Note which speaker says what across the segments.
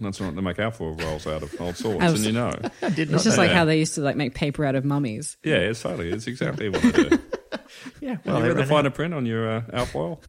Speaker 1: That's what they make alpha rolls out of, old swords,
Speaker 2: I was-
Speaker 1: and you know.
Speaker 3: I did not
Speaker 2: It's just
Speaker 1: know
Speaker 2: like
Speaker 1: that.
Speaker 2: how they used to like make paper out of mummies.
Speaker 1: Yeah, it's totally, it's exactly what they do.
Speaker 3: Yeah,
Speaker 1: Well,
Speaker 3: well,
Speaker 1: you
Speaker 3: they
Speaker 1: read the
Speaker 3: ran
Speaker 1: finer
Speaker 3: out.
Speaker 1: print on your uh, alpha oil.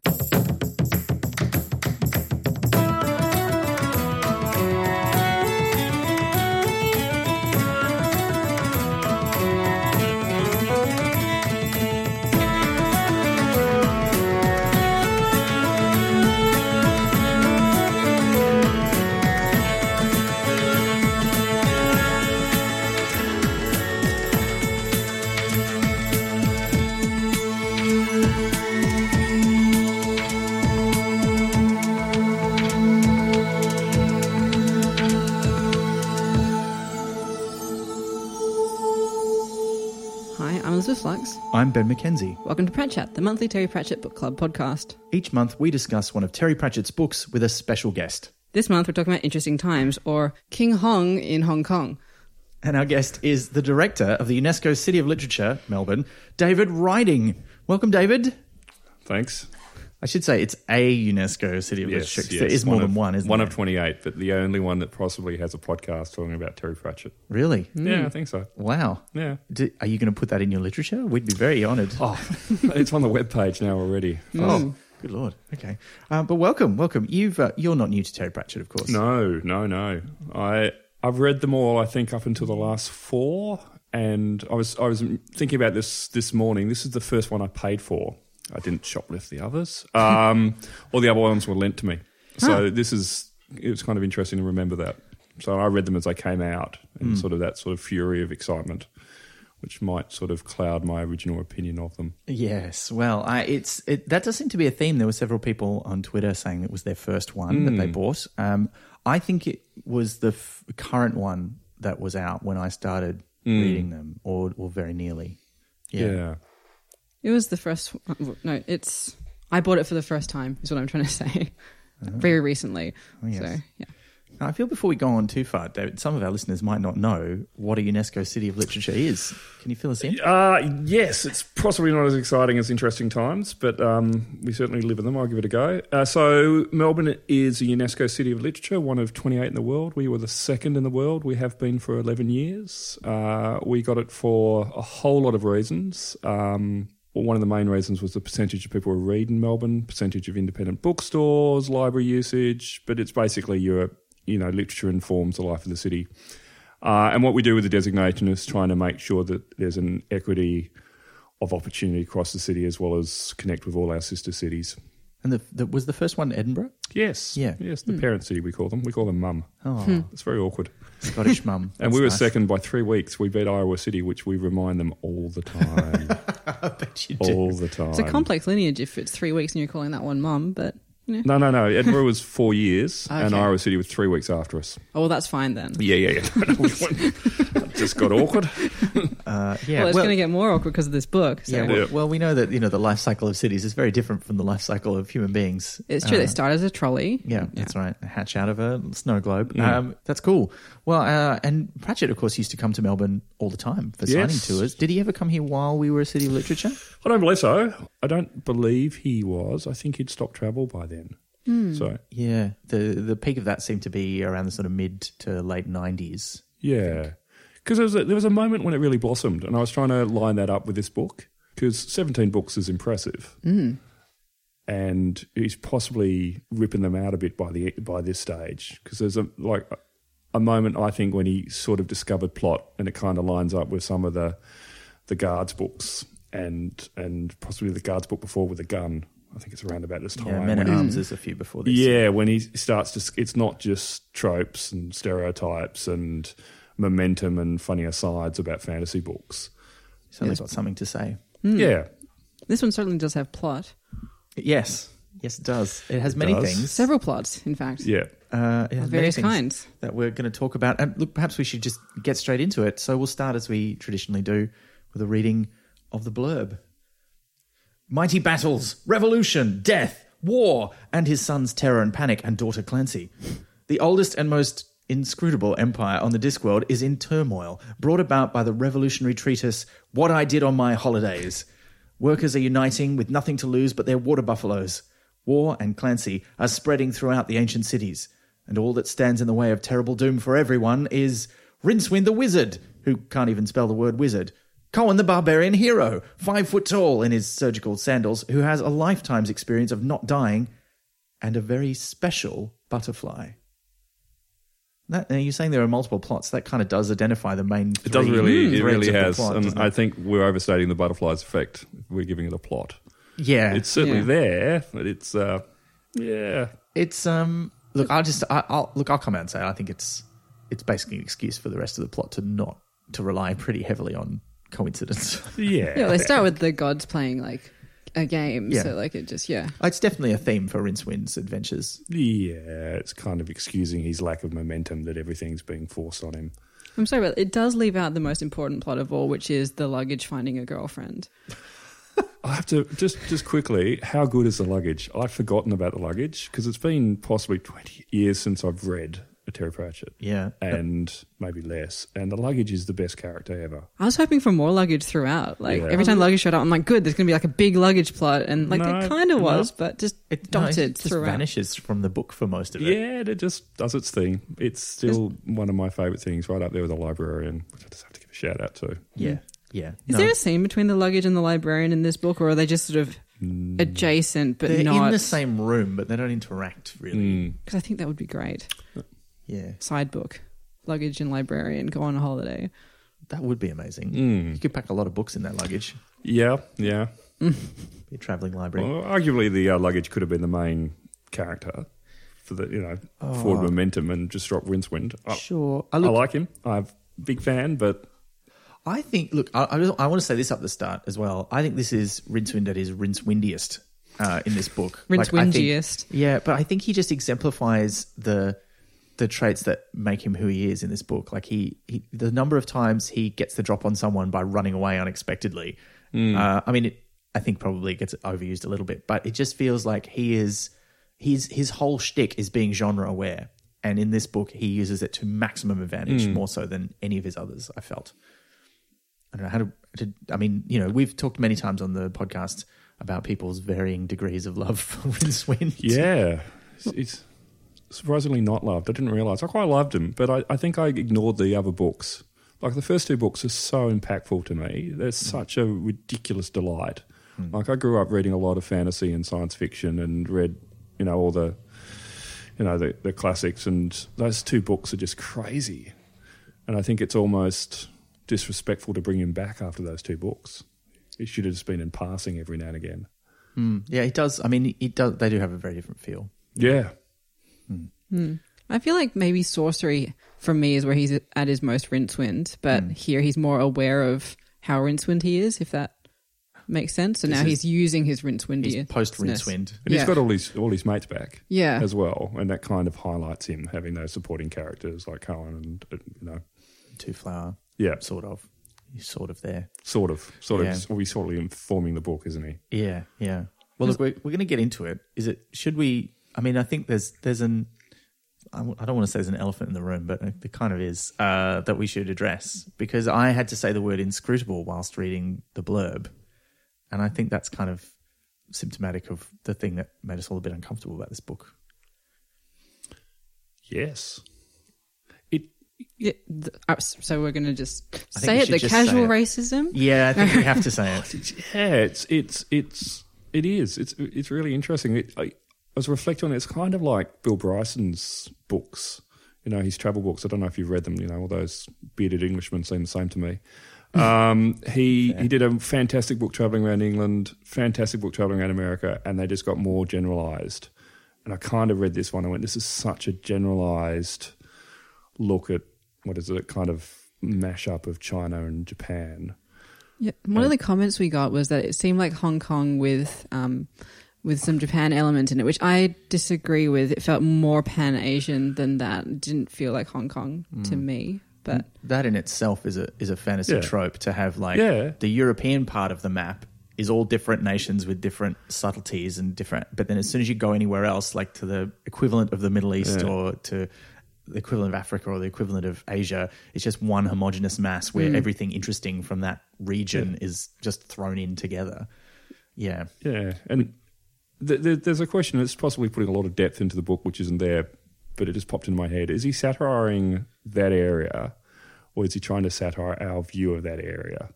Speaker 2: Hi, I'm Elizabeth Flux.
Speaker 3: I'm Ben McKenzie.
Speaker 2: Welcome to Pratchett, the monthly Terry Pratchett Book Club podcast.
Speaker 3: Each month we discuss one of Terry Pratchett's books with a special guest.
Speaker 2: This month we're talking about Interesting Times or King Hong in Hong Kong.
Speaker 3: And our guest is the director of the UNESCO City of Literature, Melbourne, David Riding. Welcome, David.
Speaker 1: Thanks.
Speaker 3: I should say it's a UNESCO City of Literature. 'cause there is more
Speaker 1: of,
Speaker 3: than one, isn't
Speaker 1: One
Speaker 3: there?
Speaker 1: of 28, but the only one that possibly has a podcast talking about Terry Pratchett.
Speaker 3: Really?
Speaker 1: Yeah, I think so.
Speaker 3: Wow.
Speaker 1: Yeah.
Speaker 3: Do, are you going to put that in your literature? We'd be very honoured.
Speaker 1: Oh, it's on the webpage now already.
Speaker 3: Oh, good lord. Okay, uh, but welcome, welcome. You've uh, you're not new to Terry Pratchett, of course.
Speaker 1: No, no, no. I I've read them all. I think up until the last four, and I was I was thinking about this this morning. This is the first one I paid for. I didn't shoplift the others. Um, all the other ones were lent to me. So this is it was kind of interesting to remember that. So I read them as I came out, and sort of that sort of fury of excitement, which might sort of cloud my original opinion of them.
Speaker 3: Yes, well, I, it's it, that does seem to be a theme. There were several people on Twitter saying it was their first one that
Speaker 1: Hmm.
Speaker 3: they bought. Um, I think it was the f- current one that was out when I started reading them, or or very nearly.
Speaker 1: Hmm. Yeah.
Speaker 2: It was the first. No, it's. I bought it for the first time. Is what I'm trying to say. Very recently.
Speaker 3: Oh. yes.
Speaker 2: So yeah.
Speaker 3: Now, I feel before we go on too far, David, some of our listeners might not know what a UNESCO City of Literature is. Can you fill us in?
Speaker 1: Uh, yes, it's possibly not as exciting as interesting times, but um, we certainly live in them. I'll give it a go. Uh, so, Melbourne is a UNESCO City of Literature, one of 28 in the world. We were the second in the world. We have been for 11 years. Uh, we got it for a whole lot of reasons. Um, well, one of the main reasons was the percentage of people who read in Melbourne, percentage of independent bookstores, library usage, but it's basically your, you know, literature informs the life of the city. Uh, and what we do with the designation is trying to make sure that there's an equity of opportunity across the city as well as connect with all our sister cities.
Speaker 3: And the, the, was the first one Edinburgh?
Speaker 1: Yes.
Speaker 3: Yeah.
Speaker 1: Yes, the parent city we call them. We call them mum.
Speaker 3: Oh,
Speaker 1: It's very awkward.
Speaker 3: Scottish mum.
Speaker 1: And
Speaker 3: That's
Speaker 1: we were
Speaker 3: nice.
Speaker 1: second by three weeks. We beat Iowa City, which we remind them all the time.
Speaker 3: I bet you did.
Speaker 1: all the time.
Speaker 2: It's a complex lineage if it's three weeks and you're calling that one mum, but you know.
Speaker 3: Mm.
Speaker 1: No, no, no. Edinburgh was four years, and
Speaker 2: Okay.
Speaker 1: Iowa City was three weeks after us.
Speaker 2: Oh, well, that's fine then.
Speaker 1: Yeah, yeah, yeah. just got awkward.
Speaker 3: Uh, yeah,
Speaker 2: well, it's going to get more awkward because of this book. So.
Speaker 3: Yeah, well,
Speaker 1: Yeah.
Speaker 3: well, we know that you know the life cycle of cities is very different from the life cycle of human beings.
Speaker 2: It's true.
Speaker 3: Uh,
Speaker 2: they start as a trolley.
Speaker 3: yeah,
Speaker 2: Yeah.
Speaker 3: that's right. A hatch out of a snow globe. Um, that's cool. Well, uh, and Pratchett, of course, used to come to Melbourne all the time for signing
Speaker 1: Yes.
Speaker 3: tours. Did he ever come here while we were a city of literature?
Speaker 1: I don't believe so. I don't believe he was. I think he'd stopped travel by then. So
Speaker 3: Yeah, the the peak of that seemed to be around the sort of mid to late nineties.
Speaker 1: yeah, because there was a, there was a moment when it really blossomed, and I was trying to line that up with this book because seventeen books is impressive, and he's possibly ripping them out a bit by the by this stage because there's a like a moment I think when he sort of discovered plot, and it kind of lines up with some of the the guards books and and possibly the guards book before with a gun. I think it's around about this time.
Speaker 3: Yeah, Men
Speaker 1: when
Speaker 3: at
Speaker 1: he-
Speaker 3: Arms is a few before this.
Speaker 1: Yeah, when he starts to, it's not just tropes and stereotypes and momentum and funny asides about fantasy books.
Speaker 3: suddenly got something to say.
Speaker 1: Yeah,
Speaker 2: This one certainly does have plot.
Speaker 3: Yes, yes, it does. It has many
Speaker 1: does.
Speaker 3: things.
Speaker 2: Several plots, in fact.
Speaker 1: yeah.
Speaker 3: uh, it has many
Speaker 2: various
Speaker 3: things
Speaker 2: kinds.
Speaker 3: that we're going to talk about. And look, perhaps we should just get straight into it. So we'll start as we traditionally do with a reading of the blurb. Mighty battles, revolution, death, war, and his sons terror and panic, and daughter Clancy. The oldest and most inscrutable empire on the Discworld is in turmoil, brought about by the revolutionary treatise What I Did on My Holidays. Workers are uniting with nothing to lose but their water buffaloes. War and Clancy are spreading throughout the ancient cities. And all that stands in the way of terrible doom for everyone is Rincewind the Wizard, who can't even spell the word wizard. Cohen the Barbarian Hero, five foot tall in his surgical sandals, who has a lifetime's experience of not dying, and a very special butterfly. That, now you're saying there are multiple plots. That kind of does identify the main.
Speaker 1: It does
Speaker 3: three
Speaker 1: really, it
Speaker 3: threads
Speaker 1: really
Speaker 3: of the
Speaker 1: has,
Speaker 3: plot,
Speaker 1: and
Speaker 3: doesn't
Speaker 1: I
Speaker 3: it?
Speaker 1: think we're overstating the butterfly's effect. if We're giving it a plot.
Speaker 3: yeah,
Speaker 1: It's certainly
Speaker 2: Yeah.
Speaker 1: there, but it's uh, yeah.
Speaker 3: It's um. Look, I'll just I, I'll look. I'll come out and say I think it's it's basically an excuse for the rest of the plot to not to rely pretty heavily on coincidence.
Speaker 1: Yeah.
Speaker 2: Yeah, they start with the gods playing like a game.
Speaker 3: Yeah.
Speaker 2: So like it just yeah.
Speaker 3: it's definitely a theme for Rincewind's adventures.
Speaker 1: Yeah, it's kind of excusing his lack of momentum that everything's being forced on him.
Speaker 2: I'm sorry, but it does leave out the most important plot of all, which is the luggage finding a girlfriend.
Speaker 1: I have to just just quickly. How good is the luggage? I'd forgotten about the luggage because it's been possibly twenty years since I've read a Terry Pratchett.
Speaker 3: Yeah.
Speaker 1: and maybe less. And the luggage is the best character ever.
Speaker 2: I was hoping for more luggage throughout. Like
Speaker 1: Yeah.
Speaker 2: every time luggage showed up, I'm like, good. There's going to be like a big luggage plot, and like
Speaker 1: No,
Speaker 2: there kind of
Speaker 1: no.
Speaker 2: was, but just
Speaker 3: It no,
Speaker 2: dotted
Speaker 3: it just
Speaker 2: throughout.
Speaker 3: vanishes from the book for most of it.
Speaker 1: Yeah, it just does its thing. It's still one of my favourite things, right up there with the librarian, which I just have to give a shout out to.
Speaker 3: yeah, yeah.
Speaker 2: Is
Speaker 3: No.
Speaker 2: there a scene between the luggage and the librarian in this book, or are they just sort of adjacent but
Speaker 3: Mm. They're
Speaker 2: not?
Speaker 3: in the same room, but they don't interact really.
Speaker 1: Mm.
Speaker 2: Because I think that would be great.
Speaker 3: Yeah,
Speaker 2: Side book, luggage and librarian go on a holiday.
Speaker 3: that would be amazing. You could pack a lot of books in that luggage.
Speaker 1: Yeah, yeah.
Speaker 3: Be a traveling library.
Speaker 1: Well, arguably, the uh, luggage could have been the main character for the you know
Speaker 3: Oh.
Speaker 1: forward momentum and just drop Rincewind. I,
Speaker 3: sure. Uh,
Speaker 1: I like him. I'm a big fan, but
Speaker 3: I think. Look, I, I, just- I want to say this up the start as well. I think this is Rincewind at his rince-windiest uh, in this book. Like, I think-
Speaker 2: Rincewindiest.
Speaker 3: yeah, but I think he just exemplifies the the traits that make him who he is in this book. Like he, he the number of times he gets the drop on someone by running away unexpectedly. Uh, I mean, it, I think probably it gets overused a little bit, but it just feels like he is his his whole shtick is being genre aware. And in this book, he uses it to maximum advantage, more so than any of his others. I felt. I don't know how to, to. I mean, you know, we've talked many times on the podcast about people's varying degrees of love for Rincewind.
Speaker 1: yeah, it's, it's surprisingly not loved. I didn't realise. I quite loved him, but I, I think I ignored the other books. Like the first two books are so impactful to me. They're such a ridiculous delight. Like I grew up reading a lot of fantasy and science fiction, and read you know all the you know the, the classics, and those two books are just crazy. And I think it's almost disrespectful to bring him back after those two books. It should have just been in passing every now and again.
Speaker 3: yeah, it does. I mean, it does. They do have a very different feel.
Speaker 1: Yeah,
Speaker 2: I feel like maybe sorcery for me is where he's at his most Rincewind, but
Speaker 3: Hmm.
Speaker 2: here he's more aware of how Rincewind he is, if that makes sense. So now
Speaker 3: is-
Speaker 2: he's using his Rincewindy.
Speaker 3: He's post Rincewind.
Speaker 1: And
Speaker 2: Yeah.
Speaker 1: he's got all his all his mates back,
Speaker 2: Yeah.
Speaker 1: as well, and that kind of highlights him having those supporting characters like Cohen and uh, you know,
Speaker 3: Two flower,
Speaker 1: yeah,
Speaker 3: sort of. He's sort of there.
Speaker 1: sort of, sort
Speaker 3: Yeah.
Speaker 1: of, well, he's sort of informing the book, isn't he?
Speaker 3: Yeah, yeah. Well, look, we're, we're going to get into it. Is it? Should we? I mean, I think there's there's an. I w- I don't want to say there's an elephant in the room, but it kind of is uh, that we should address because I had to say the word inscrutable whilst reading the blurb, and I think that's kind of symptomatic of the thing that made us all a bit uncomfortable about this book.
Speaker 1: Yes, it.
Speaker 2: Yeah, th- uh, so we're going to just
Speaker 3: think
Speaker 2: say
Speaker 3: we
Speaker 2: it
Speaker 3: should
Speaker 2: the
Speaker 3: just
Speaker 2: casual
Speaker 3: say it.
Speaker 2: racism.
Speaker 3: Yeah, I think we have to say it.
Speaker 1: Yeah, it's it's it's it is. It's it's really interesting. It, I, I was reflecting on it. It's kind of like Bill Bryson's books, you know, his travel books. I don't know if you've read them. You know, all those bearded Englishmen seem the same to me. Um, he he did a fantastic book traveling around England, fantastic book traveling around America, and they just got more generalized. And I kind of read this one. I went, this is such a generalized look at what is it, a kind of mashup of China and Japan.
Speaker 2: Yeah. One
Speaker 3: um,
Speaker 2: of the comments we got was that it seemed like Hong Kong with um, with some Japan element in it, which I disagree with. It felt more Pan Asian than that. It didn't feel like Hong Kong to
Speaker 3: Hmm.
Speaker 2: me. But
Speaker 3: that in itself is a is a fantasy
Speaker 1: Yeah.
Speaker 3: trope to have like
Speaker 1: Yeah.
Speaker 3: the European part of the map is all different nations with different subtleties and different but then as soon as you go anywhere else like to the equivalent of the Middle East or to the equivalent of Africa or the equivalent of Asia it's just one homogenous mass where
Speaker 1: Hmm.
Speaker 3: everything interesting from that region is just thrown in together yeah
Speaker 1: Yeah, and th- th- there's a question that's possibly putting a lot of depth into the book, which isn't there but it just popped into my head. Is he satirizing that area, or is he trying to satire our view of that area?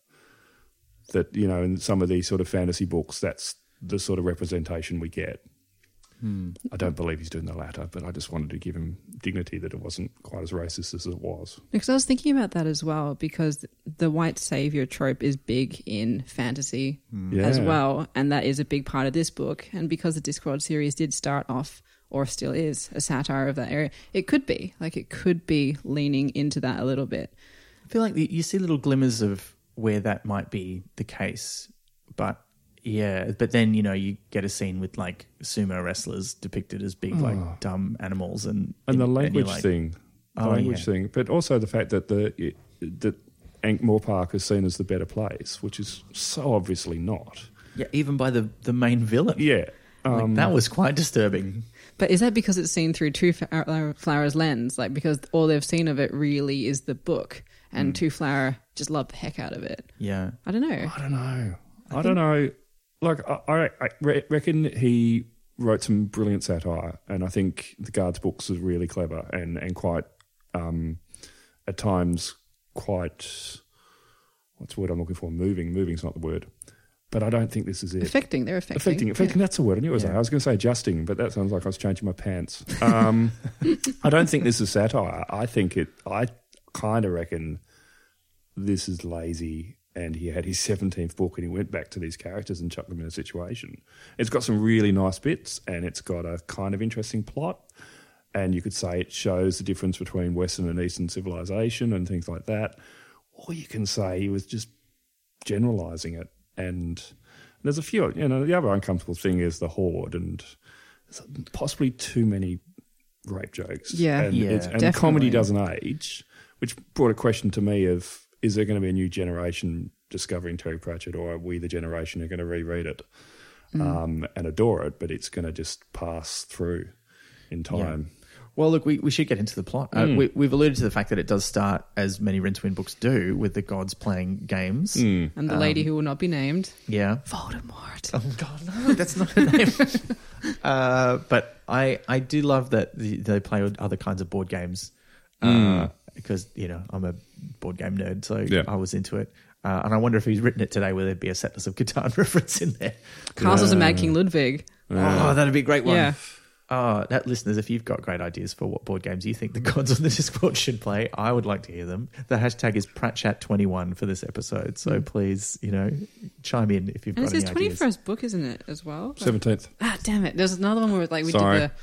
Speaker 1: That you know, in some of these sort of fantasy books, that's the sort of representation we get. I don't believe he's doing the latter, but I just wanted to give him dignity that it wasn't quite as racist as it was.
Speaker 2: Because I was thinking about that as well, because the white savior trope is big in fantasy as
Speaker 1: Yeah.
Speaker 2: well, and that is a big part of this book. And because the Discworld series did start off, or still is, a satire of that area, it could be like it could be leaning into that a little bit.
Speaker 3: I feel like you see little glimmers of where that might be the case, but yeah, but then you know you get a scene with like sumo wrestlers depicted as big like dumb animals and
Speaker 1: Oh. and the
Speaker 3: you're
Speaker 1: language
Speaker 3: like,
Speaker 1: thing, the
Speaker 3: Oh,
Speaker 1: language
Speaker 3: yeah.
Speaker 1: thing, but also the fact that the that Ankmore Park is seen as the better place, which is so obviously not.
Speaker 3: Yeah, even by the the main villain.
Speaker 1: Yeah, Um,
Speaker 3: Like, that was quite disturbing.
Speaker 2: But is that because it's seen through Two Flower- Flowers' lens? Like because all they've seen of it really is the book, and Two Flower just loved the heck out of it.
Speaker 3: Yeah,
Speaker 2: I don't know.
Speaker 1: I don't know. I, don't know. Like I, I, I re- reckon he wrote some brilliant satire, and I think the guards' books are really clever and and quite um, at times quite what's the word I'm looking for? Moving. Moving's not the word, but I don't think this is it.
Speaker 2: Affecting, they're affecting.
Speaker 1: Affecting, affecting, that's the word. I knew it was
Speaker 3: Yeah.
Speaker 1: that. I was going to say adjusting, but that sounds like I was changing my pants. Um, I don't think this is satire. I think it, I kind of reckon this is lazy. And he had his 17th book and he went back to these characters and chucked them in a situation. It's got some really nice bits and it's got a kind of interesting plot. And you could say it shows the difference between Western and Eastern civilization and things like that. Or you can say he was just generalizing it. And there's a few, you know, the other uncomfortable thing is the horde and there's possibly too many rape jokes.
Speaker 2: Yeah.
Speaker 1: and,
Speaker 3: Yeah,
Speaker 1: it's- and
Speaker 2: definitely.
Speaker 1: comedy doesn't age, which brought a question to me of is there going to be a new generation discovering Terry Pratchett, or are we the generation who are going to reread it
Speaker 3: Mm.
Speaker 1: um, and adore it, but it's going to just pass through in time?
Speaker 3: Well, look, we, we should get into the plot.
Speaker 1: Mm.
Speaker 3: Uh, we, we've alluded to the fact that it does start, as many Rincewind books do, with the gods playing games.
Speaker 1: Mm.
Speaker 2: and the lady who will not be named,
Speaker 3: Yeah.
Speaker 2: Voldemort.
Speaker 3: Oh God, no, that's not a name. uh, but I I do love that the, they play with other kinds of board games uh, because you know I'm a board game nerd, so
Speaker 1: Yeah.
Speaker 3: I was into it. Uh, and I wonder if he's written it today, where there'd be a settlers of Catan reference in there.
Speaker 2: Castles of Mad King Ludwig.
Speaker 3: Oh, that'd be a great one.
Speaker 2: Yeah.
Speaker 3: Oh, that listeners, if you've got great ideas for what board games you think the gods on the Discord should play, I would like to hear them. The hashtag is Pratchat21 for this episode, so please, you know, chime in if you've
Speaker 2: Hmm. And
Speaker 3: got
Speaker 2: it's
Speaker 3: any
Speaker 2: his
Speaker 3: ideas.
Speaker 2: 21st book, isn't it, as well? Like-
Speaker 1: 17th.
Speaker 2: ah, damn it. There's another one where like we
Speaker 1: Sorry.
Speaker 2: did the.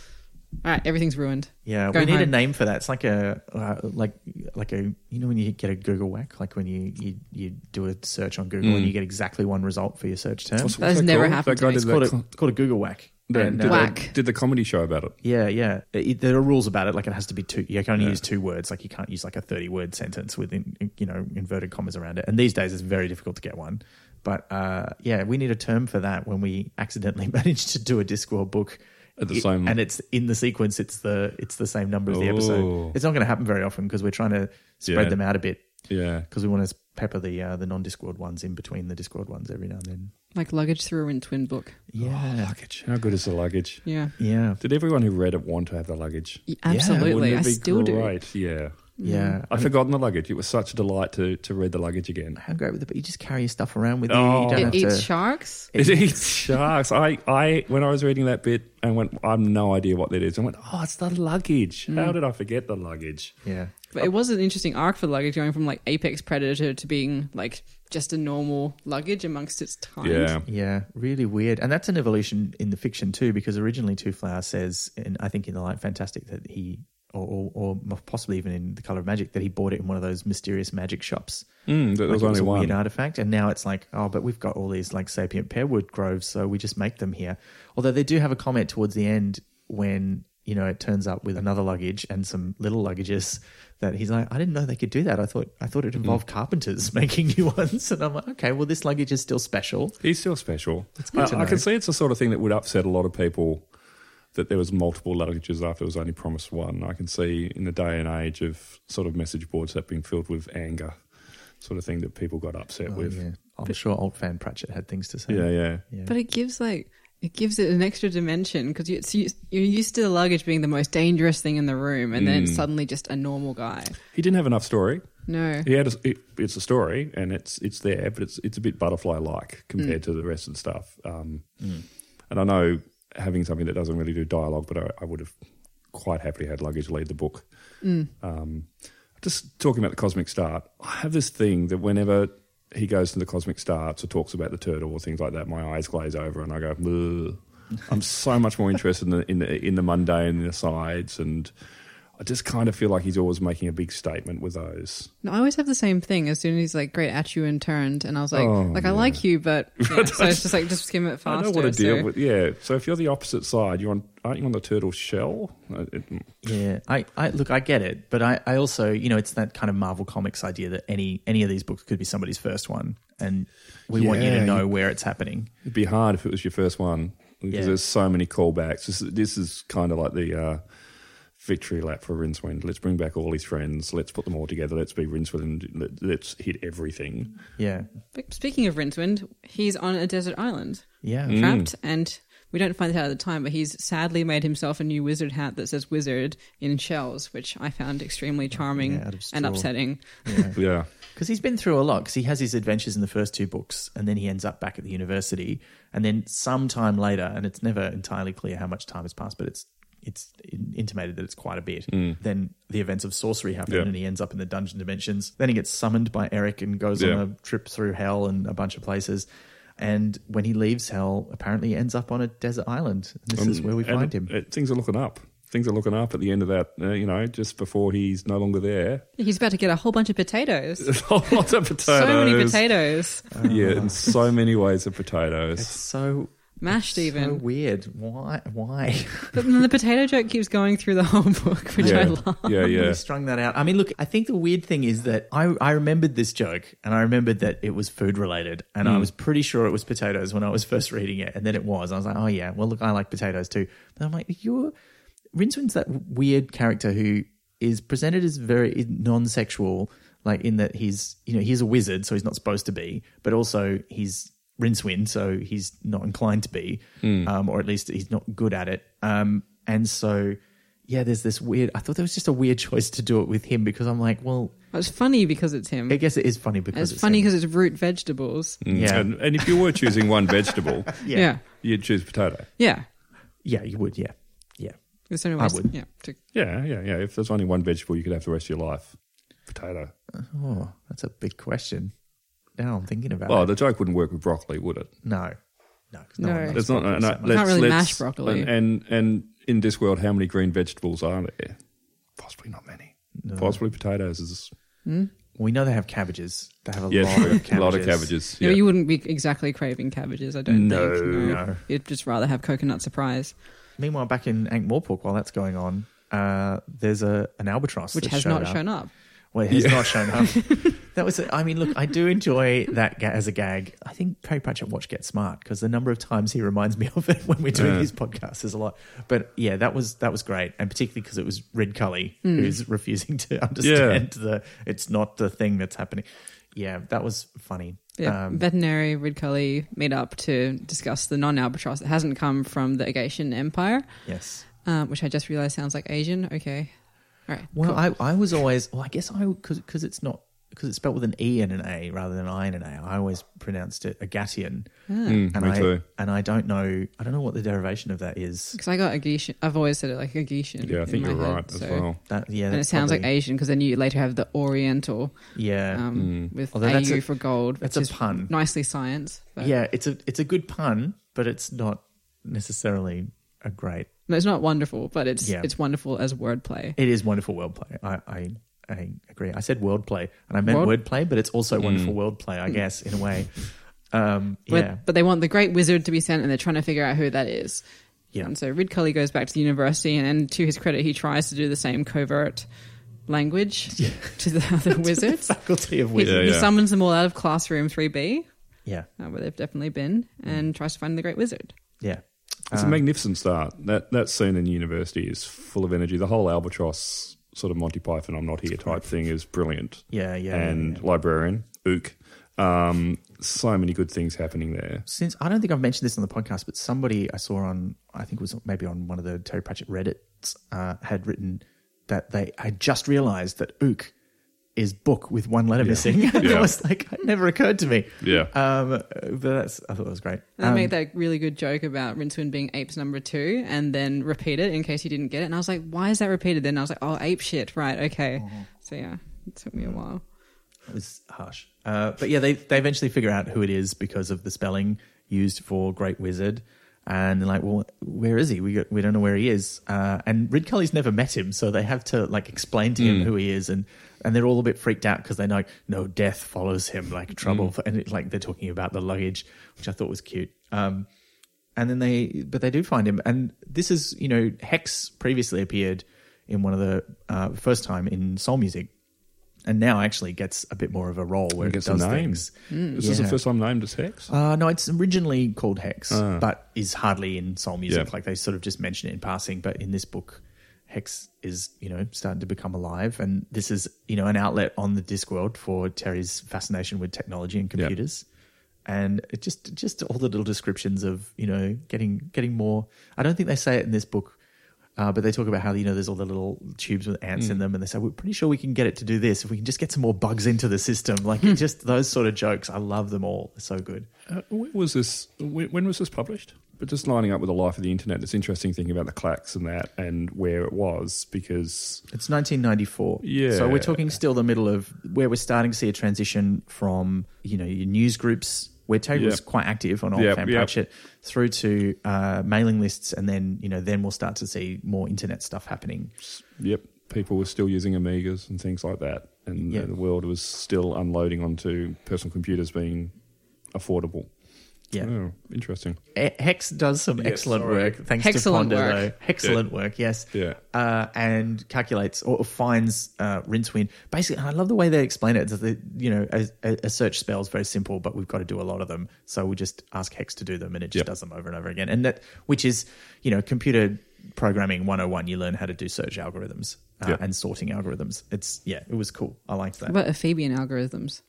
Speaker 2: All right, everything's ruined.
Speaker 3: Yeah,
Speaker 2: Go
Speaker 3: we need a
Speaker 2: home.
Speaker 3: name for that. It's like a uh, like like a you know when you get a Google whack, like when you you, you do a search on Google and you get exactly one result for your search term.
Speaker 1: What's-
Speaker 2: That
Speaker 1: what's
Speaker 2: has never
Speaker 1: called? That
Speaker 2: happened to
Speaker 1: guy
Speaker 2: me.
Speaker 1: did
Speaker 2: It's
Speaker 1: that
Speaker 3: called a,
Speaker 1: co-
Speaker 3: it's called a Google whack.
Speaker 1: that
Speaker 3: And,
Speaker 1: did,
Speaker 3: uh,
Speaker 2: Whack.
Speaker 1: The, did the comedy show about it.
Speaker 3: yeah, yeah. It- there are rules about it. Like it has to be two. You can only
Speaker 1: Yeah.
Speaker 3: use two words. Like you can't use like a thirty-word sentence with in, you know inverted commas around it. And these days, it's very difficult to get one. But uh, yeah, we need a term for that when we accidentally manage to do a Discworld book
Speaker 1: At the
Speaker 3: It-
Speaker 1: same-
Speaker 3: and it's in the sequence. It's the it's the same number as the
Speaker 1: Oh.
Speaker 3: episode. It's not going to happen very often because we're trying to spread
Speaker 1: Yeah.
Speaker 3: them out a bit
Speaker 1: Yeah.
Speaker 3: because we want to pepper the uh, the non-Discord ones in between the Discord ones every now and then.
Speaker 2: Like luggage through in twin book.
Speaker 1: Oh, Mm.
Speaker 3: Yeah,
Speaker 1: luggage. How good is the luggage?
Speaker 2: Yeah.
Speaker 3: yeah,
Speaker 1: Did everyone who read it want to have the luggage?
Speaker 2: Y-
Speaker 3: Yeah,
Speaker 2: Absolutely.
Speaker 1: Wouldn't
Speaker 2: I
Speaker 1: it be
Speaker 2: still do.
Speaker 1: great? do. Yeah.
Speaker 3: yeah.
Speaker 1: I've forgotten the luggage. It was such a delight to, to read the luggage again.
Speaker 3: How great would it be? You just carry your stuff around with you.
Speaker 1: Oh.
Speaker 3: you don't
Speaker 2: It
Speaker 3: have
Speaker 2: eats
Speaker 3: to...
Speaker 2: sharks.
Speaker 1: It eats sharks. I, I when I was reading that bit and went, I've no idea what that is. I went, oh, it's the luggage.
Speaker 3: Hmm.
Speaker 1: How did I forget the luggage?
Speaker 3: Yeah.
Speaker 2: But it was an interesting arc for luggage going from like apex predator to being like just a normal luggage amongst its times.
Speaker 1: Yeah,
Speaker 3: Yeah, really weird. And that's an evolution in the fiction too, because originally Two Flower says, and I think in the Light Fantastic that he, or, or, or possibly even in the Color of Magic, that he bought it in one of those mysterious magic shops.
Speaker 1: mm, there
Speaker 3: Like
Speaker 1: was
Speaker 3: it was
Speaker 1: only
Speaker 3: a
Speaker 1: one.
Speaker 3: weird artifact, and now it's like, oh, but we've got all these like sapient pearwood groves, so we just make them here. Although they do have a comment towards the end when you know it turns up with another luggage and some little luggages that he's like, I didn't know they could do that. I thought I thought it involved carpenters making new ones, and I'm like, okay, well this luggage is still special.
Speaker 1: He's still special.
Speaker 3: good
Speaker 1: I-
Speaker 3: to
Speaker 1: I
Speaker 3: know.
Speaker 1: can see it's the sort of thing that would upset a lot of people that there was multiple luggages after it was only promised one. I can see in the day and age of sort of message boards that being filled with anger, sort of thing that people got upset with.
Speaker 3: Oh, yeah. I'm sure old fan Pratchett had things to say.
Speaker 1: Oh, Yeah, yeah.
Speaker 3: Yeah.
Speaker 2: But it gives like It gives it an extra dimension because you, it's used- you're used to the luggage being the most dangerous thing in the room, and
Speaker 1: Mm.
Speaker 2: then suddenly just a normal guy.
Speaker 1: He didn't have enough story.
Speaker 2: No,
Speaker 1: He had a, it, it's a story and it's it's there, but it's it's a bit butterfly like compared to the rest of the stuff. Um, And I know having something that doesn't really do dialogue, but I, I would have quite happily had luggage lead the book. Um, just talking about the cosmic start, I have this thing that whenever he goes to the cosmic starts or talks about the turtle or things like that, my eyes glaze over and I go, "Ugh." I'm so much more interested in the, in the in the mundane, the sides, and I just kind of feel like he's always making a big statement with those.
Speaker 2: no, I always have the same thing. As soon as he's like great at you and turned, and I was like,
Speaker 1: Oh,
Speaker 2: like I like you, but yeah. so it's just like just skim it
Speaker 1: I
Speaker 2: faster.
Speaker 1: don't want to deal
Speaker 2: so-
Speaker 1: with yeah. So if you're the opposite side, you're on aren't you on the turtle shell? Uh, it-
Speaker 3: Yeah, I, I look, I get it, but I, I also, you know, it's that kind of Marvel Comics idea that any any of these books could be somebody's first one, and we want you
Speaker 1: Yeah,
Speaker 3: to
Speaker 1: you-
Speaker 3: know where it's happening.
Speaker 1: it'd be hard if it was your first one because
Speaker 3: Yeah.
Speaker 1: there's so many callbacks. This, is- this is kind of like the uh, victory lap for Rincewind. Let's bring back all his friends. Let's put them all together. Let's be Rincewind. Let, let's hit everything.
Speaker 3: Yeah,
Speaker 2: But speaking of Rincewind, he's on a desert island,
Speaker 3: yeah,
Speaker 1: Mm.
Speaker 2: trapped, and we don't find this out at the time, but he's sadly made himself a new wizard hat that says wizard in shells, which I found extremely charming
Speaker 3: Yeah, out of
Speaker 2: and
Speaker 3: straw.
Speaker 2: upsetting.
Speaker 3: yeah.
Speaker 1: Yeah,
Speaker 3: Because he's been through a lot. Because he has his adventures in the first two books, and then he ends up back at the university, and then sometime later, and it's never entirely clear how much time has passed, but it's it's in- intimated that it's quite a bit. Then the events of sorcery happen,
Speaker 1: Mm. Yeah.
Speaker 3: and he ends up in the dungeon dimensions. Then he gets summoned by Eric and goes
Speaker 1: Yeah.
Speaker 3: on a trip through hell and a bunch of places. And when he leaves hell, apparently he ends up on a desert island. And this is where we
Speaker 1: Um, And
Speaker 3: find him.
Speaker 1: it- it- things are looking up. Things are looking up at the end of that. Uh, you know, just before he's no longer there.
Speaker 2: He's about to get a whole bunch of potatoes.
Speaker 1: Lots of potatoes.
Speaker 2: So many potatoes.
Speaker 1: Yeah, in so many ways of potatoes.
Speaker 3: It's so
Speaker 2: Mashed
Speaker 3: so
Speaker 2: even.
Speaker 3: weird. Why? Why?
Speaker 2: But then the potato joke keeps going through the whole book, which
Speaker 1: yeah.
Speaker 2: I love.
Speaker 1: yeah, yeah.
Speaker 3: really strung that out. I mean, look, I think the weird thing is that I, I remembered this joke and I remembered that it was food related and
Speaker 1: Mm.
Speaker 3: I was pretty sure it was potatoes when I was first reading it and then it was. I was like, oh yeah, well look, I like potatoes too. But I'm like, you're Rincewind that weird character who is presented as very non-sexual, like in that he's you know he's a wizard, so he's not supposed to be, but also he's Rincewind, so he's not inclined to be, um, or at least he's not good at it. Um, and so yeah, there's this weird. I thought there was just a weird choice to do it with him because I'm like, well,
Speaker 2: It's funny because it's him.
Speaker 3: I guess it is funny because
Speaker 2: it's
Speaker 3: it's,
Speaker 2: funny
Speaker 3: him.
Speaker 2: because it's root vegetables.
Speaker 3: yeah.
Speaker 1: Hmm. Mm. And, and if you were choosing one vegetable,
Speaker 3: Yeah.
Speaker 2: yeah.
Speaker 1: you'd choose potato.
Speaker 2: Yeah.
Speaker 3: yeah, you would, yeah, yeah,
Speaker 2: There's no
Speaker 3: I
Speaker 2: ways-
Speaker 3: would.
Speaker 2: Yeah. to-
Speaker 1: Yeah, yeah, yeah. If there's only one vegetable, you could have the rest of your life. Potato.
Speaker 3: Oh, that's a big question. Now I'm thinking about
Speaker 1: Well,
Speaker 3: it.
Speaker 1: the joke wouldn't work with broccoli, would it?
Speaker 3: No, no, 'cause
Speaker 2: No.
Speaker 3: one likes
Speaker 1: There's not.
Speaker 3: broccoli
Speaker 1: no,
Speaker 3: so
Speaker 1: no,
Speaker 3: much.
Speaker 1: let's-
Speaker 2: can't really
Speaker 1: let's-
Speaker 2: mash broccoli.
Speaker 1: And, and and in this world, how many green vegetables are there? Possibly not many. Possibly potatoes is
Speaker 3: We know they have cabbages. They have a
Speaker 1: yeah,
Speaker 3: lot, of
Speaker 1: true.
Speaker 3: cabbages.
Speaker 1: a lot of cabbages.
Speaker 2: No,
Speaker 1: yeah.
Speaker 2: you wouldn't be exactly craving cabbages, I don't
Speaker 1: No,
Speaker 2: think.
Speaker 3: no.
Speaker 2: You'd just rather have coconut surprise,
Speaker 3: Meanwhile, back in Ankh-Morpork, while that's going on, uh, there's a an albatross
Speaker 2: which
Speaker 3: that's
Speaker 2: has
Speaker 3: showed
Speaker 2: not
Speaker 3: up.
Speaker 2: shown up.
Speaker 3: Well, it has not shown up. that was. I mean, look, I do enjoy that ga- as a gag. I think Terry Pratchett watched Get Smart because the number of times he reminds me of it when we're doing
Speaker 1: Yeah.
Speaker 3: these podcasts is a lot. But yeah, that was that was great, and particularly because it was Red Cully who's refusing to understand the it's not the thing that's happening. Yeah, that was funny.
Speaker 2: Yeah.
Speaker 3: Um,
Speaker 2: Veterinary Rid Cully meet up to discuss the non albatross that hasn't come from the Agatian Empire,
Speaker 3: yes.
Speaker 2: um, which I just realized sounds like Asian. Okay. All right.
Speaker 3: Well, I, I was always well. I guess I because it's not because it's spelled with an e and an a rather than an i and an a. I always pronounced it Agatian, and
Speaker 1: Mm, me
Speaker 3: I
Speaker 1: too.
Speaker 3: and I don't know. I don't know what the derivation of that is.
Speaker 2: Because I got Agatian. I've always said it like Agatian.
Speaker 1: yeah, I think
Speaker 2: in my
Speaker 1: you're
Speaker 2: head,
Speaker 1: right as
Speaker 2: so-
Speaker 1: well.
Speaker 3: That yeah,
Speaker 2: And it
Speaker 3: that's
Speaker 2: sounds like
Speaker 3: probably-
Speaker 2: Asian because then you later have the Oriental
Speaker 3: yeah, Mm.
Speaker 2: um, with
Speaker 3: Although that's
Speaker 2: AU
Speaker 3: a-
Speaker 2: for gold.
Speaker 3: that's
Speaker 2: which is
Speaker 3: a pun.
Speaker 2: Nicely science. But
Speaker 3: yeah. It's a it's a good pun, but it's not necessarily a great.
Speaker 2: No, it's not wonderful, but it's
Speaker 3: Yeah.
Speaker 2: it's wonderful as wordplay.
Speaker 3: It is wonderful wordplay. I I, I agree. I said wordplay, and I meant
Speaker 2: Word-
Speaker 3: wordplay, but it's also wonderful
Speaker 1: Mm.
Speaker 3: wordplay, I guess, in a way. Um,
Speaker 2: But,
Speaker 3: yeah,
Speaker 2: but they want the great wizard to be sent, and they're trying to figure out who that is.
Speaker 3: Yeah.
Speaker 2: And so Rid Cully goes back to the university, and, and to his credit, he tries to do the same covert language to the other wizards.
Speaker 3: faculty of
Speaker 2: He,
Speaker 3: wisdom.
Speaker 1: Yeah,
Speaker 2: he
Speaker 1: yeah.
Speaker 2: summons them all out of classroom 3B,
Speaker 3: Yeah,
Speaker 2: uh, where they've definitely been, and tries to find the great wizard.
Speaker 3: yeah.
Speaker 1: It's a magnificent start. That that scene in university is full of energy. The whole albatross sort of Monty Python "I'm not here" type thing is brilliant.
Speaker 3: Yeah, yeah, yeah,
Speaker 1: And librarian Ook, Um, so many good things happening there.
Speaker 3: since I don't think I've mentioned this on the podcast, but somebody I saw on I think it was maybe on one of the Terry Pratchett Reddits uh, had written that they had just realised that ook is book with one letter missing. and
Speaker 1: Yeah.
Speaker 3: I was like, it never occurred to me.
Speaker 1: Yeah.
Speaker 3: Um, uh, but that's I thought that was great.
Speaker 2: And I
Speaker 3: Um,
Speaker 2: made that really good joke about Rincewind being apes number two and then repeat it in case you didn't get it. And I was like, why is that repeated then? I was like, oh, ape shit. Right. Okay.
Speaker 3: Mm-hmm.
Speaker 2: So yeah, it took me a while.
Speaker 3: It was harsh. Uh, but yeah, they, they eventually figure out who it is because of the spelling used for Great Wizard. And they're like, well, where is he? We got, we don't know where he is. Uh, and Rid Cully's never met him, so they have to like explain to him who he is, and and they're all a bit freaked out because they know like, no death follows him like trouble, and it, like they're talking about the luggage, which I thought was cute. Um, and then they but they do find him and this is you know hex previously appeared in one of the uh, first time in soul music and now actually gets a bit more of a role where it
Speaker 1: Gets
Speaker 3: does
Speaker 1: a name.
Speaker 3: things Mm,
Speaker 1: Is this the
Speaker 3: Yeah.
Speaker 1: first time named as Hex?
Speaker 3: uh, no it's originally called hex
Speaker 1: Ah.
Speaker 3: but is hardly in soul music
Speaker 1: Yeah.
Speaker 3: like they sort of just mention it in passing but in this book hex is you know starting to become alive and this is you know an outlet on the discworld for terry's fascination with technology and
Speaker 1: Yeah.
Speaker 3: computers and it just just all the little descriptions of you know getting getting more. I don't think they say it in this book, uh, but they talk about how you know there's all the little tubes with ants
Speaker 1: Hmm.
Speaker 3: in them, and they say we're pretty sure we can get it to do this if we can just get some more bugs into the system. Like
Speaker 1: Hmm.
Speaker 3: it just those sort of jokes, I love them all. They're so good.
Speaker 1: Uh, when was this? When, when was this published? But just lining up with the life of the internet, it's interesting thinking about the clacks and that, and where it was because
Speaker 3: It's 1994.
Speaker 1: Yeah.
Speaker 3: So we're talking still the middle of where we're starting to see a transition from, you know, your news groups, where Terry
Speaker 1: Yeah.
Speaker 3: was quite active on Old
Speaker 1: Yep,
Speaker 3: Fan
Speaker 1: yep.
Speaker 3: Pratchett, through to uh, mailing lists. And then, you know, then we'll start to see more internet stuff happening.
Speaker 1: yep, people were still using Amigas and things like that, and
Speaker 3: Yeah.
Speaker 1: the world was still unloading onto personal computers being affordable.
Speaker 3: Yeah.
Speaker 1: Oh, interesting.
Speaker 3: E- Hex does some
Speaker 1: Yes,
Speaker 3: excellent
Speaker 1: sorry.
Speaker 3: work. Thanks to
Speaker 2: Excellent
Speaker 3: Ponder,
Speaker 2: work.
Speaker 3: though. Excellent work, yes.
Speaker 1: Yeah.
Speaker 3: Uh, and calculates or finds uh, Rincewind. Basically, and I love the way they explain it. That they, you know, a, a a search spell is very simple, but we've got to do a lot of them. So we just ask Hex to do them, and it just
Speaker 1: Yep.
Speaker 3: does them over and over again. And that, which is, you know, computer programming 101. You learn how to do search algorithms uh,
Speaker 1: Yep.
Speaker 3: and sorting algorithms. It's yeah, it was cool. I liked that.
Speaker 2: What about Ephebian algorithms?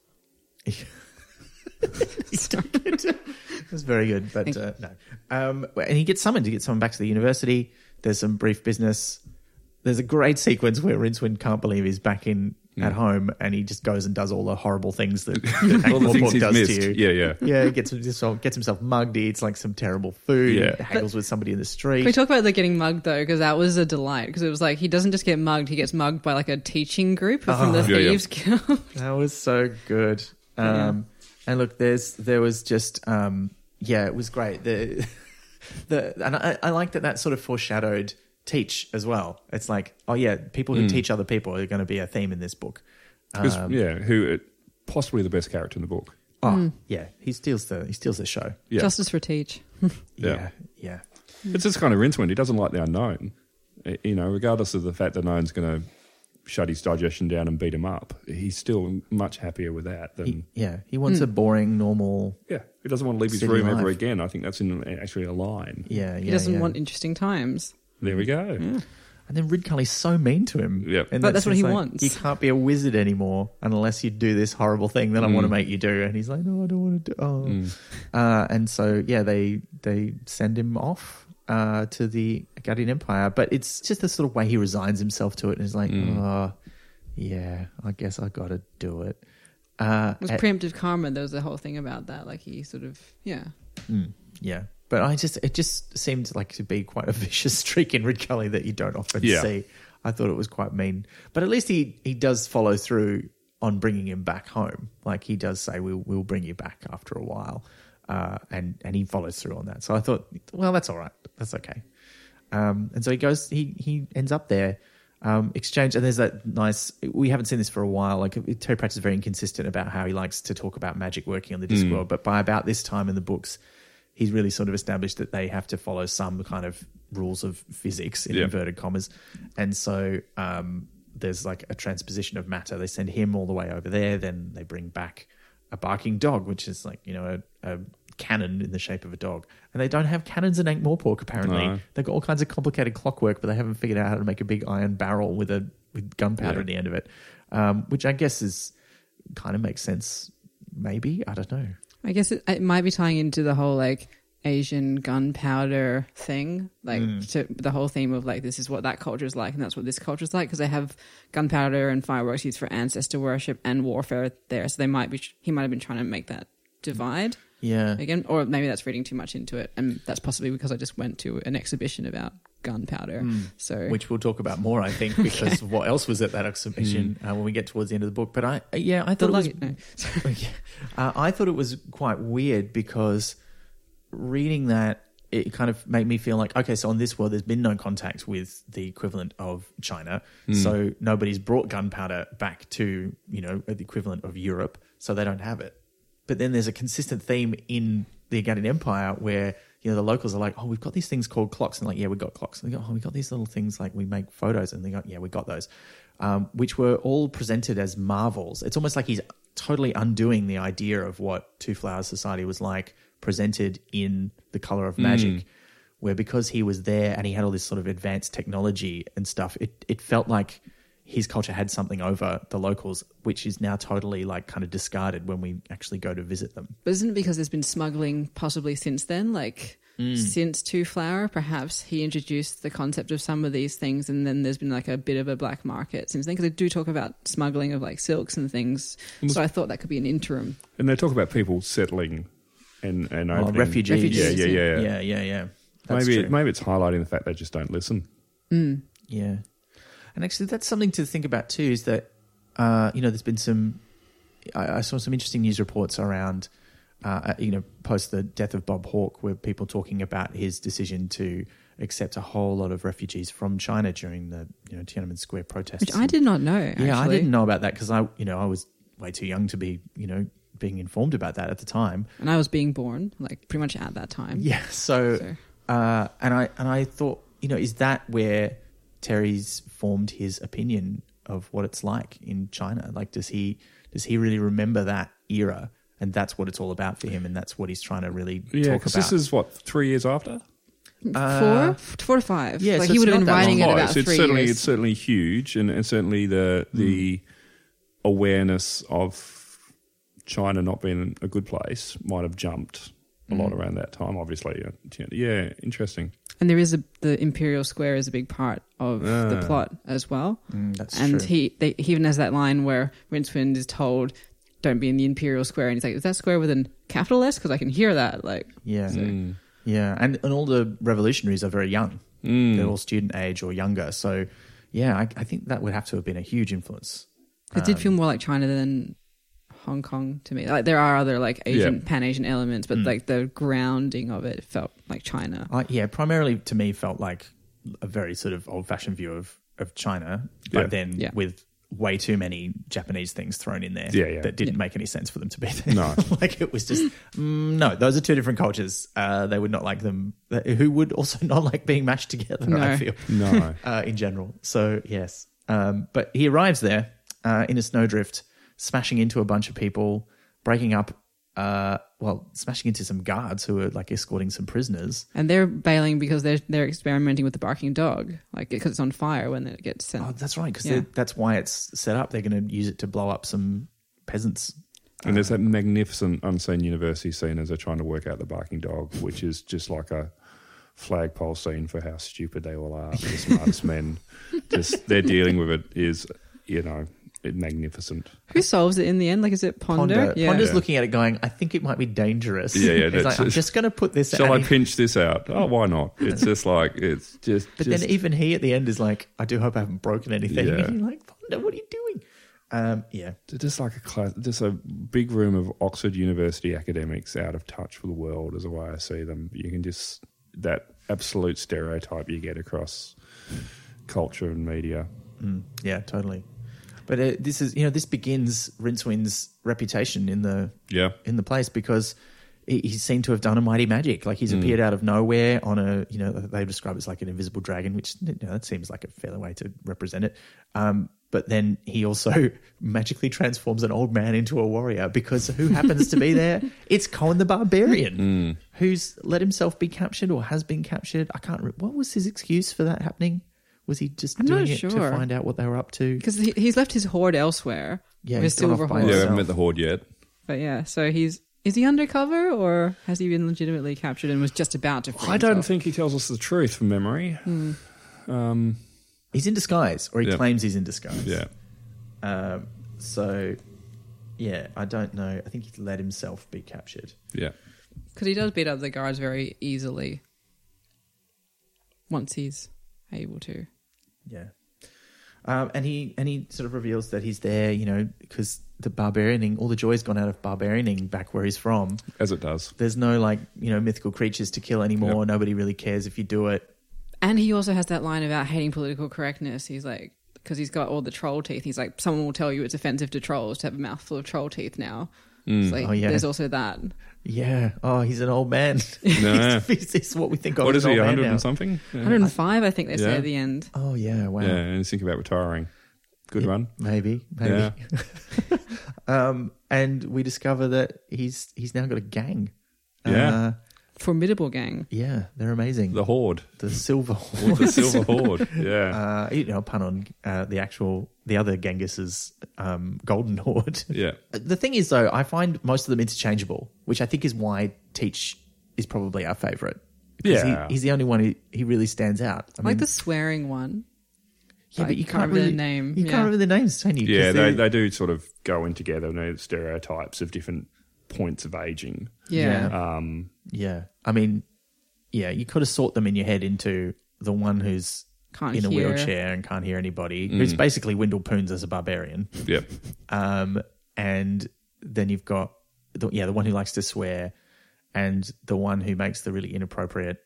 Speaker 3: It was very good, but uh, no. Um, and he gets summoned. He gets summoned back to the university. There's some brief business. There's a great sequence where Rincewind can't believe he's back in
Speaker 1: Mm.
Speaker 3: at home, and he just goes and does all the horrible things that, that
Speaker 1: All the
Speaker 3: Hagmore
Speaker 1: things
Speaker 3: Book
Speaker 1: he's
Speaker 3: does
Speaker 1: missed.
Speaker 3: to you.
Speaker 1: Yeah, yeah.
Speaker 3: Yeah, he gets himself gets himself mugged. He eats like some terrible food.
Speaker 1: Yeah.
Speaker 3: and haggles with somebody in the
Speaker 2: Can we
Speaker 3: street.
Speaker 2: talk about the getting mugged though? Because that was a delight. Because it was like he doesn't just get mugged; he gets mugged by like a teaching group
Speaker 3: Uh-huh.
Speaker 2: from the
Speaker 1: Yeah, yeah.
Speaker 2: thieves guild.
Speaker 3: That was so good. Um, And look, there's there was just um, yeah, it was great. The the and I, I like that that sort of foreshadowed teach as well. It's like oh yeah, people who teach other people are going to be a theme in this book.
Speaker 1: Mm.
Speaker 3: Um,
Speaker 1: 'Cause, yeah, who uh, possibly the best character in the book?
Speaker 3: Oh
Speaker 2: Mm.
Speaker 3: yeah, he steals the he steals the show.
Speaker 1: Yeah.
Speaker 2: Justice for teach.
Speaker 1: Yeah.
Speaker 3: yeah.
Speaker 1: It's this kind of Rincewind. He doesn't like the unknown. Uh, You know, regardless of the fact that no one's going to shut his digestion down and beat him up, he's still much happier with that than.
Speaker 3: He, yeah, he
Speaker 2: mm.
Speaker 3: wants a boring, normal.
Speaker 1: yeah, he doesn't want to leave his
Speaker 3: City
Speaker 1: room
Speaker 3: life.
Speaker 1: ever again. I think that's in actually a line.
Speaker 3: Yeah, yeah.
Speaker 2: He doesn't
Speaker 3: yeah.
Speaker 2: want interesting times.
Speaker 1: There we go.
Speaker 3: And then Rid Cully's so mean to him.
Speaker 1: Yeah.
Speaker 3: And
Speaker 2: But that's what
Speaker 3: just
Speaker 2: he wants.
Speaker 3: You can't be a wizard anymore unless you do this horrible thing that I want to make you do. And he's like, no, I don't want to do. Oh.
Speaker 1: Hmm. Mm.
Speaker 3: Uh, and so yeah, they they send him off uh, to the Guardian Empire. But it's just the sort of way he resigns himself to it, and he's like, oh, yeah, I guess I got to do it. Uh,
Speaker 2: It was
Speaker 3: and-
Speaker 2: preemptive karma. There was a whole thing about that. Like he sort of yeah.
Speaker 3: Mm, yeah. But I just it just seemed like to be quite a vicious streak in Red Kelly that you don't often
Speaker 1: Yeah.
Speaker 3: see. I thought it was quite mean. But at least he he does follow through on bringing him back home. Like he does say we'll we'll bring you back after a while. Uh, and and he follows through on that. So I thought well that's all right. That's okay. Um, and so he goes he he ends up there um, exchange and there's that nice we haven't seen this for a while like Terry Pratchett's very inconsistent about how he likes to talk about magic working on the Discworld but by about this time in the books he's really sort of established that they have to follow some kind of rules of physics in
Speaker 1: Yeah.
Speaker 3: inverted commas and so um, there's like a transposition of matter they send him all the way over there then they bring back a barking dog which is like you know a, a cannon in the shape of a dog and they don't have cannons in Ankh-Morpork apparently
Speaker 1: No.
Speaker 3: They've got all kinds of complicated clockwork, but they haven't figured out how to make a big iron barrel with a with gunpowder
Speaker 1: Yeah.
Speaker 3: at the end of it, um, which I guess is kind of makes sense Maybe I don't know.
Speaker 2: I guess it, it might be tying into the whole like Asian gunpowder thing, like to the whole theme of like this is what that culture is like, and that's what this culture is like because they have gunpowder and fireworks used for ancestor worship and warfare there. So they might be he might have been trying to make that divide
Speaker 3: Yeah,
Speaker 2: again, or maybe that's reading too much into it, and that's possibly because I just went to an exhibition about gunpowder. So
Speaker 3: which we'll talk about more, I think, because of what else was at that exhibition uh, when we get towards the end of the book. But I, uh, yeah,
Speaker 2: the
Speaker 3: I thought it
Speaker 2: luggage.
Speaker 3: was
Speaker 2: no.
Speaker 3: Yeah. uh, I thought it was quite weird because reading that, it kind of made me feel like, okay, so on this world, there's been no contact with the equivalent of China. So nobody's brought gunpowder back to, you know, the equivalent of Europe. So they don't have it. But then there's a consistent theme in the Agadan Empire where, you know, the locals are like, oh, we've got these things called clocks. And like, yeah, we got clocks. And they go, oh, we got these little things like we make photos. And they go, yeah, we got those. Um, which were all presented as marvels. It's almost like he's totally undoing the idea of what Two Flowers Society was like presented in The Color of Magic, where because he was there and he had all this sort of advanced technology and stuff, it, it felt like his culture had something over the locals, which is now totally like kind of discarded when we actually go to visit them.
Speaker 2: But isn't it because there's been smuggling possibly since then? Like
Speaker 3: Mm.
Speaker 2: since Two Flower, perhaps he introduced the concept of some of these things, and then there's been like a bit of a black market since then. Because they do talk about smuggling of like silks and things. So I thought that could be an interim.
Speaker 1: And they talk about people settling and and opening.
Speaker 3: refugees.
Speaker 1: Yeah, yeah,
Speaker 2: Refugees,
Speaker 1: yeah. yeah.
Speaker 3: Yeah, yeah, yeah. That's
Speaker 1: Maybe
Speaker 3: true.
Speaker 1: maybe it's highlighting the fact they just don't listen.
Speaker 2: Mm.
Speaker 3: Yeah. And actually, that's something to think about too is that, uh, you know, there's been some, I, I saw some interesting news reports around, uh, you know, post the death of Bob Hawke, where people talking about his decision to accept a whole lot of refugees from China during the, you know, Tiananmen Square protests.
Speaker 2: Which I did not know. Actually.
Speaker 3: Yeah, I didn't know about that because I, you know, I was way too young to be, you know, being informed about that at the time.
Speaker 2: And I was being born, like pretty much at that time.
Speaker 3: Yeah. So,
Speaker 2: So-
Speaker 3: Uh, and I and I thought, you know, is that where Terry's formed his opinion of what it's like in China? Like, does he does he really remember that era? And that's what it's all about for him, and that's what he's trying to really
Speaker 1: Yeah,
Speaker 3: talk about.
Speaker 1: because this is what three years after.
Speaker 3: Uh,
Speaker 2: four, four to five.
Speaker 3: yeah,
Speaker 2: like
Speaker 3: so
Speaker 2: he would
Speaker 3: it's
Speaker 2: have been
Speaker 3: not that
Speaker 2: writing it
Speaker 1: Close.
Speaker 2: about
Speaker 1: it's
Speaker 2: three
Speaker 1: certainly
Speaker 2: years.
Speaker 1: it's certainly huge, and, and certainly the the awareness of China not being a good place might have jumped a lot
Speaker 2: Mm.
Speaker 1: around that time. Obviously, Uh, yeah, interesting.
Speaker 2: And there is a the Imperial Square is a big part of the
Speaker 1: Ah.
Speaker 2: plot as well.
Speaker 3: Mm, that's
Speaker 2: and
Speaker 3: true.
Speaker 2: he they, he even has that line where Rincewind is told, "Don't be in the Imperial Square," and he's like, "Is that square with a capital S?" Because I can hear that. Like,
Speaker 3: yeah,
Speaker 1: Mm.
Speaker 2: Mm.
Speaker 3: yeah, and and all the revolutionaries are very young;
Speaker 1: Mm.
Speaker 3: they're all student age or younger. So, yeah, I, I think that would have to have been a huge influence.
Speaker 2: it
Speaker 3: Um,
Speaker 2: did feel more like China than Hong Kong to me. Like, there are other like Asian
Speaker 1: Yeah. Mm.
Speaker 2: Pan Asian elements, but like the grounding of it felt like China.
Speaker 3: I, yeah, primarily to me felt like a very sort of old fashioned view of, of China,
Speaker 1: Yeah.
Speaker 3: but then
Speaker 2: Yeah.
Speaker 3: with way too many Japanese things thrown in there
Speaker 1: Yeah, yeah.
Speaker 3: that didn't make any sense for them to be there.
Speaker 1: No.
Speaker 3: like it was just, mm, no, those are two different cultures. Uh, they would not like them. Who would also not like being mashed together, I
Speaker 2: No.
Speaker 3: feel
Speaker 1: No,
Speaker 3: uh, in general. So yes, um, but he arrives there uh, in a snowdrift, smashing into a bunch of people, breaking up. Uh, well, smashing into some guards who were like escorting some prisoners.
Speaker 2: And they're bailing because they're they're experimenting with the barking dog, like because it's on fire when it gets sent.
Speaker 3: Oh, that's right, because
Speaker 2: Yeah.
Speaker 3: that's why it's set up. They're going to use it to blow up some peasants.
Speaker 1: and there's that magnificent unseen university scene as they're trying to work out the barking dog, which is just like a flagpole scene for how stupid they all are. The smartest men, just they're dealing with it is you know magnificent.
Speaker 2: Who solves it in the end? Like, is it Ponder? Yeah.
Speaker 3: Ponder's
Speaker 1: Yeah.
Speaker 3: looking at it, going, "I think it might be dangerous."
Speaker 1: Yeah, yeah,
Speaker 3: He's like,
Speaker 1: that's-
Speaker 3: "I'm just going to put this."
Speaker 1: Shall
Speaker 3: out
Speaker 1: I
Speaker 3: here."
Speaker 1: pinch this out? Oh, why not? It's just like it's just.
Speaker 3: But
Speaker 1: just-
Speaker 3: then even he at the end is like, "I do hope I haven't broken anything."
Speaker 1: Yeah.
Speaker 3: You're like, Ponder, what are you doing? Um, yeah,
Speaker 1: just like a class, just a big room of Oxford University academics out of touch with the world is the way I see them. You can just that absolute stereotype you get across culture and media.
Speaker 3: Mm, yeah, totally. But uh, this is, you know, this begins Rincewind's reputation in the
Speaker 1: Yeah,
Speaker 3: in the place because he, he seemed to have done a mighty magic. Like
Speaker 2: Mm.
Speaker 3: he's appeared out of nowhere on a, you know, they describe it as like an invisible dragon, which you know, that seems like a fair way to represent it. Um, but then he also magically transforms an old man into a warrior because who happens to be there? It's Cohen the
Speaker 2: Mm.
Speaker 3: Barbarian, who's let himself be captured or has been captured. I can't. Re- what was his excuse for that happening? Was he just
Speaker 2: I'm not
Speaker 3: doing it to
Speaker 2: sure.
Speaker 3: find out what they were up to?
Speaker 2: Because he, he's left his hoard elsewhere.
Speaker 3: Yeah,
Speaker 2: his
Speaker 3: he's gone off
Speaker 2: silver
Speaker 3: by
Speaker 2: hoard.
Speaker 1: yeah. I
Speaker 3: himself.
Speaker 1: haven't met the horde yet.
Speaker 2: But yeah, so he's is he undercover or has he been legitimately captured and was just about to? free
Speaker 1: I don't
Speaker 2: himself?
Speaker 1: think he tells us the truth from memory.
Speaker 3: Hmm.
Speaker 1: Um,
Speaker 3: He's in disguise, or he
Speaker 1: Yeah.
Speaker 3: claims he's in disguise.
Speaker 1: yeah.
Speaker 3: Um, so, yeah, I don't know. I think he let himself be captured.
Speaker 1: Yeah.
Speaker 2: because he does beat up the guards very easily once he's able to.
Speaker 3: Yeah. Um, and he and he sort of reveals that he's there, you know, because the barbarianing, all the joy's gone out of barbarianing back where he's from.
Speaker 1: As it does.
Speaker 3: There's no like, you know, mythical creatures to kill anymore.
Speaker 1: Yep.
Speaker 3: Nobody really cares if you do it.
Speaker 2: And he also has that line about hating political correctness. He's like, because he's got all the troll teeth. He's like, someone will tell you it's offensive to trolls to have a mouthful of troll teeth now.
Speaker 1: Hmm.
Speaker 2: It's like,
Speaker 3: Oh, yeah.
Speaker 2: There's also that.
Speaker 3: Yeah. Oh, he's an old man.
Speaker 1: No.
Speaker 3: he's, he's what we think of
Speaker 1: what
Speaker 3: as
Speaker 1: is he,
Speaker 3: an old man
Speaker 1: 100
Speaker 3: now.
Speaker 1: and something? Yeah.
Speaker 2: 105, I think they say
Speaker 1: Yeah.
Speaker 2: at the end.
Speaker 3: Oh yeah. Wow.
Speaker 1: Yeah, and he's thinking about retiring. Good
Speaker 3: Yeah,
Speaker 1: run.
Speaker 3: Maybe. Maybe. um, and we discover that he's he's now got a gang.
Speaker 1: Yeah.
Speaker 3: Uh,
Speaker 2: Formidable gang.
Speaker 3: yeah. They're amazing.
Speaker 1: The
Speaker 3: The,
Speaker 1: Horde.
Speaker 3: silver
Speaker 1: With the
Speaker 3: horse.
Speaker 1: Silver Horde. Yeah.
Speaker 3: uh, you know, pun on uh, the actual the other Genghis's um, golden horde.
Speaker 1: yeah.
Speaker 3: the thing is, though, I find most of them interchangeable, which I think is why Teach is probably our favorite. Because
Speaker 1: Yeah.
Speaker 3: he, he's the only one who he really stands out. I
Speaker 2: I like the swearing one.
Speaker 3: yeah,
Speaker 2: I
Speaker 3: but you
Speaker 2: can't
Speaker 3: can't
Speaker 2: remember their
Speaker 3: really-
Speaker 2: name,
Speaker 3: You
Speaker 2: yeah.
Speaker 3: can't remember the names, can you? 'Cause
Speaker 1: Yeah, they,
Speaker 3: they're-
Speaker 1: they do sort of go in together, you know, stereotypes of different points of aging.
Speaker 2: Yeah.
Speaker 1: Um,
Speaker 3: Yeah. I mean, yeah, you could have sort them in your head into the one who's
Speaker 2: Can't
Speaker 3: in a
Speaker 2: hear.
Speaker 3: wheelchair and can't hear anybody, who's
Speaker 1: Mm.
Speaker 3: basically Wendell Poons as a barbarian.
Speaker 1: yeah.
Speaker 3: Um, and then you've got, the, yeah, the one who likes to swear and the one who makes the really inappropriate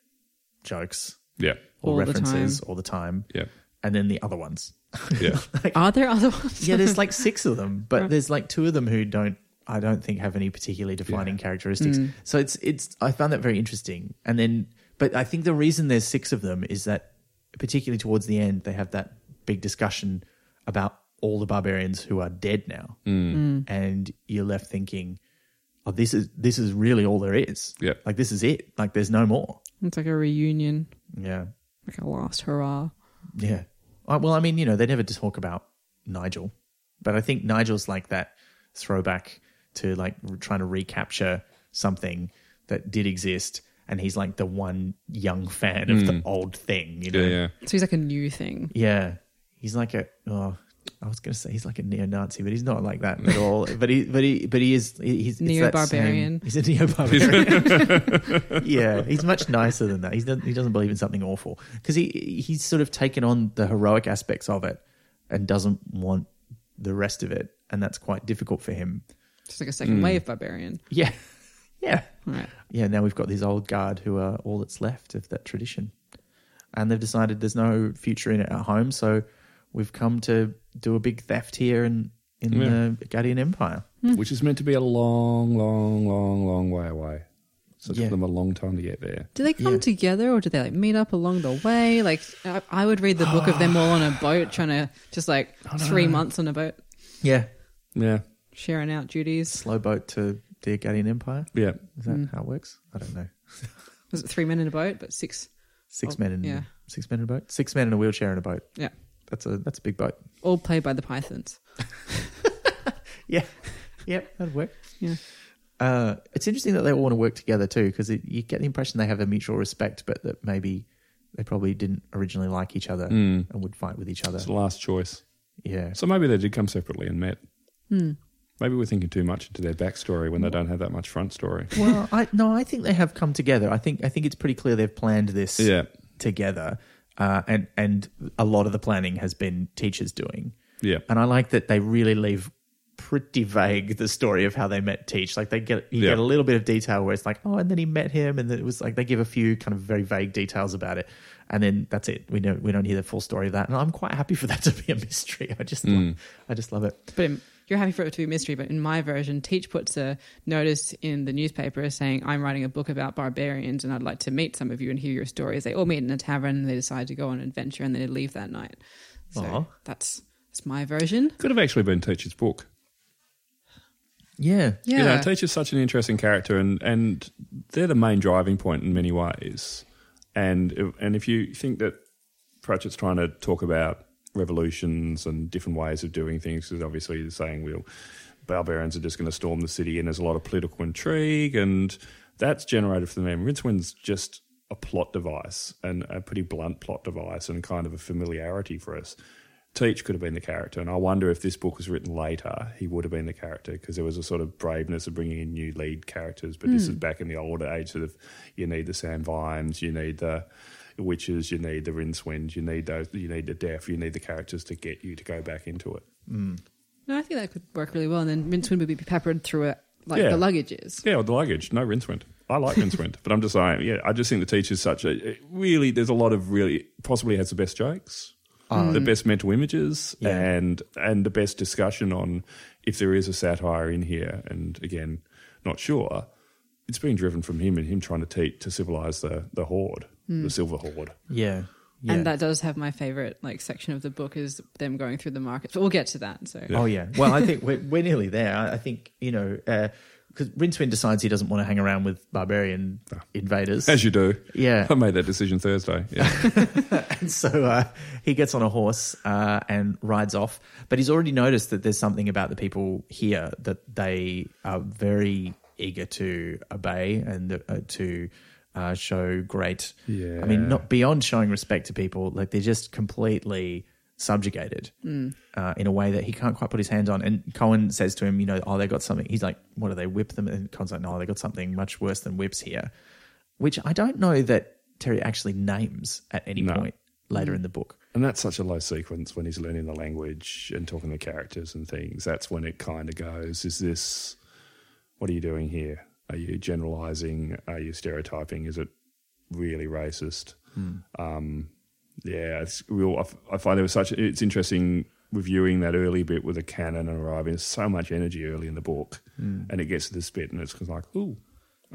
Speaker 3: jokes
Speaker 1: Yeah.
Speaker 3: or
Speaker 2: All the
Speaker 3: references all the time.
Speaker 1: Yeah.
Speaker 3: And then the other ones.
Speaker 1: Yeah.
Speaker 2: Are there other ones?
Speaker 3: yeah, there's like six of them, but there's like two of them who don't. I don't think have any particularly defining characteristics.
Speaker 2: Mm.
Speaker 3: So it's it's. I found that very interesting. And then, but I think the reason there's six of them is that, particularly towards the end, they have that big discussion about all the barbarians who are dead now,
Speaker 1: Mm.
Speaker 3: and you're left thinking, "Oh, this is this is really all there is.
Speaker 1: Yeah.
Speaker 3: like this is it. Like there's no more.
Speaker 2: It's like a reunion,
Speaker 3: Yeah,
Speaker 2: like a last hurrah.
Speaker 3: yeah. I, well, I mean, you know, they never talk about Nigel, but I think Nigel's like that throwback to like r- trying to recapture something that did exist, and he's like the one young fan of the old thing, you know?
Speaker 1: Mm. Yeah. Yeah.
Speaker 2: So he's like a new thing.
Speaker 3: Yeah. He's like a oh, I was going to say he's like a neo-Nazi, but he's not like that at all. But he, but he, but he is he- he's it's that same-
Speaker 2: Neo-barbarian.
Speaker 3: He's a neo-barbarian. yeah, he's much nicer than that. He doesn't he doesn't believe in something awful because he he's sort of taken on the heroic aspects of it and doesn't want the rest of it, and that's quite difficult for him.
Speaker 2: Just like a second
Speaker 3: Hmm.
Speaker 2: wave barbarian.
Speaker 3: Yeah, yeah,
Speaker 2: All right.
Speaker 3: yeah. Now we've got these old guard who are all that's left of that tradition, and they've decided there's no future in it at home. So we've come to do a big theft here in in the Guardian Empire.
Speaker 1: Which is meant to be a long, long, long, long way away. So it
Speaker 3: Yeah.
Speaker 1: took them a long time to get there.
Speaker 2: Do they come
Speaker 3: Yeah.
Speaker 2: together or do they like meet up along the way? Like, I, I would read the book of them all on a boat, trying to just like three months on a boat,
Speaker 3: Yeah,
Speaker 1: Yeah.
Speaker 2: sharing out duties.
Speaker 3: slow boat to the Guardian Empire.
Speaker 1: Yeah.
Speaker 3: Is that
Speaker 2: Mm.
Speaker 3: how it works? I don't know.
Speaker 2: Was it three men in a boat, but six?
Speaker 3: Six
Speaker 2: Oh,
Speaker 3: men in
Speaker 2: yeah.
Speaker 3: six men in a boat. Six men in a wheelchair in a boat.
Speaker 2: Yeah.
Speaker 3: That's a that's a big boat.
Speaker 2: All played by the Pythons.
Speaker 3: Yeah, yep, that'd work.
Speaker 2: Yeah.
Speaker 3: Uh, it's interesting that they all want to work together too, because you get the impression they have a mutual respect, but that maybe they probably didn't originally like each
Speaker 2: Mm.
Speaker 3: other
Speaker 1: Mm.
Speaker 3: and would fight with each other.
Speaker 1: Uh, It's the last choice.
Speaker 3: Yeah,
Speaker 1: So maybe they did come separately and met.
Speaker 2: Hmm.
Speaker 1: Maybe we're thinking too much into their backstory when they don't have that much front story.
Speaker 3: well, I no, I think they have come together. I think I think it's pretty clear they've planned this
Speaker 1: Yeah.
Speaker 3: together, uh, and and a lot of the planning has been teachers doing.
Speaker 1: Yeah.
Speaker 3: And I like that they really leave pretty vague the story of how they met Teach. Like they get you
Speaker 1: Yeah.
Speaker 3: get a little bit of detail where it's like, oh, and then he met him, and then it was like they give a few kind of very vague details about it, and then that's it. We don't we don't hear the full story of that, and I'm quite happy for that to be a mystery. I
Speaker 1: Hmm.
Speaker 3: just love, I just love it.
Speaker 2: But in- you're happy for it to be a mystery. But in my version, Teach puts a notice in the newspaper saying, I'm writing a book about barbarians and I'd like to meet some of you and hear your stories. They all meet in a tavern and they decide to go on an adventure and they leave that night. So
Speaker 3: Aw.
Speaker 2: that's, that's my version.
Speaker 1: Could have actually been Teacher's book.
Speaker 3: Yeah,
Speaker 2: Yeah.
Speaker 1: You know, Teacher's such an interesting character, and, and they're the main driving point in many ways. And if- and if you think that Pratchett's trying to talk about revolutions and different ways of doing things, because obviously he's saying, well, barbarians are just going to storm the city, and there's a lot of political intrigue, and that's generated from them. Rincewen's just a plot device and a pretty blunt plot device, and kind of a familiarity for us. Teach could have been the character, and I wonder if this book was written later, he would have been the character because there was a sort of braveness of bringing in new lead characters. But this is back in the older age, sort of you need the Sam Vimes, you need the witches, you need the Rincewinds, you need those, you need the deaf, you need the characters to get you to go back into it.
Speaker 2: No, I think that could work really well. And then Rincewind would be peppered through it like
Speaker 1: Yeah.
Speaker 2: the luggage is.
Speaker 1: Yeah, or the luggage. No Rincewind. I like Rincewind, but I'm just saying. Yeah, I just think the teacher's such a it really. There's a lot of really possibly has the best jokes, the best mental images,
Speaker 3: Mm. Yeah.
Speaker 1: and and the best discussion on if there is a satire in here. And again, not sure. It's being driven from him and him trying to teach to civilize the the horde, the
Speaker 3: Mm.
Speaker 1: silver horde.
Speaker 3: Yeah. yeah.
Speaker 2: And that does have my favorite like section of the book is them going through the markets. But we'll get to that. So
Speaker 3: Oh yeah. Well, I think we're, we're nearly there. I I think you know uh, because Rincewind decides he doesn't want to hang around with barbarian invaders,
Speaker 1: Ah. As you Um, do.
Speaker 3: Yeah.
Speaker 1: I made that decision Thursday. Yeah.
Speaker 3: and so uh, he gets on a horse uh, and rides off. But he's already noticed that there's something about the people here that they are very eager to obey and uh, to. Uh, show great, I mean,
Speaker 1: Yeah.
Speaker 3: not beyond showing respect to people, like they're just completely subjugated uh, in a way that he can't quite put his hands on. And Cohen says to him, you know, oh, they got something. He's like, what do they whip them? And Cohen's like, no, they got something much worse than whips here, which I don't know that Terry actually names at any
Speaker 1: No.
Speaker 3: point later in the book.
Speaker 1: And that's such a low sequence when he's learning the language and talking to characters and things. That's when it kind of goes, is this, what are you doing here? Are you generalizing? Are you stereotyping? Is it really racist? Um, yeah, it's real. I f- I find it was such, it's interesting reviewing that early bit with a cannon and arriving. There's so much energy early in the book. And it gets to this bit and it's kind of like, ooh,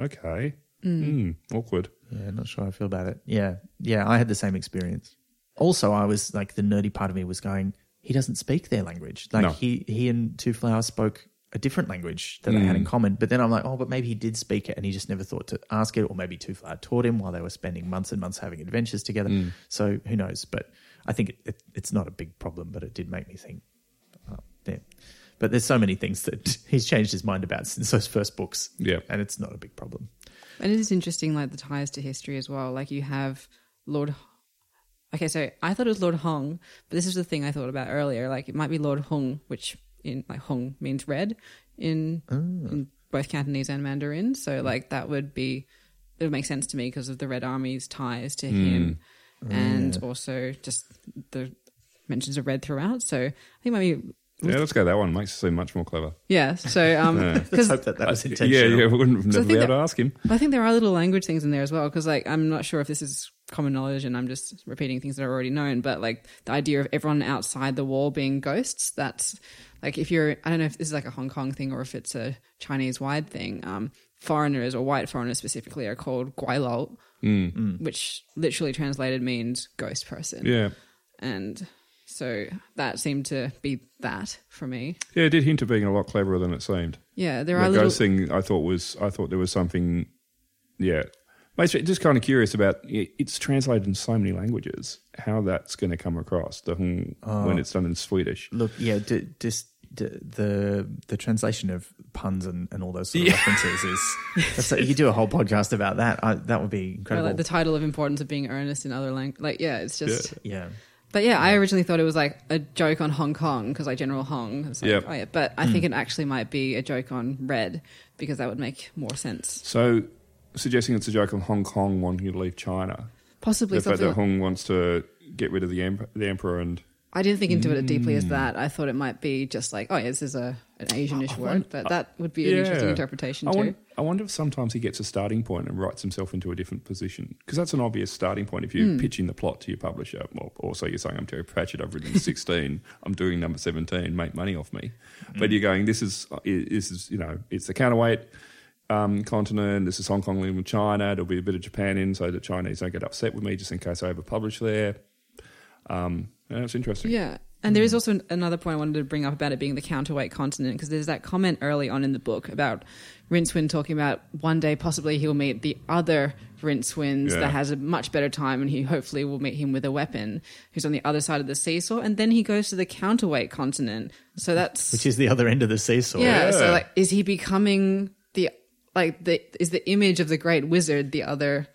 Speaker 1: okay. Mm, awkward.
Speaker 3: Yeah, not sure how I feel about it. Yeah, yeah, I had the same experience. Also, I was like the nerdy part of me was going, he doesn't speak their language. Like
Speaker 1: No.
Speaker 3: he he and Two Flowers spoke a different language that they had in
Speaker 1: Mm.
Speaker 3: common. But then I'm like, oh, but maybe he did speak it and he just never thought to ask it, or maybe Two Flower taught him while they were spending months and months having adventures together.
Speaker 1: Mm.
Speaker 3: So who knows? But I think it, it, it's not a big problem, but it did make me think. Oh, yeah. But there's so many things that he's changed his mind about since those first books.
Speaker 1: Yeah.
Speaker 3: And it's not a big problem.
Speaker 2: And it is interesting, like the ties to history as well. Like you have Lord. Okay, so I thought it was Lord Hong, but this is the thing I thought about earlier. Like it might be Lord Hong, which in like Hong means red in, in both Cantonese and Mandarin. So like that would be it would make sense to me because of the Red Army's ties to him, and also just the mentions of red throughout. So I think maybe
Speaker 1: Yeah, let's go that one. Makes it seem much more clever.
Speaker 2: yeah. So um,
Speaker 3: Let's
Speaker 2: because
Speaker 3: hope that that was
Speaker 1: Yeah,
Speaker 3: intentional.
Speaker 1: yeah, we wouldn't have never
Speaker 2: So I think
Speaker 1: been able
Speaker 2: that-
Speaker 1: to ask him.
Speaker 2: But I think there are little language things in there as well because like I'm not sure if this is common knowledge and I'm just repeating things that are already known. But like the idea of everyone outside the wall being ghosts, that's like if you're I don't know if this is like a Hong Kong thing or if it's a Chinese wide thing. Um, foreigners or white foreigners specifically are called guailao,
Speaker 1: Mm.
Speaker 2: which literally translated means ghost person.
Speaker 1: Yeah.
Speaker 2: And so that seemed to be that for me.
Speaker 1: Yeah, it did hint at being a lot cleverer than it seemed.
Speaker 2: Yeah, there
Speaker 1: the
Speaker 2: are little.
Speaker 1: ghost thing, I thought was, I thought there was something, yeah. Basically, just kind of curious about it- it's translated in so many languages. How that's going to come across the, hmm, when it's done in Swedish?
Speaker 3: Look, yeah, d- just d- the the translation of puns and, and all those sort of references is. that's you could do a whole podcast about that. I, that would be
Speaker 2: or,
Speaker 3: incredible.
Speaker 2: like the title of importance of being earnest in other language, like yeah, it's just
Speaker 3: yeah,
Speaker 2: But yeah, I originally thought it was like a joke on Hong Kong because like General Hong. It's like,
Speaker 1: Yep.
Speaker 2: oh, yeah. But I think it actually might be a joke on Red because that would make more sense.
Speaker 1: So, suggesting it's a joke on Hong Kong wanting to leave China.
Speaker 2: Possibly
Speaker 1: the fact
Speaker 2: something.
Speaker 1: that Hong wants to get rid of the, emp- the emperor and
Speaker 2: I didn't think into it as deeply as that. I thought it might be just like, oh, yeah, this is a an Asianish word, but that would be an interesting
Speaker 1: Yeah.
Speaker 2: interpretation
Speaker 1: I
Speaker 2: too.
Speaker 1: wonder, I wonder if sometimes he gets a starting point and writes himself into a different position because that's an obvious starting point if
Speaker 2: Hmm.
Speaker 1: you're pitching the plot to your publisher. Well, also you're saying I'm Terry Pratchett, I've written 16, I'm doing number 17, make money off me. But you're going, this is this is you know it's the counterweight um, continent. This is Hong Kong linked with China. There'll be a bit of Japan in so the Chinese don't get upset with me just in case I ever publish there. Um, yeah, it's interesting.
Speaker 2: Yeah, And there is also an- another point I wanted to bring up about it being the counterweight continent because there's that comment early on in the book about Rincewind talking about one day possibly he'll meet the other Rincewinds
Speaker 1: Yeah.
Speaker 2: that has a much better time and he hopefully will meet him with a weapon who's on the other side of the seesaw and then he goes to the counterweight continent. So that's
Speaker 3: which is the other end of the seesaw.
Speaker 2: yeah,
Speaker 1: Yeah.
Speaker 2: so like is he becoming the like the is the image of the great wizard the other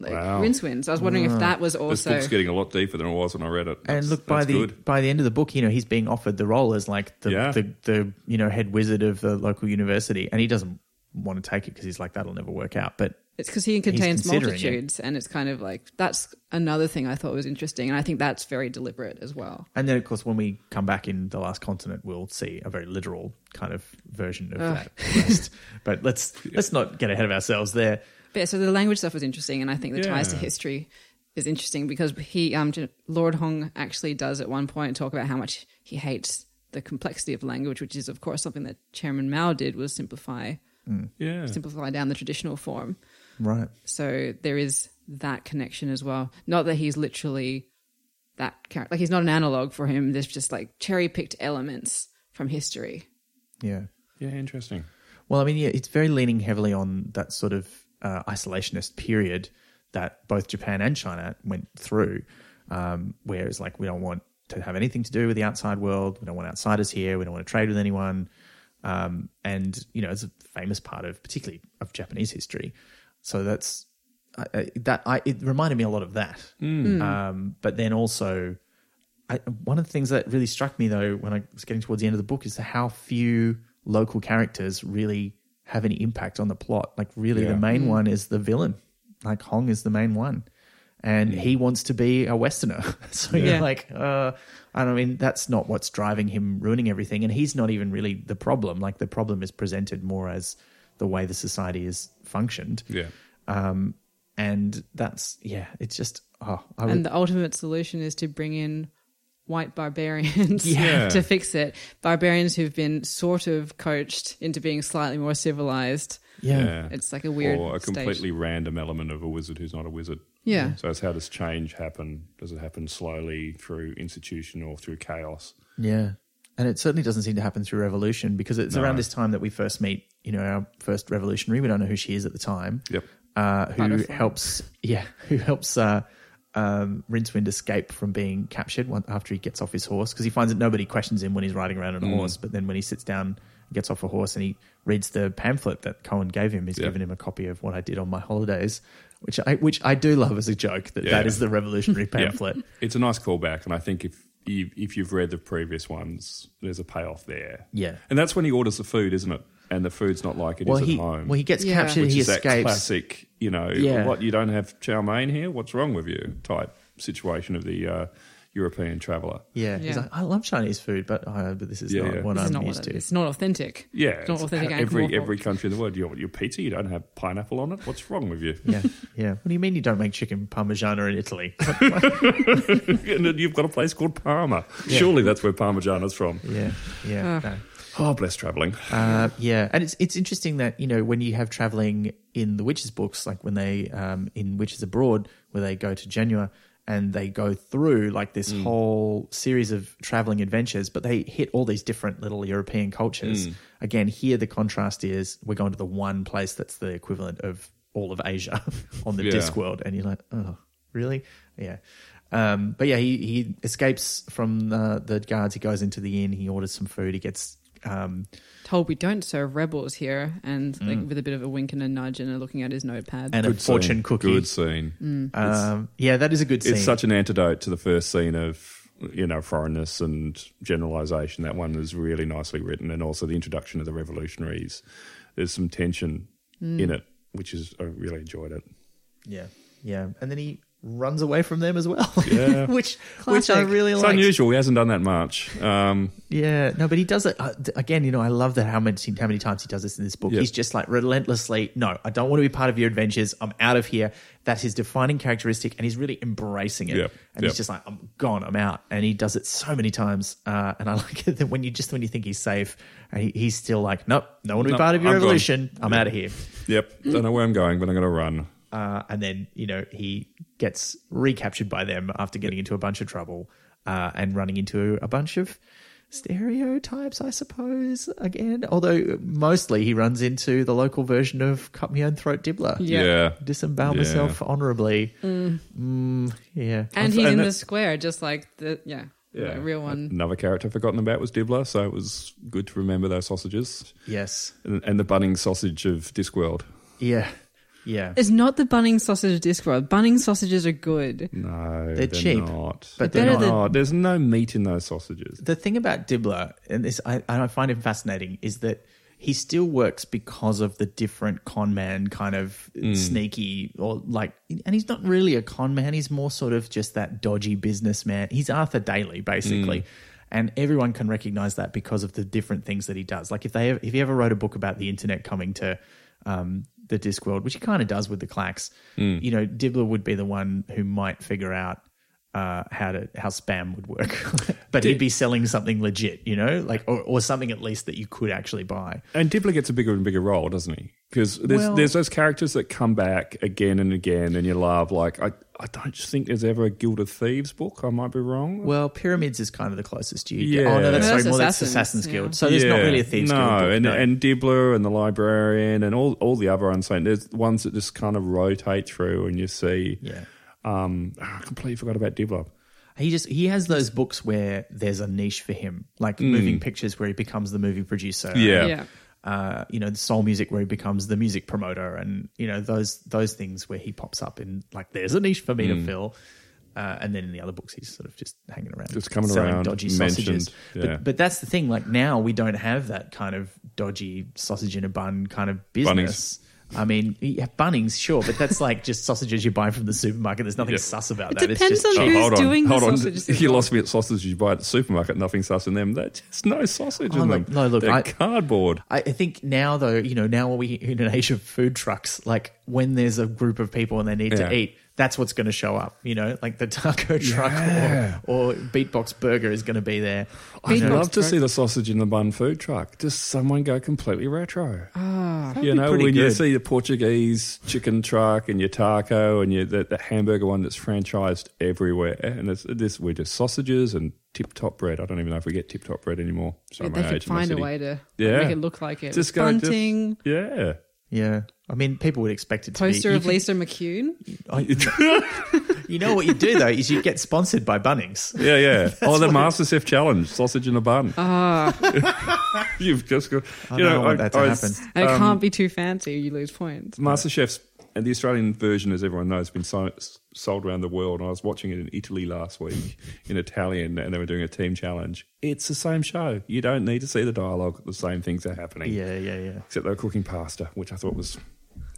Speaker 2: like
Speaker 1: Wow.
Speaker 2: Rincewind? So I was wondering
Speaker 3: Ah.
Speaker 2: if that was
Speaker 1: This
Speaker 2: also
Speaker 1: book's getting a lot deeper than it was when I read it. That's-
Speaker 3: and look by
Speaker 1: that's
Speaker 3: the
Speaker 1: good.
Speaker 3: by the end of the book, you know, he's being offered the role as like the,
Speaker 1: Yeah.
Speaker 3: the the you know head wizard of the local university, and he doesn't want to take it because he's like that'll never work out. But
Speaker 2: It's because he contains
Speaker 3: considering it.
Speaker 2: multitudes, and it's kind of like that's another thing I thought was interesting, and I think that's very deliberate as well.
Speaker 3: and then of course when we come back in the last continent, we'll see a very literal kind of version of that. quest. but let's let's not get ahead of ourselves there.
Speaker 2: But yeah, so the language stuff was interesting, and I think the ties to
Speaker 1: Yeah.
Speaker 2: history is interesting because he, um, J- Lord Hong, actually does at one point talk about how much he hates the complexity of language, which is of course something that Chairman Mao did was simplify
Speaker 1: yeah.
Speaker 2: simplify down the traditional form.
Speaker 3: Right.
Speaker 2: So there is that connection as well. Not that he's literally that character, like he's not an analog for him. There's just like cherry picked elements from history.
Speaker 3: Yeah.
Speaker 1: Yeah, interesting.
Speaker 3: Well, I mean, yeah, it's very leaning heavily on that sort of uh, isolationist period that both Japan and China went through, um, where it's like we don't want to have anything to do with the outside world, we don't want outsiders here, we don't want to trade with anyone, um, and you know, it's a famous part of particularly of Japanese history. So that's I, I, that I it reminded me a lot of that. Um, but then also. I, one of the things that really struck me though when I was getting towards the end of the book is how few local characters really have any impact on the plot. Like really
Speaker 1: Yeah.
Speaker 3: the main one is the villain. Like Hong is the main one. And he wants to be a Westerner. so
Speaker 2: Yeah.
Speaker 3: you're like, uh and I mean that's not what's driving him ruining everything. And he's not even really the problem. Like the problem is presented more as the way the society is functioned.
Speaker 1: Yeah.
Speaker 3: Um and that's yeah, it's just oh I would
Speaker 2: and the ultimate solution is to bring in white barbarians
Speaker 1: Yeah.
Speaker 2: to fix it. Barbarians who've been sort of coached into being slightly more civilized. It's like a weird
Speaker 1: or a
Speaker 2: stage.
Speaker 1: completely random element of a wizard who's not a wizard.
Speaker 2: Yeah.
Speaker 1: So it's how does change happen? Does it happen slowly through institution or through chaos?
Speaker 3: Yeah. And it certainly doesn't seem to happen through revolution because it's
Speaker 1: No.
Speaker 3: around this time that we first meet, you know, our first revolutionary. We don't know who she is at the time.
Speaker 1: Yep.
Speaker 3: Uh, who
Speaker 2: Butterfly.
Speaker 3: helps? Yeah, who helps uh, um, Rincewind escape from being captured one, after he gets off his horse because he finds that nobody questions him when he's riding around on a
Speaker 1: Mm.
Speaker 3: horse. But then when he sits down, gets off a horse, and he reads the pamphlet that Cohen gave him, he's
Speaker 1: Yeah.
Speaker 3: given him a copy of what I did on my holidays, which I which I do love as a joke that
Speaker 1: Yeah.
Speaker 3: that is the revolutionary pamphlet.
Speaker 1: It's a nice callback, and I think if you, if you've read the previous ones, there's a payoff there.
Speaker 3: Yeah.
Speaker 1: And that's when he orders the food, isn't it? And the food's not like it is
Speaker 3: Well,
Speaker 1: at
Speaker 3: he
Speaker 1: home.
Speaker 3: well he gets
Speaker 2: Yeah.
Speaker 3: captured,
Speaker 2: Which
Speaker 3: he
Speaker 1: is that
Speaker 3: escapes.
Speaker 1: classic, you know,
Speaker 3: Yeah.
Speaker 1: what you don't have chow mein here. What's wrong with you? Type situation of the uh, European traveller.
Speaker 3: Yeah, he's
Speaker 2: Yeah.
Speaker 3: like, I love Chinese food, but uh, but this is
Speaker 1: Yeah,
Speaker 3: not
Speaker 1: yeah.
Speaker 3: what
Speaker 2: This is
Speaker 3: I'm
Speaker 2: not
Speaker 3: used
Speaker 2: what it,
Speaker 3: to.
Speaker 2: it's not authentic.
Speaker 1: Yeah,
Speaker 2: it's not authentic.
Speaker 1: every
Speaker 2: Angkor
Speaker 1: every
Speaker 2: Wat.
Speaker 1: country in the world. You want your pizza? You don't have pineapple on it. What's wrong with you?
Speaker 3: Yeah, yeah. What do you mean you don't make chicken parmigiana in Italy?
Speaker 1: and then you've got a place called Parma. Surely that's where Parmigiana's from.
Speaker 3: yeah, yeah, no.
Speaker 1: Oh, bless travelling.
Speaker 3: Uh, yeah. And it's it's interesting that you know when you have traveling in the witches books, like when they um, in Witches Abroad, where they go to Genoa and they go through like this whole series of traveling adventures, but they hit all these different little European cultures. Again, here the contrast is we're going to the one place that's the equivalent of all of Asia on the
Speaker 1: Yeah.
Speaker 3: Discworld. world and you're like oh really yeah um, but yeah he, he escapes from the, the guards he goes into the inn he orders some food he gets um,
Speaker 2: Told we don't serve rebels here, and
Speaker 1: Mm.
Speaker 2: like with a bit of a wink and a nudge and a looking at his notepad.
Speaker 3: and a fortune
Speaker 1: scene.
Speaker 3: cookie
Speaker 1: Good scene.
Speaker 3: Um, yeah that is a good scene
Speaker 1: It's such an antidote to the first scene of you know foreignness and generalisation. That one is really nicely written, and also the introduction of the revolutionaries. There's some tension in it, which is I really enjoyed it.
Speaker 3: yeah yeah and then he runs away from them as well
Speaker 1: Yeah.
Speaker 3: which which
Speaker 2: Classic.
Speaker 3: I really
Speaker 1: It's
Speaker 3: like
Speaker 1: unusual. He hasn't done that much. Um,
Speaker 3: yeah no but he does it uh, th- again you know I love that how much how many times he does this in this book
Speaker 1: Yeah.
Speaker 3: he's just like relentlessly no I don't want to be part of your adventures I'm out of here that's his defining characteristic and he's really embracing it
Speaker 1: Yep.
Speaker 3: and
Speaker 1: Yep.
Speaker 3: he's just like I'm gone I'm out and he does it so many times uh, and I like it that when you just when you think he's safe and he, he's still like nope no one to be
Speaker 1: No,
Speaker 3: part of your
Speaker 1: I'm gone.
Speaker 3: revolution I'm out of here
Speaker 1: yep. Don't know where I'm going, but I'm going to run.
Speaker 3: uh, and then you know he gets recaptured by them after getting into a bunch of trouble. uh, and running into a bunch of stereotypes, I suppose, again. Although mostly he runs into the local version of Cut Me Own Throat Dibbler.
Speaker 2: Yeah.
Speaker 3: Disembowel
Speaker 4: Yeah.
Speaker 3: myself honorably. Mm, yeah.
Speaker 2: And he's
Speaker 1: and
Speaker 2: in
Speaker 1: that-
Speaker 2: the square, just like the yeah,
Speaker 1: Yeah.
Speaker 2: the real one.
Speaker 1: Another character I've forgotten about was Dibbler, so it was good to remember those sausages
Speaker 3: Yes.
Speaker 1: and, and the budding sausage of Discworld.
Speaker 3: Yeah. Yeah.
Speaker 2: It's not the bunning sausage of Discworld. Bunning sausages are good.
Speaker 1: No, they're,
Speaker 3: cheap,
Speaker 1: not.
Speaker 3: but
Speaker 2: They're they're better not.
Speaker 1: not. There's no meat in those sausages.
Speaker 3: the thing about Dibbler, and this I, I find him fascinating, is that he still works because of the different con man kind of sneaky or like, and he's not really a con man. He's more sort of just that dodgy businessman. He's Arthur Daly basically. And everyone can recognize that because of the different things that he does. Like if they if he ever wrote a book about the internet coming to um, the Discworld, which he kind of does with the clacks, you know, Dibbler would be the one who might figure out uh, how to how spam would work, but he'd be selling something legit, you know, like or, or something at least that you could actually buy.
Speaker 1: And Dibbler gets a bigger and bigger role, doesn't he? Because there's,
Speaker 3: Well-
Speaker 1: there's those characters that come back again and again, and you laugh. Like, I, I don't think there's ever a Guild of Thieves book. I might be wrong.
Speaker 3: Well, pyramids is kind of the closest you. Yeah. Oh
Speaker 1: Yeah.
Speaker 3: no, that's,
Speaker 2: Well,
Speaker 3: sorry,
Speaker 2: that's
Speaker 3: well, that's
Speaker 2: Assassins,
Speaker 3: Assassin's
Speaker 2: yeah.
Speaker 3: Guild. So there's not
Speaker 1: Yeah.
Speaker 3: really a thieves
Speaker 1: no,
Speaker 3: guild. book,
Speaker 1: and,
Speaker 3: no.
Speaker 1: and Dibbler and the librarian and all, all the other unsigned. There's ones that just kind of rotate through, and you see.
Speaker 3: yeah,
Speaker 1: Um, ah, I completely forgot about Dibbler.
Speaker 3: he just he has those books where there's a niche for him, like moving pictures where he becomes the movie producer.
Speaker 1: Mm. Yeah.
Speaker 2: yeah.
Speaker 3: uh, you know, the soul music where he becomes the music promoter, and you know those those things where he pops up in like there's a niche for me
Speaker 1: Mm.
Speaker 3: to fill. Uh, and then in the other books, he's sort of just hanging around,
Speaker 1: Just coming
Speaker 3: selling
Speaker 1: around,
Speaker 3: dodgy
Speaker 1: mentioned,
Speaker 3: sausages.
Speaker 1: yeah.
Speaker 3: But, but that's the thing. Like now, we don't have that kind of dodgy sausage in a bun kind of business. I mean, yeah, Bunnings, sure, but that's like just sausages you buy from the supermarket. There's nothing
Speaker 1: Yeah.
Speaker 3: sus about
Speaker 2: It
Speaker 3: that.
Speaker 2: depends
Speaker 3: it's just
Speaker 2: on
Speaker 1: Oh,
Speaker 3: cheap.
Speaker 2: who- Who's doing the sausages as
Speaker 1: You
Speaker 2: well?
Speaker 1: lost me at sausages you buy at the supermarket. Nothing sus in them. There's just no sausage
Speaker 3: Oh,
Speaker 1: in
Speaker 3: look-
Speaker 1: them.
Speaker 3: no, look,
Speaker 1: They're
Speaker 3: I-
Speaker 1: cardboard.
Speaker 3: I I think now though, you know, now we in an age of food trucks, like when there's a group of people and they need
Speaker 1: Yeah.
Speaker 3: to eat, that's what's going to show up. You know, like the taco truck or, or beatbox burger is going to be there.
Speaker 1: I'd
Speaker 2: Beatbox
Speaker 1: love to
Speaker 2: truck.
Speaker 1: see the sausage in the bun food truck. Just someone go completely retro.
Speaker 2: Ah,
Speaker 1: you know,
Speaker 3: pretty
Speaker 1: when you
Speaker 3: good.
Speaker 1: see the Portuguese chicken truck and your taco and your the, the hamburger one that's franchised everywhere, and it's, this we're just sausages and tip top bread. I don't even know if we get tip top bread anymore. Sorry,
Speaker 2: they
Speaker 1: my
Speaker 2: could
Speaker 1: age and my
Speaker 2: find a
Speaker 1: city.
Speaker 2: way to
Speaker 1: Yeah.
Speaker 2: make it look like it.
Speaker 1: Just go, just-
Speaker 2: Bunting,
Speaker 1: Yeah,
Speaker 3: Yeah, I mean, people would expect it to
Speaker 2: poster
Speaker 3: be.
Speaker 2: of Lisa McCune.
Speaker 3: you, could- I- you know what you do though is you get sponsored by Bunnings.
Speaker 1: yeah, yeah. oh, the Master Chef challenge, sausage in a bun. Ah, you've just got.
Speaker 3: I
Speaker 1: you
Speaker 3: don't
Speaker 1: know,
Speaker 3: want that to
Speaker 1: I was-
Speaker 3: happen.
Speaker 2: And it
Speaker 1: Um,
Speaker 2: can't be too fancy. You lose points.
Speaker 1: MasterChef's and the Australian version, as everyone knows, has been so, sold around the world. And I was watching it in Italy last week in Italian, and they were doing a team challenge. It's the same show. You don't need to see the dialogue. The same things are happening.
Speaker 3: Yeah, yeah, yeah,
Speaker 1: Except they were cooking pasta, which I thought was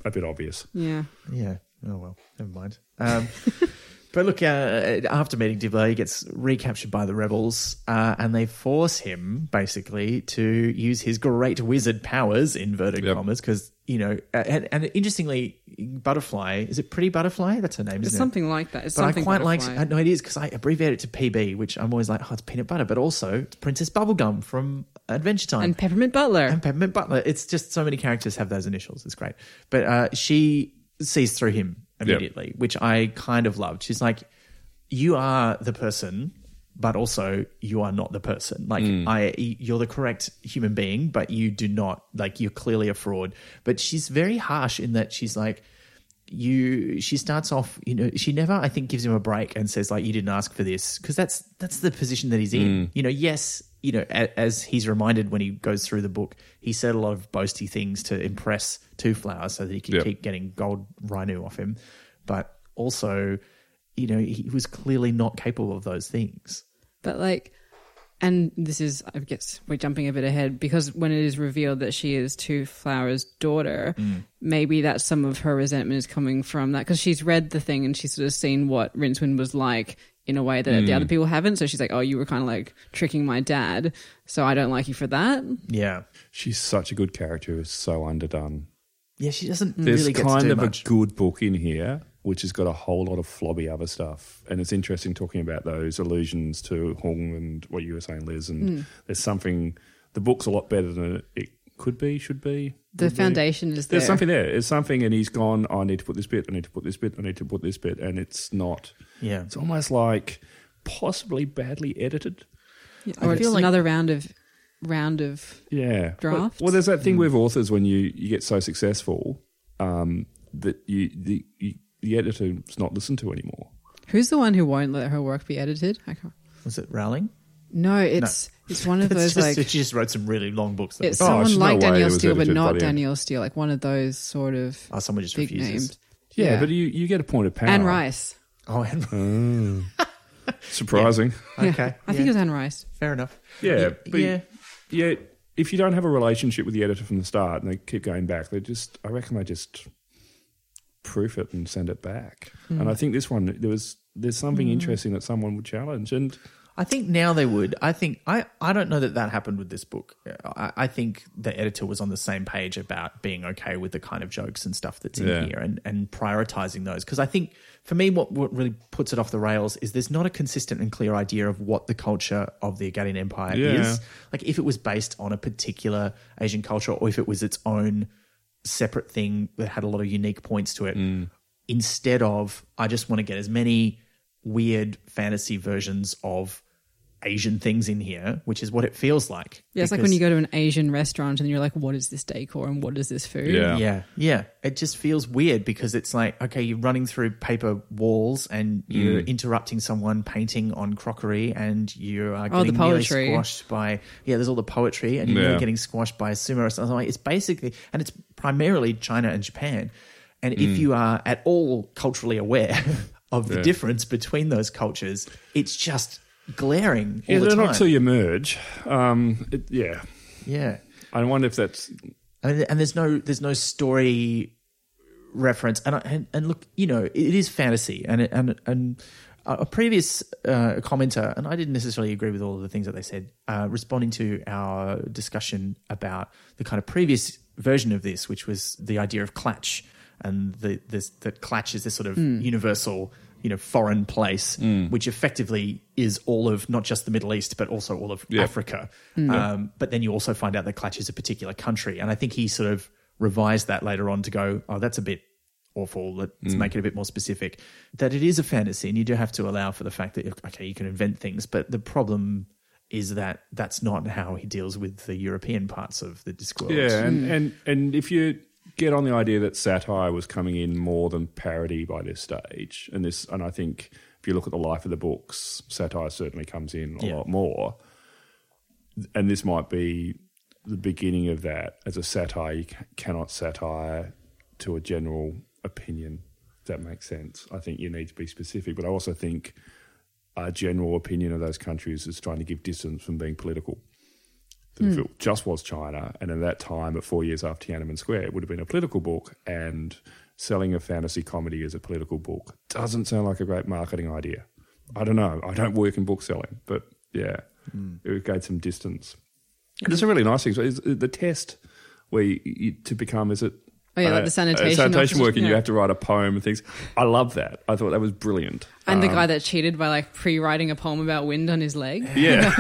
Speaker 1: a bit obvious.
Speaker 2: Yeah.
Speaker 3: yeah. Oh well, never mind. Um, But look, uh, after meeting Dibbler, he gets recaptured by the rebels, uh, and they force him basically to use his great wizard powers, inverted
Speaker 1: Yep.
Speaker 3: commas, because you know. uh, And, and interestingly, Butterfly is it Pretty Butterfly? That's her name,
Speaker 2: It's
Speaker 3: isn't it?
Speaker 2: something like that. It's
Speaker 3: But I
Speaker 2: something
Speaker 3: quite like.
Speaker 2: butterfly.
Speaker 3: No, it is because I abbreviate it to PB, which I'm always like, oh, it's peanut butter, but also it's Princess Bubblegum from Adventure Time
Speaker 2: and Peppermint Butler.
Speaker 3: and Peppermint Butler. It's just so many characters have those initials. It's great. But uh, she sees through him immediately, which I kind of loved. She's like, "You are the person, but also you are not the person. Like I, you're the correct human being, but you do not. Like you're clearly a fraud." But she's very harsh in that she's like. You, she starts off. You know, she never, I think, gives him a break and says like, "You didn't ask for this," because that's that's the position that he's in. You know, yes, you know, a, as he's reminded when he goes through the book, he said a lot of boasty things to impress Two Flowers so that he could
Speaker 1: Yeah.
Speaker 3: keep getting gold Rhino off him. But also, you know, he was clearly not capable of those things.
Speaker 2: But like, and this is, I guess, we're jumping a bit ahead because when it is revealed that she is Two Flowers' daughter,
Speaker 3: Mm.
Speaker 2: maybe that's some of her resentment is coming from that because she's read the thing and she's sort of seen what Rincewind was like in a way that
Speaker 3: Mm.
Speaker 2: the other people haven't. So she's like, oh, you were kind of like tricking my dad, so I don't like you for that.
Speaker 3: Yeah.
Speaker 1: She's such a good character who's so underdone.
Speaker 3: Yeah, she doesn't
Speaker 1: There's
Speaker 3: really get to
Speaker 1: kind
Speaker 3: do
Speaker 1: of
Speaker 3: much.
Speaker 1: a good book in here, which has got a whole lot of flobby other stuff. And it's interesting talking about those allusions to Hong and what you were saying, Liz.
Speaker 2: Hmm.
Speaker 1: And there's something, the book's a lot better than it could be, should be.
Speaker 2: The
Speaker 3: Mm-hmm.
Speaker 1: would be.
Speaker 2: foundation
Speaker 1: There's
Speaker 2: is there.
Speaker 1: something there. There's something, and he's gone, I need to put this bit, I need to put this bit, I need to put this bit. And it's not,
Speaker 3: Yeah.
Speaker 1: it's almost like possibly badly edited.
Speaker 2: Yeah, or it's
Speaker 3: feel like-
Speaker 2: another round of round of
Speaker 1: Yeah.
Speaker 2: Drafts?
Speaker 1: Well, well, there's that thing with authors when you, you get so successful um, that you the, you the editor's not listened to anymore.
Speaker 2: who's the one who won't let her work be edited? I can't.
Speaker 3: Was it Rowling?
Speaker 2: No, it's it's one of
Speaker 3: It's
Speaker 2: those
Speaker 3: just,
Speaker 2: like
Speaker 3: she just wrote some really long books. That
Speaker 2: it's
Speaker 1: Oh,
Speaker 2: someone
Speaker 1: there's no
Speaker 2: like
Speaker 1: way it
Speaker 2: Danielle
Speaker 1: was
Speaker 2: Steele, but
Speaker 1: edited by
Speaker 2: not
Speaker 1: the end.
Speaker 2: Danielle Steele, like one of those sort of
Speaker 3: oh, someone just
Speaker 2: big
Speaker 3: refuses.
Speaker 2: names.
Speaker 1: Yeah, but you, you get a point of power.
Speaker 2: Anne Rice.
Speaker 3: Oh, and,
Speaker 1: Surprising.
Speaker 3: okay,
Speaker 2: I think it
Speaker 3: yeah.
Speaker 2: was Anne Rice.
Speaker 3: fair enough.
Speaker 1: Yeah.
Speaker 3: Yeah,
Speaker 1: but
Speaker 3: yeah.
Speaker 1: yeah. If you don't have a relationship with the editor from the start and they keep going back, they just, I reckon they just proof it and send it back. And I think this one, there was, there's something interesting that someone would challenge. And
Speaker 3: I think now they would. I think I, I don't know that that happened with this book. I, I think the editor was on the same page about being okay with the kind of jokes and stuff that's in
Speaker 1: Yeah.
Speaker 3: here and, and prioritizing those. Because I think for me, what, what really puts it off the rails is there's not a consistent and clear idea of what the culture of the Agadian Empire
Speaker 1: Yeah.
Speaker 3: is. Like if it was based on a particular Asian culture or if it was its own separate thing that had a lot of unique points to it instead of I just want to get as many weird fantasy versions of Asian things in here, which is what it feels like.
Speaker 2: Yeah, it's like when you go to an Asian restaurant and you're like, what is this decor and what is this food?
Speaker 1: Yeah.
Speaker 3: Yeah, yeah. It just feels weird because it's like, okay, you're running through paper walls and
Speaker 1: Mm.
Speaker 3: you're interrupting someone painting on crockery and you are
Speaker 2: Oh, the
Speaker 3: getting nearly
Speaker 2: poetry.
Speaker 3: squashed by, yeah, there's all the poetry and you're
Speaker 1: Yeah.
Speaker 3: nearly getting squashed by a sumo or something. Like, it's basically, and it's primarily China and Japan. And if you are at all culturally aware of
Speaker 1: Mm.
Speaker 3: the
Speaker 1: Yeah.
Speaker 3: difference between those cultures, it's just glaring all
Speaker 1: yeah,
Speaker 3: the
Speaker 1: they're
Speaker 3: time.
Speaker 1: not till you merge. Um, it, yeah.
Speaker 3: yeah.
Speaker 1: I wonder if that's
Speaker 3: and, and there's no there's no story reference and I- and, and look you know it is fantasy and it- and and a previous uh, commenter and I didn't necessarily agree with all of the things that they said uh, responding to our discussion about the kind of previous version of this which was the idea of clatch and the this that clatch is this sort of universal you know foreign place which effectively is all of not just the middle east but also all of
Speaker 1: Yeah.
Speaker 3: africa um, but then you also find out that clatch is a particular country and i think he sort of revised that later on to go oh that's a bit awful
Speaker 1: Mm.
Speaker 3: let's make it a bit more specific that it is a fantasy and you do have to allow for the fact that okay you can invent things but the problem is that that's not how he deals with the european parts of the discworld
Speaker 1: Yeah, and, and and if you get on the idea that satire was coming in more than parody by this stage, and this, and I think if you look at the life of the books, satire certainly comes in a
Speaker 3: Yeah.
Speaker 1: lot more, and this might be the beginning of that as a satire. You ca- cannot satire to a general opinion. If that makes sense. I think you need to be specific, but I also think our general opinion of those countries is trying to give distance from being political that
Speaker 2: Hmm.
Speaker 1: if it just was China, and at that time, at four years after Tiananmen Square, it would have been a political book, and selling a fantasy comedy as a political book doesn't sound like a great marketing idea. I don't know. I don't work in book selling, but yeah, it would gain some distance. And it's a really nice thing. So is the test where you, you, to become is it?
Speaker 2: Oh, yeah, like the
Speaker 1: uh, a
Speaker 2: sanitation
Speaker 1: sanitation
Speaker 2: officer,
Speaker 1: worker, and you
Speaker 2: yeah.
Speaker 1: have to write a poem and things. I love that. I thought that was brilliant.
Speaker 2: And the guy that cheated by like pre-writing a poem about wind on his leg.
Speaker 1: Yeah.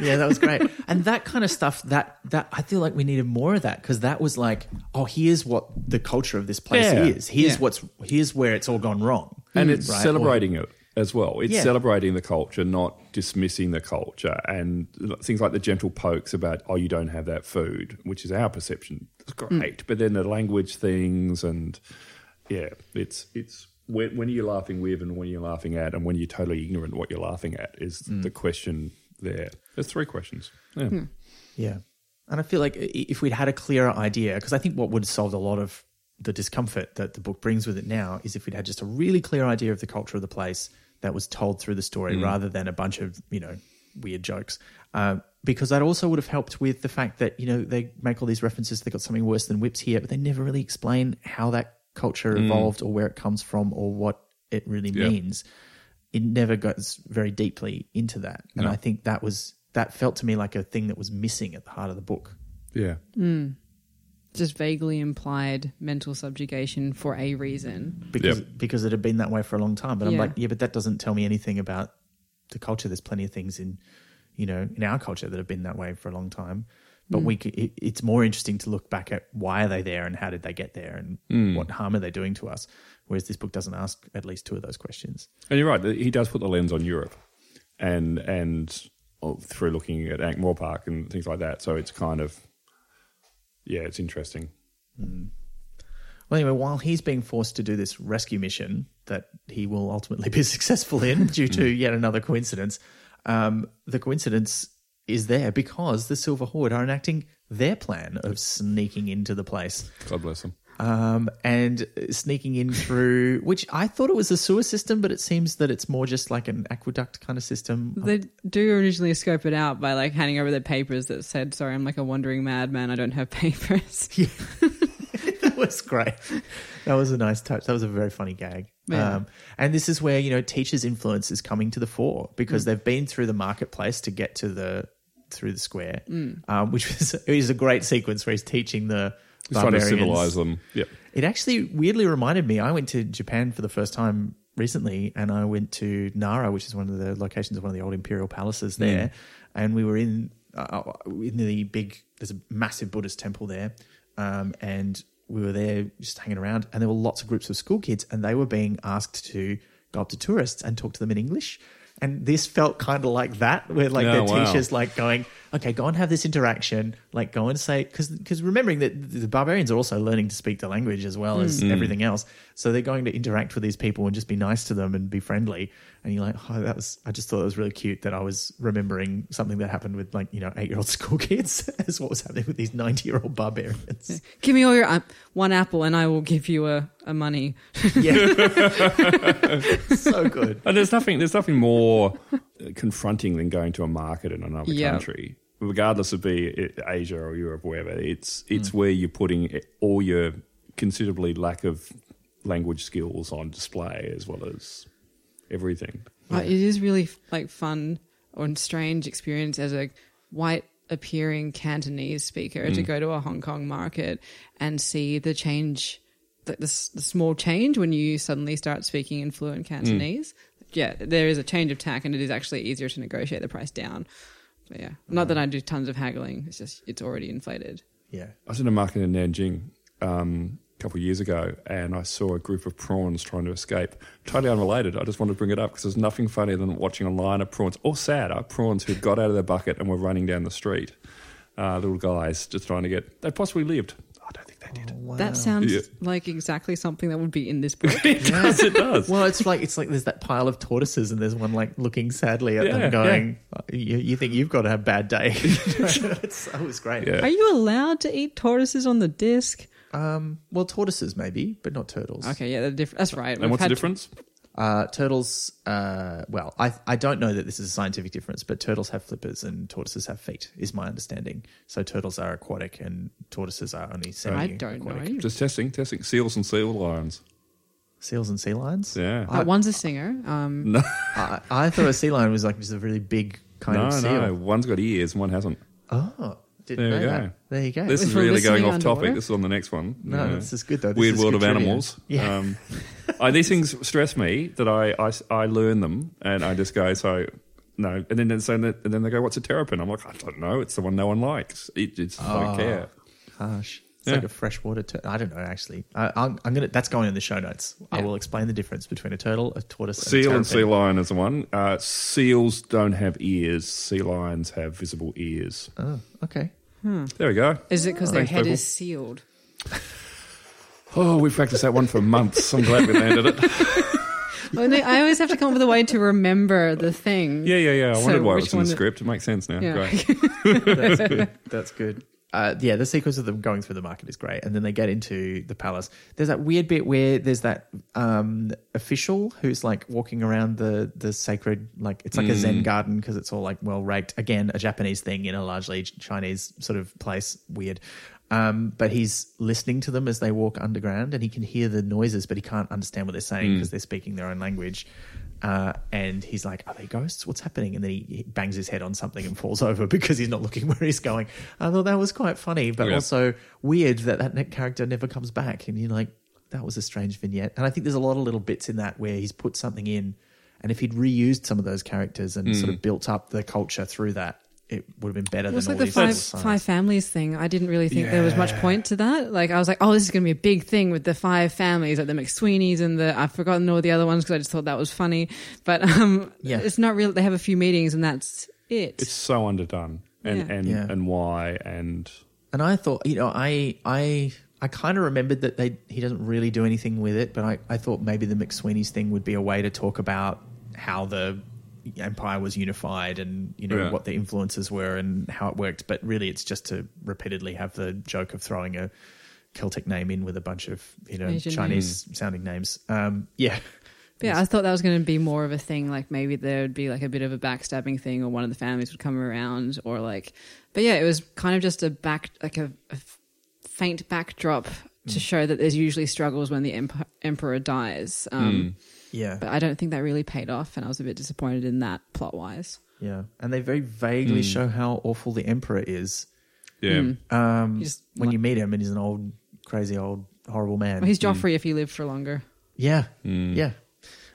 Speaker 3: yeah, that was great. And that kind of stuff that that I feel like we needed more of that because that was like, oh, here's what the culture of this place
Speaker 1: Yeah.
Speaker 3: is. Here's
Speaker 2: Yeah.
Speaker 3: what's here's where it's all gone wrong.
Speaker 1: and it's
Speaker 3: Right,
Speaker 1: celebrating it as well. It's
Speaker 3: Yeah.
Speaker 1: celebrating the culture, not dismissing the culture, and things like the gentle pokes about oh, you don't have that food, which is our perception. It's great,
Speaker 3: Mm.
Speaker 1: but then the language things and yeah, it's it's when, when are you laughing with and when are you laughing at, and when you're totally ignorant of what you're laughing at is
Speaker 3: Mm.
Speaker 1: the question there. There's three questions. Yeah.
Speaker 3: Hmm. Yeah. And I feel like i- if we'd had a clearer idea, because I think what would have solved a lot of the discomfort that the book brings with it now is if we'd had just a really clear idea of the culture of the place that was told through the story rather than a bunch of, you know, weird jokes. Uh, because that also would have helped with the fact that, you know, they make all these references, they got something worse than whips here, but they never really explain how that culture evolved or where it comes from or what it really
Speaker 1: Yeah.
Speaker 3: means it never goes very deeply into that. And
Speaker 1: No.
Speaker 3: I think that was that felt to me like a thing that was missing at the heart of the book.
Speaker 1: Yeah.
Speaker 2: Just vaguely implied mental subjugation for a reason.
Speaker 3: Because
Speaker 1: Yep.
Speaker 3: because it had been that way for a long time. But I'm
Speaker 2: Yeah.
Speaker 3: like, yeah, but that doesn't tell me anything about the culture. There's plenty of things in you know, in our culture that have been that way for a long time. But we c- it, it's more interesting to look back at why are they there and how did they get there and
Speaker 1: Mm.
Speaker 3: what harm are they doing to us. Whereas this book doesn't ask at least two of those questions.
Speaker 1: And you're right. He does put the lens on Europe. and and oh, through looking at Ankh-Morpork and things like that. So it's kind of yeah, it's interesting.
Speaker 3: Well, anyway, while he's being forced to do this rescue mission that he will ultimately be successful in due to yet another coincidence, um, the coincidence is there because the Silver Horde are enacting their plan of sneaking into the place
Speaker 1: God bless them.
Speaker 3: um, and sneaking in through, which I thought it was a sewer system, but it seems that it's more just like an aqueduct kind of
Speaker 1: Oh.
Speaker 3: system.
Speaker 2: They do originally scope it out by like handing over their papers that said, "Sorry, I'm like a wandering madman. I don't have papers."
Speaker 3: that was great. That was a nice touch. That was a very funny gag.
Speaker 2: Yeah.
Speaker 3: Um, and this is where you know teachers' influence is coming to the fore because they've been through the marketplace to get to the through the square, um, which was is a great sequence where he's teaching the
Speaker 1: He's trying to
Speaker 3: barbarians.
Speaker 1: civilize them. Yep.
Speaker 3: It actually weirdly reminded me. I went to Japan for the first time recently, and I went to Nara, which is one of the locations of one of the old imperial palaces
Speaker 1: Mm.
Speaker 3: there. And we were in uh, in the big. There's a massive Buddhist temple there, um, and we were there just hanging around. And there were lots of groups of school kids, and they were being asked to go up to tourists and talk to them in English. And this felt kind of like that, where like
Speaker 1: Oh,
Speaker 3: their
Speaker 1: wow.
Speaker 3: teachers like going, okay, go and have this interaction. Like, go and say, because remembering that th- the barbarians are also learning to speak the language as well as everything else. So they're going to interact with these people and just be nice to them and be friendly. And you're like, oh, that was, I just thought it was really cute that I was remembering something that happened with like, you know, eight year old school kids as what was happening with these 90 year old barbarians.
Speaker 2: give me all your um, one apple, and I will give you a, a money.
Speaker 3: Yeah. so good.
Speaker 1: And there's nothing there's nothing more uh, confronting than going to a market in another
Speaker 2: Yeah.
Speaker 1: country, regardless of be it Asia or Europe, wherever. It's it's where you're putting all your considerably lack of language skills on display, as well as everything.
Speaker 2: Uh, it is really like fun or strange experience as a white appearing Cantonese speaker
Speaker 1: Mm.
Speaker 2: to go to a Hong Kong market and see the change, the, the, s- the small change when you suddenly start speaking in
Speaker 1: Mm.
Speaker 2: fluent Cantonese. Yeah, there is a change of tack, and it is actually easier to negotiate the price down. But yeah, not that I do tons of haggling. It's just it's already inflated.
Speaker 3: Yeah.
Speaker 1: I was in a market in Nanjing um, a couple of years ago, and I saw a group of prawns trying to escape. Totally unrelated. I just wanted to bring it up because there's nothing funnier than watching a line of prawns, or sadder, prawns who got out of their bucket and were running down the street. Uh, little guys just trying to get. They possibly lived. I don't think they did.
Speaker 3: Oh.
Speaker 2: That sounds
Speaker 1: Yeah.
Speaker 2: like exactly something that would be in this book.
Speaker 1: It does. It does.
Speaker 3: Well, it's like it's like there's that pile of tortoises, and there's one like looking sadly at
Speaker 1: Yeah,
Speaker 3: them, going, "Oh, you, "You think you've got to have a bad day?" it's, oh, it's great.
Speaker 1: Yeah.
Speaker 2: Are you allowed to eat tortoises on the disc?
Speaker 3: Um, well, tortoises maybe, but not turtles.
Speaker 2: Okay, yeah, they're diff- that's right.
Speaker 1: and what's the difference?
Speaker 3: Uh, turtles. Uh, well, I I don't know that this is a scientific difference, but turtles have flippers and tortoises have feet, is my understanding. So turtles are aquatic and tortoises are only semi.
Speaker 2: I don't know. any-
Speaker 1: Just testing, testing. Seals and seal lions.
Speaker 3: Seals and sea lions.
Speaker 1: Yeah.
Speaker 2: Uh, one's a singer. Um,
Speaker 3: I, I thought a sea lion was like just a really big kind
Speaker 1: No,
Speaker 3: of seal.
Speaker 1: no. One's got ears and one hasn't.
Speaker 3: Oh, didn't
Speaker 1: There
Speaker 3: know
Speaker 1: you go.
Speaker 3: that. There you go.
Speaker 1: This is
Speaker 2: we're
Speaker 1: really
Speaker 2: listening
Speaker 1: going off
Speaker 2: underwater?
Speaker 1: topic. This is on the next one.
Speaker 3: No,
Speaker 1: Yeah.
Speaker 3: this is good, though. This
Speaker 1: Weird
Speaker 3: is
Speaker 1: world
Speaker 3: good
Speaker 1: of
Speaker 3: trivia.
Speaker 1: animals.
Speaker 3: Yeah.
Speaker 1: Um, I, these things stress me that I, I, I learn them and I just go, so no. And then, so, and then they go, what's a terrapin? I'm like, I don't know. It's the one no one likes. It, it's, I don't care.
Speaker 3: Harsh. It's
Speaker 1: Yeah.
Speaker 3: like a freshwater turtle. I don't know actually. I, I'm, I'm gonna. That's going in the show notes. I
Speaker 2: Yeah.
Speaker 3: will explain the difference between a turtle, a tortoise,
Speaker 1: Seal
Speaker 3: and, a
Speaker 1: and sea
Speaker 3: terrapin.
Speaker 1: lion is the one. Uh, seals don't have ears. Sea lions have visible ears.
Speaker 3: Oh, okay.
Speaker 1: There we go.
Speaker 2: is it because their
Speaker 1: Thanks,
Speaker 2: head
Speaker 1: Bevel.
Speaker 2: is sealed?
Speaker 1: Oh, we practiced that one for months. I'm glad we landed it.
Speaker 2: Well, no, I always have to come up with a way to remember the thing.
Speaker 1: Yeah, yeah, yeah. I
Speaker 2: So
Speaker 1: wondered why it
Speaker 2: which
Speaker 1: was in
Speaker 2: one
Speaker 1: the
Speaker 2: that-
Speaker 1: script. It makes sense now.
Speaker 2: Yeah.
Speaker 1: Great.
Speaker 3: That's good. That's good. Uh, yeah, the sequence of them going through the market is great, and then they get into the palace. There's that weird bit where there's that um, official who's like walking around the the sacred, like it's like a Zen garden because it's all like well raked. Again, a Japanese thing in a largely Chinese sort of place. Weird. Um, but he's listening to them as they walk underground, and he can hear the noises, but he can't understand what they're saying because they're speaking their own language. Uh, and he's like, "Are they ghosts? What's happening?" And then he, he bangs his head on something and falls over because he's not looking where he's going. I thought that was quite funny, but
Speaker 1: Yeah.
Speaker 3: also weird that that ne- character never comes back. And you're like, "That was a strange vignette." And I think there's a lot of little bits in that where he's put something in, and if he'd reused some of those characters and sort of built up the culture through that, it would have been better
Speaker 2: It was
Speaker 3: than
Speaker 2: like
Speaker 3: all
Speaker 2: the
Speaker 3: these
Speaker 2: five
Speaker 3: little signs.
Speaker 2: five families thing. I didn't really think there was much point to that. Like I was like, oh, this is going to be a big thing with the five families, like the McSweeney's and the I've forgotten all the other ones because I just thought that was funny. But um,
Speaker 3: Yeah.
Speaker 2: it's not real. They have a few meetings and that's it.
Speaker 1: It's so underdone, and
Speaker 2: Yeah.
Speaker 1: and
Speaker 3: Yeah.
Speaker 1: and why and
Speaker 3: And I thought, you know, I I I kind of remembered that they he doesn't really do anything with it, but I, I thought maybe the McSweeney's thing would be a way to talk about how the empire was unified and you know
Speaker 1: Yeah.
Speaker 3: what the influences were and how it worked. But really, it's just to repeatedly have the joke of throwing a Celtic name in with a bunch of you know
Speaker 2: Asian
Speaker 3: Chinese sounding names. Um, yeah,
Speaker 2: But yeah, I thought that was going to be more of a thing. Like maybe there would be like a bit of a backstabbing thing, or one of the families would come around, or like. But yeah, it was kind of just a back, like a, a f- faint backdrop
Speaker 3: Mm.
Speaker 2: to show that there's usually struggles when the emp- emperor dies.
Speaker 3: Mm.
Speaker 2: Um,
Speaker 3: yeah.
Speaker 2: But I don't think that really paid off, and I was a bit disappointed in that plot wise.
Speaker 3: Yeah, and they very vaguely show how awful the emperor is
Speaker 1: yeah.
Speaker 2: Hmm.
Speaker 3: um,
Speaker 2: You just-
Speaker 3: when you meet him, and he's an old, crazy old, horrible man.
Speaker 2: Well, he's Joffrey
Speaker 3: mm.
Speaker 2: if he lived for longer.
Speaker 3: yeah, yeah.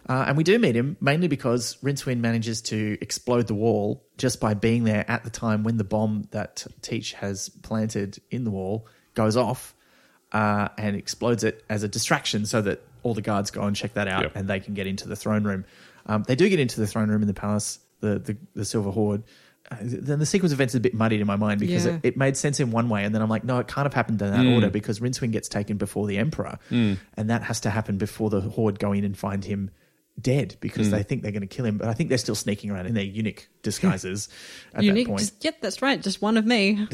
Speaker 3: Uh, and we do meet him mainly because Rincewind manages to explode the wall just by being there at the time when the bomb that Teach has planted in the wall goes off uh, and explodes it as a distraction so that all the guards go and check that out
Speaker 1: Yep.
Speaker 3: and they can get into the throne room. Um, they do get into the throne room in the palace, the, the, the Silver Horde. Uh, then the sequence of events is a bit muddied in my mind because
Speaker 2: Yeah.
Speaker 3: it, it made sense in one way, and then I'm like, no, it can't have happened in that order because Rincewind gets taken before the Emperor, and that has to happen before the Horde go in and find him dead because they think they're going to kill him, but I think they're still sneaking around in their eunuch disguises at
Speaker 2: Unique.
Speaker 3: that point.
Speaker 2: Just, yep, that's right. Just one of me.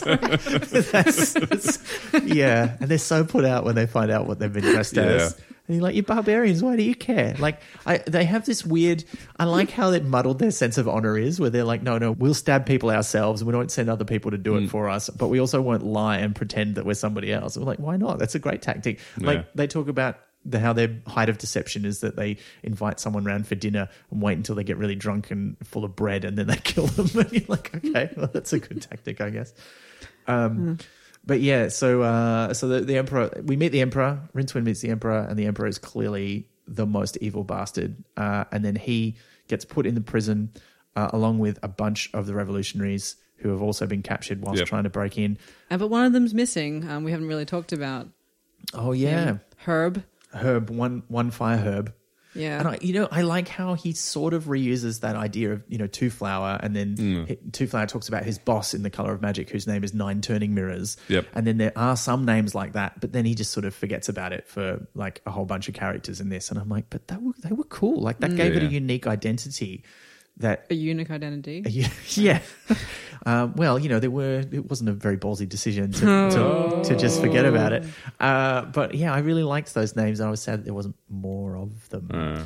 Speaker 3: That's- that's- yeah, and they're so put out when they find out what they've been dressed as.
Speaker 1: Yeah.
Speaker 3: And you're like, you barbarians, why do you care? Like, I, they have this weird. I like how it muddled their sense of honor is, where they're like, no, no, we'll stab people ourselves. We don't send other people to do
Speaker 1: Mm.
Speaker 3: it for us, but we also won't lie and pretend that we're somebody else. We're like, why not? That's a great tactic.
Speaker 1: Yeah.
Speaker 3: Like, they talk about the, how their height of deception is that they invite someone round for dinner and wait until they get really drunk and full of bread and then they kill them. and you're like, okay, well, that's a good tactic, I guess. Um, But yeah, so uh, so the, the emperor, we meet the emperor. Rincewind meets the emperor, and the emperor is clearly the most evil bastard. Uh, and then he gets put in the prison uh, along with a bunch of the revolutionaries who have also been captured whilst
Speaker 1: Yep.
Speaker 3: trying to break in.
Speaker 2: Uh, but one of them's missing. Um, we haven't really talked about.
Speaker 3: Oh
Speaker 2: him. Herb.
Speaker 3: herb one one fire herb.
Speaker 2: Yeah.
Speaker 3: And I, you know, I like how he sort of reuses that idea of you know Two Flower, and then
Speaker 1: Mm.
Speaker 3: he- Two Flower talks about his boss in The Color of Magic, whose name is Nine Turning Mirrors.
Speaker 1: Yep.
Speaker 3: And then there are some names like that, but then he just sort of forgets about it for like a whole bunch of characters in this. And I'm like, but that were, they were cool. Like that gave it a
Speaker 1: Mm. Yeah.
Speaker 3: unique identity. That
Speaker 2: a unique identity.
Speaker 3: yeah. Um, well, you know, there were. It wasn't a very ballsy decision to, to, to just forget about it.
Speaker 1: Oh.
Speaker 3: Uh, but yeah, I really liked those names. I was sad that there wasn't more of them.
Speaker 1: Uh,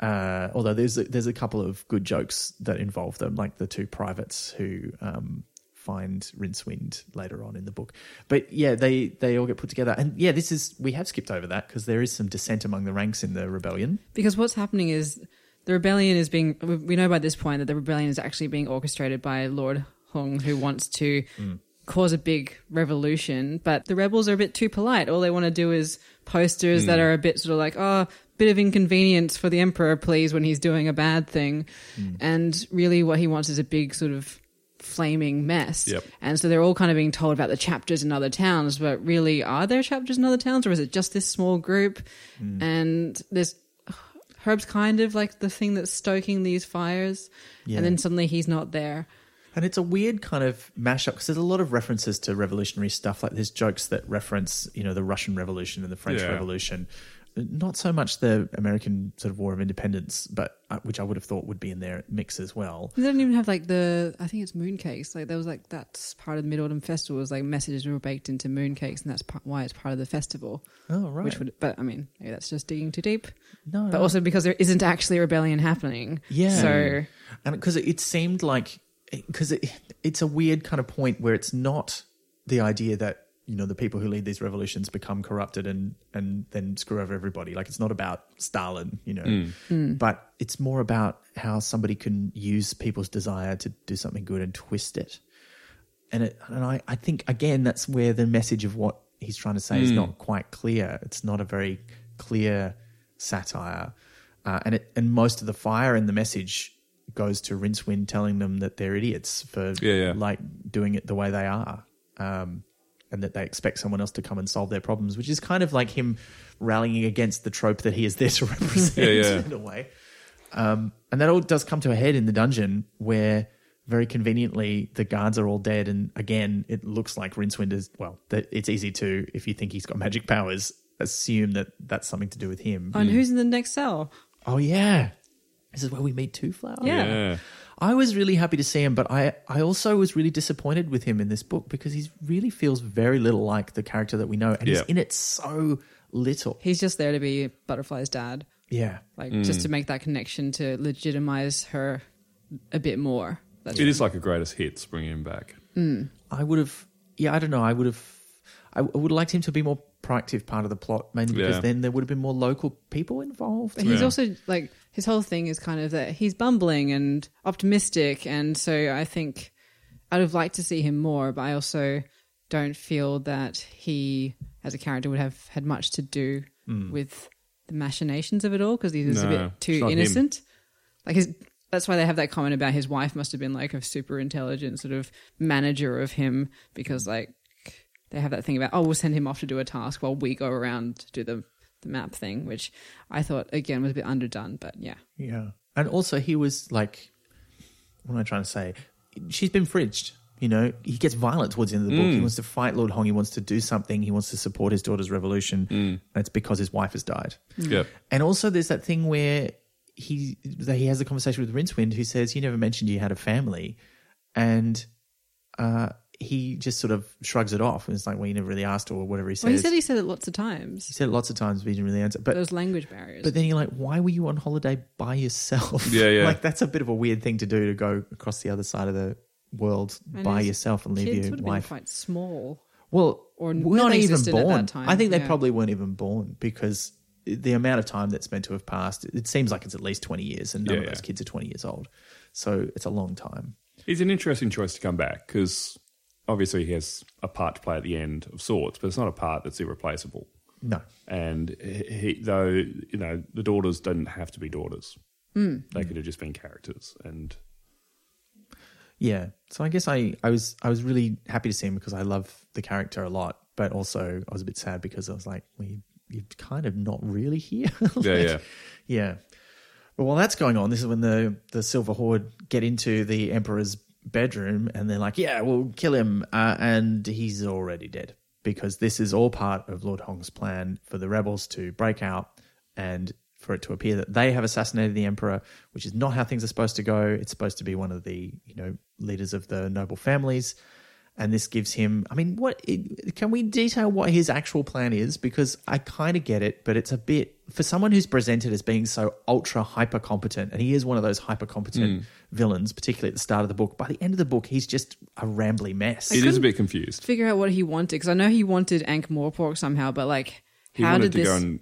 Speaker 3: Uh, although there's a, there's a couple of good jokes that involve them, like the two privates who um, find Rincewind later on in the book. But yeah, they they all get put together, and yeah, this is we have skipped over that because there is some dissent among the ranks in the rebellion.
Speaker 2: Because what's happening is the rebellion is being. we- We know by this point that the rebellion is actually being orchestrated by Lord Hong, who wants to cause a big revolution. But the rebels are a bit too polite. All they want to do is posters that are a bit sort of like, oh, bit of inconvenience for the emperor, please, when he's doing a bad thing. And really, what he wants is a big sort of flaming mess.
Speaker 1: Yep.
Speaker 2: And so they're all kind of being told about the chapters in other towns, but really, are there chapters in other towns, or is it just this small group? And there's Herb's kind of like the thing that's stoking these fires,
Speaker 3: Yeah.
Speaker 2: and then suddenly he's not there.
Speaker 3: And it's a weird kind of mashup because there's a lot of references to revolutionary stuff. Like there's jokes that reference, you know, the Russian Revolution and the French
Speaker 1: Yeah.
Speaker 3: Revolution. Not so much the American sort of War of Independence, but uh, which I would have thought would be in their mix as well.
Speaker 2: They don't even have like the I think it's mooncakes. Like there was like that's part of the Mid Autumn Festival was like messages were baked into mooncakes, and that's part, why it's part of the festival.
Speaker 3: Oh, right.
Speaker 2: Which would, but I mean, maybe that's just digging too deep.
Speaker 3: No,
Speaker 2: But
Speaker 3: no.
Speaker 2: also because there isn't actually a rebellion happening.
Speaker 3: Yeah.
Speaker 2: So
Speaker 3: and because it, it seemed like because it, it's a weird kind of point where it's not the idea that you know the people who lead these revolutions become corrupted and and then screw over everybody. Like it's not about Stalin, you know, but it's more about how somebody can use people's desire to do something good and twist it. And it, and I, I think again that's where the message of what he's trying to say
Speaker 1: Hmm.
Speaker 3: is not quite clear. It's not a very clear satire, uh, and it and most of the fire in the message goes to Rincewind telling them that they're idiots for
Speaker 1: Yeah, yeah.
Speaker 3: like doing it the way they are, um, and that they expect someone else to come and solve their problems, which is kind of like him rallying against the trope that he is there to represent
Speaker 1: Yeah, yeah.
Speaker 3: in a way. Um, and that all does come to a head in the dungeon where very conveniently the guards are all dead. And again, it looks like Rincewind is, well, that it's easy to, if you think he's got magic powers, assume that that's something to do with him.
Speaker 2: And who's in the next cell?
Speaker 3: oh, yeah. This is where we meet Two Flower.
Speaker 2: Yeah.
Speaker 1: Yeah.
Speaker 3: I was really happy to see him, but I, I also was really disappointed with him in this book because he really feels very little like the character that we know. And
Speaker 1: Yeah.
Speaker 3: he's in it so little.
Speaker 2: He's just there to be Butterfly's dad,
Speaker 3: Yeah.
Speaker 2: like
Speaker 3: Hmm.
Speaker 2: just to make that connection to legitimize her a bit more. That's
Speaker 1: It is like a greatest hits bringing him back.
Speaker 3: I would have. Yeah, I don't know. I would have. I I would have liked him to be more proactive part of the plot, mainly because
Speaker 1: Yeah.
Speaker 3: then there would have been more local people involved.
Speaker 2: But he's
Speaker 1: Yeah.
Speaker 2: also like his whole thing is kind of that he's bumbling and optimistic, and so I think I'd have liked to see him more, but I also don't feel that he, as a character, would have had much to do with the machinations of it all because he was
Speaker 1: No,
Speaker 2: a bit
Speaker 1: it's
Speaker 2: too
Speaker 1: not him.
Speaker 2: innocent. Like his, that's why they have that comment about his wife must have been like a super intelligent sort of manager of him because like they have that thing about oh we'll send him off to do a task while we go around to do the the map thing, which I thought again was a bit underdone, but yeah.
Speaker 3: Yeah, and also he was like, what am I trying to say? She's been fridged. You know, he gets violent towards the end of the
Speaker 1: Mm.
Speaker 3: book. He wants to fight Lord Hong. He wants to do something. He wants to support his daughter's revolution.
Speaker 1: Mm.
Speaker 3: That's because his wife has died.
Speaker 2: Hmm.
Speaker 1: Yeah.
Speaker 3: And also, there's that thing where he that he has a conversation with Rincewind, who says, "You never mentioned you had a family," and uh, he just sort of shrugs it off and it's like, "Well, you never really asked," or whatever he says.
Speaker 2: Well, he said he said it lots of
Speaker 3: He
Speaker 2: times.
Speaker 3: said it lots of times, but he didn't really answer. But
Speaker 2: Those language barriers.
Speaker 3: but then you're like, "Why were you on holiday by yourself?"
Speaker 1: Yeah, yeah.
Speaker 3: like that's a bit of a weird thing to do to go across the other side of the world
Speaker 2: And
Speaker 3: by
Speaker 2: his
Speaker 3: yourself and leave
Speaker 2: Kids
Speaker 3: your
Speaker 2: would have been
Speaker 3: wife.
Speaker 2: quite small.
Speaker 3: Well,
Speaker 2: Or
Speaker 3: were not even
Speaker 2: non-existent
Speaker 3: born.
Speaker 2: at that time,
Speaker 3: I think they
Speaker 2: yeah.
Speaker 3: probably weren't even born because the amount of time that's meant to have passed, it seems like it's at least 20 years, and none
Speaker 1: Yeah,
Speaker 3: of those
Speaker 1: yeah.
Speaker 3: kids are 20 years old. So it's a long time.
Speaker 1: It's an interesting choice to come back because obviously he has a part to play at the end of sorts, but it's not a part that's irreplaceable.
Speaker 3: No.
Speaker 1: And he, he- though, you know, the daughters didn't have to be daughters.
Speaker 2: Hmm.
Speaker 1: They could have just been characters. And
Speaker 3: Yeah. So I guess I, I was I was really happy to see him because I love the character a lot, but also I was a bit sad because I was like, well, you, you're kind of not really here. Like,
Speaker 1: yeah, yeah.
Speaker 3: Yeah. But while that's going on, this is when the, the Silver Horde get into the Emperor's bedroom and they're like, yeah, we'll kill him. Uh, and he's already dead because this is all part of Lord Hong's plan for the rebels to break out and for it to appear that they have assassinated the Emperor, which is not how things are supposed to go. It's supposed to be one of the, you know, leaders of the noble families. And this gives him, I mean, what it- can we detail what his actual plan is? Because I kind of get it, but it's a bit for someone who's presented as being so ultra hyper competent, and he is one of those hyper competent villains, particularly at the start of the book. By the end of the book, he's just a rambly mess.
Speaker 1: It is a bit confused.
Speaker 2: Figure out what he wanted because I know he wanted Ankh Morpork somehow, but like,
Speaker 1: He
Speaker 2: how
Speaker 1: wanted
Speaker 2: did
Speaker 1: to
Speaker 2: this?
Speaker 1: go and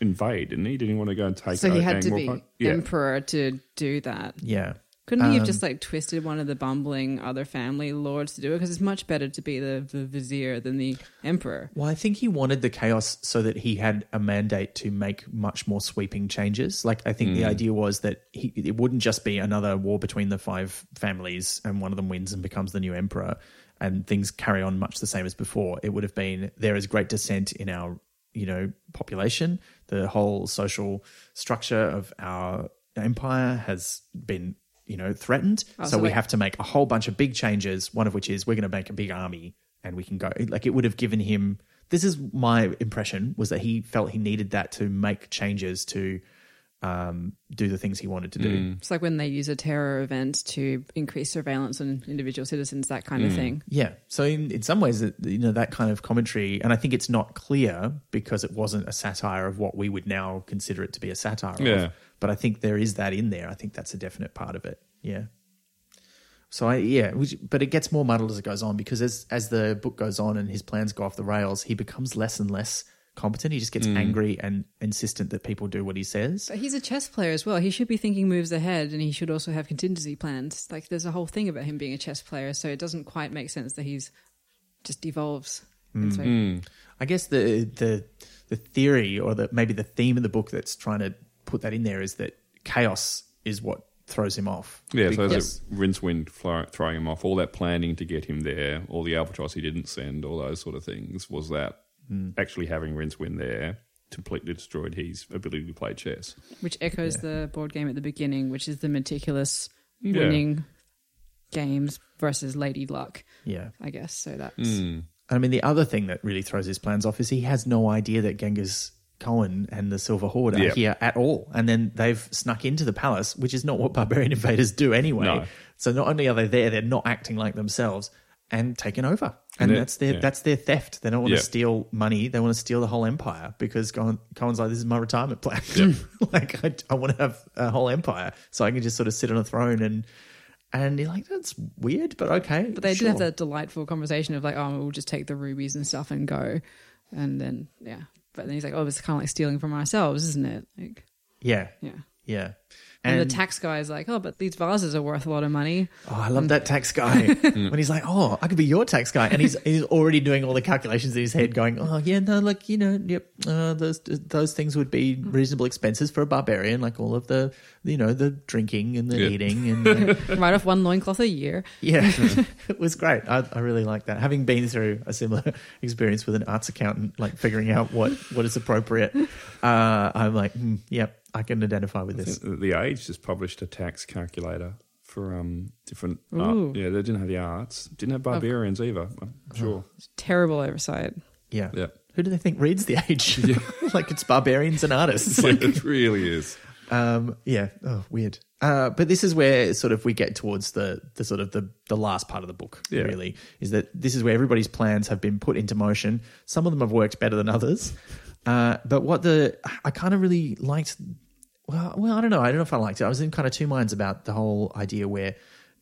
Speaker 1: invade, didn't he? Didn't he want to go and take
Speaker 2: so he
Speaker 1: out
Speaker 2: had to
Speaker 1: Angmor
Speaker 2: be
Speaker 1: Park? Yeah.
Speaker 2: emperor to do that.
Speaker 3: yeah.
Speaker 2: Couldn't he have just like twisted one of the bumbling other family lords to do it? Because it's much better to be the, the vizier than the emperor.
Speaker 3: Well, I think he wanted the chaos so that he had a mandate to make much more sweeping changes. Like, I think the idea was that he, it wouldn't just be another war between the five families and one of them wins and becomes the new emperor and things carry on much the same as before. It would have been there is great dissent in our, you know, population. The whole social structure of our empire has been, you know, threatened. so
Speaker 2: so
Speaker 3: we
Speaker 2: like-
Speaker 3: have to make a whole bunch of big changes. One of which is we're going to make a big army and we can go. Like it would have given him. This is my impression was that he felt he needed that to make changes to um, do the things he wanted to do.
Speaker 2: It's like when they use a terror event to increase surveillance on individual citizens, that kind of thing.
Speaker 3: Yeah. So in, in some ways, it- you know, that kind of commentary, and I think it's not clear because it wasn't a satire of what we would now consider it to be a satire
Speaker 1: Yeah.
Speaker 3: of. But I think there is that in there. I think that's a definite part of it. Yeah. So I yeah, which, but it gets more muddled as it goes on because as as the book goes on and his plans go off the rails, he becomes less and less competent. He just gets angry and insistent that people do what he says.
Speaker 2: But he's a chess player as well. He should be thinking moves ahead and he should also have contingency plans. Like there's a whole thing about him being a chess player, so it doesn't quite make sense that he's just devolves. And so-
Speaker 3: I guess the the the theory or the maybe the theme of the book that's trying to put that in there is that chaos is what throws him off.
Speaker 1: Yeah, so
Speaker 2: Yes.
Speaker 1: there's a rinse wind fly, throwing him off. All that planning to get him there, all the albatross he didn't send, all those sort of things, was that actually having rinse wind there completely destroyed his ability to play chess.
Speaker 2: which echoes the board game at the beginning, which is the meticulous
Speaker 1: Yeah.
Speaker 2: winning games versus lady luck,
Speaker 3: Yeah.
Speaker 2: I guess. So that's
Speaker 3: I mean, the other thing that really throws his plans off is he has no idea that Genghis Cohen and the Silver Horde are
Speaker 1: Yeah.
Speaker 3: here at all. And then they've snuck into the palace, which is not what barbarian invaders do anyway.
Speaker 1: No.
Speaker 3: So not only are they there, they're not acting like themselves and taken over.
Speaker 1: And
Speaker 3: And,
Speaker 1: they're-
Speaker 3: that's their
Speaker 1: yeah.
Speaker 3: that's their theft. They don't want
Speaker 1: Yeah.
Speaker 3: to steal money. They want to steal the whole empire because Cohen, Cohen's like, this is my retirement plan. like I, I want to have a whole empire so I can just sort of sit on a throne and and you're like, that's weird, but okay.
Speaker 2: But they did have
Speaker 3: sure.
Speaker 2: that delightful conversation of like, oh, we'll just take the rubies and stuff and go. And then, yeah. But then he's like, oh, it's kind of like stealing from ourselves, isn't it? Like,
Speaker 3: Yeah.
Speaker 2: yeah.
Speaker 3: Yeah.
Speaker 2: And, the tax guy is like, oh, but these vases are worth a lot of money.
Speaker 3: Oh, I love that tax guy. when he's like, "Oh, I could be your tax guy," and he's he's already doing all the calculations in his head, going, "Oh, yeah, no, like you know, yep, uh, those those things would be reasonable expenses for a barbarian, like all of the you know the drinking and the
Speaker 1: Yeah.
Speaker 3: eating and like,
Speaker 2: Write off one loincloth a year.
Speaker 3: yeah, it was great. I, I really like that. Having been through a similar experience with an arts accountant, like figuring out what what is appropriate, uh, I'm like, mm, yep, I can identify with this.
Speaker 1: The Age just published a tax calculator for um, different.
Speaker 2: Ooh.
Speaker 1: Art. Yeah, they didn't have the arts, didn't have barbarians either. I'm sure.
Speaker 2: Terrible oversight.
Speaker 3: Yeah.
Speaker 1: Yeah.
Speaker 3: Who do they think reads the age? like it's barbarians and artists. Like,
Speaker 1: it really is.
Speaker 3: Um, yeah. Oh, weird. Uh, but this is where sort of we get towards the the sort of the the last part of the book.
Speaker 1: Yeah.
Speaker 3: Really, is that this is where everybody's plans have been put into motion. Some of them have worked better than others. Uh, but what the I kind of really liked. Well, well, I don't know. I don't know if I liked it. I was in kind of two minds about the whole idea where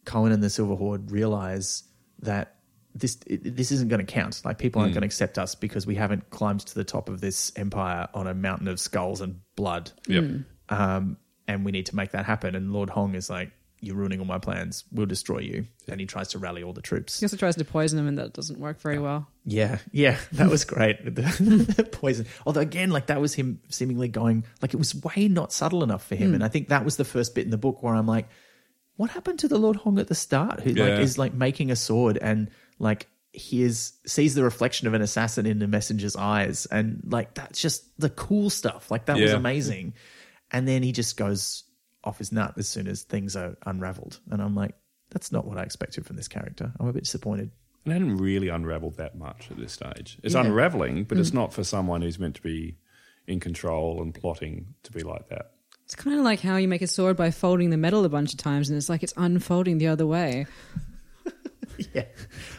Speaker 3: Cohen and the Silver Horde realize that this it- this isn't going to count. Like people aren't going to accept us because we haven't climbed to the top of this empire on a mountain of skulls and blood
Speaker 1: Yep.
Speaker 3: um, and we need to make that happen. And Lord Hong is like, "You're ruining all my plans. We'll destroy you." And he tries to rally all the troops.
Speaker 2: He also tries to poison him, and that doesn't work very well.
Speaker 3: Yeah, yeah, that was great. The, the poison. Although again, like that was him seemingly going like it was way not subtle enough for
Speaker 1: Hmm.
Speaker 3: him. And I think that was the first bit in the book where I'm like, what happened to the Lord Hong at the start? Who
Speaker 1: Yeah.
Speaker 3: like is like making a sword and like hears sees the reflection of an assassin in the messenger's eyes and like that's just the cool stuff. Like that was
Speaker 1: Yeah.
Speaker 3: amazing. And then he just goes off his nut as soon as things are unraveled. And I'm like, that's not what I expected from this character. I'm a bit disappointed.
Speaker 1: And it hadn't really unraveled that much at this stage. It's
Speaker 3: Yeah.
Speaker 1: unraveling, but it's not for someone who's meant to be in control and plotting to be like that.
Speaker 2: It's kind of like how you make a sword by folding the metal a bunch of times, and it's like it's unfolding the other way.
Speaker 3: Yeah,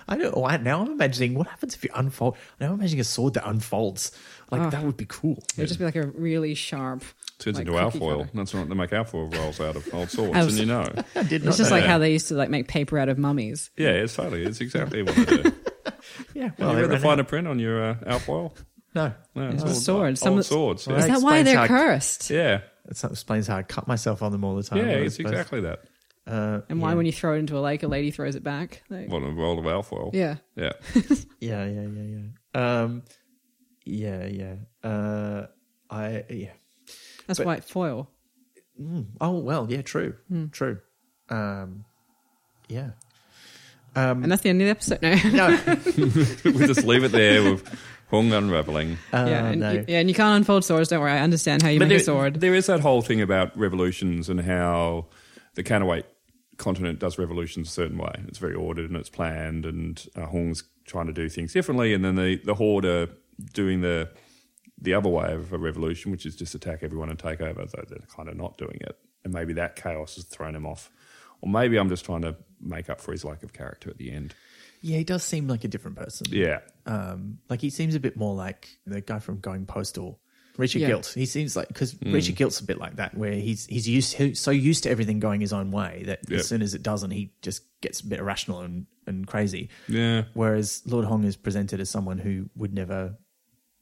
Speaker 3: I don't. oh, I, now I'm imagining what happens if you unfold. Now I'm imagining a sword that unfolds. Like that would be cool.
Speaker 2: It would just be like a really sharp.
Speaker 1: Turns
Speaker 2: like,
Speaker 1: into
Speaker 2: cookie
Speaker 1: alfoil.
Speaker 2: cutter.
Speaker 1: That's what they make alfoil rolls out of old swords,
Speaker 2: I
Speaker 1: and
Speaker 2: was-
Speaker 1: you know.
Speaker 3: I did not.
Speaker 2: It's just
Speaker 3: know
Speaker 2: like
Speaker 1: Yeah.
Speaker 2: how they used to like make paper out of mummies.
Speaker 1: Yeah, it's totally. It's exactly what they do.
Speaker 3: that. yeah.
Speaker 1: Well,
Speaker 3: Well,
Speaker 1: you
Speaker 3: they
Speaker 1: read the
Speaker 3: ran
Speaker 1: finer print on your uh, alfoil?
Speaker 3: out. no.
Speaker 1: No, it's
Speaker 2: It's
Speaker 1: all
Speaker 2: swords. Some
Speaker 1: Old
Speaker 2: of-
Speaker 1: swords.
Speaker 3: Well,
Speaker 2: Is
Speaker 1: yeah.
Speaker 2: that why
Speaker 3: explains
Speaker 2: they're
Speaker 3: how I-
Speaker 2: cursed?
Speaker 1: yeah.
Speaker 3: That explains how I cut myself on them all the time.
Speaker 1: Yeah,
Speaker 3: Oh, I
Speaker 1: it's
Speaker 3: suppose.
Speaker 1: exactly that.
Speaker 3: Uh,
Speaker 2: And why, when you throw it into a lake, a lady throws it back? Like,
Speaker 1: What a roll of alfoil.
Speaker 2: yeah.
Speaker 1: Yeah.
Speaker 3: Yeah, yeah, yeah, yeah. Um, yeah, yeah. Uh, I yeah.
Speaker 2: That's
Speaker 3: But-
Speaker 2: white foil.
Speaker 3: Mm. Oh well, yeah. True.
Speaker 2: Hmm.
Speaker 3: True. Um, yeah. Um,
Speaker 2: And that's the end of the episode. No.
Speaker 1: Uh,
Speaker 3: no.
Speaker 1: we just leave it there with Hung unraveling.
Speaker 3: Uh,
Speaker 2: yeah, and
Speaker 3: no.
Speaker 2: you, yeah, and you can't unfold swords. Don't worry. I understand how you make
Speaker 1: there,
Speaker 2: a sword.
Speaker 1: there is that whole thing about revolutions and how the Counterweight continent does revolutions a certain way. It's very ordered and it's planned, and uh, Hong's trying to do things differently, and then the, the Horde are doing the the other way of a revolution, which is just attack everyone and take over, though they're kind of not doing it. And maybe that chaos has thrown him off. Or maybe I'm just trying to make up for his lack of character at the end.
Speaker 3: Yeah, he does seem like a different person.
Speaker 1: Yeah.
Speaker 3: um, like he seems a bit more like the guy from Going Postal, Richard
Speaker 2: Yeah.
Speaker 3: Gilt. He seems like because
Speaker 1: Hmm.
Speaker 3: Richard Gilt's a bit like that, where he's he's used he's so used to everything going his own way that
Speaker 1: Yeah.
Speaker 3: as soon as it doesn't, he just gets a bit irrational and and crazy.
Speaker 1: Yeah.
Speaker 3: Whereas Lord Hong is presented as someone who would never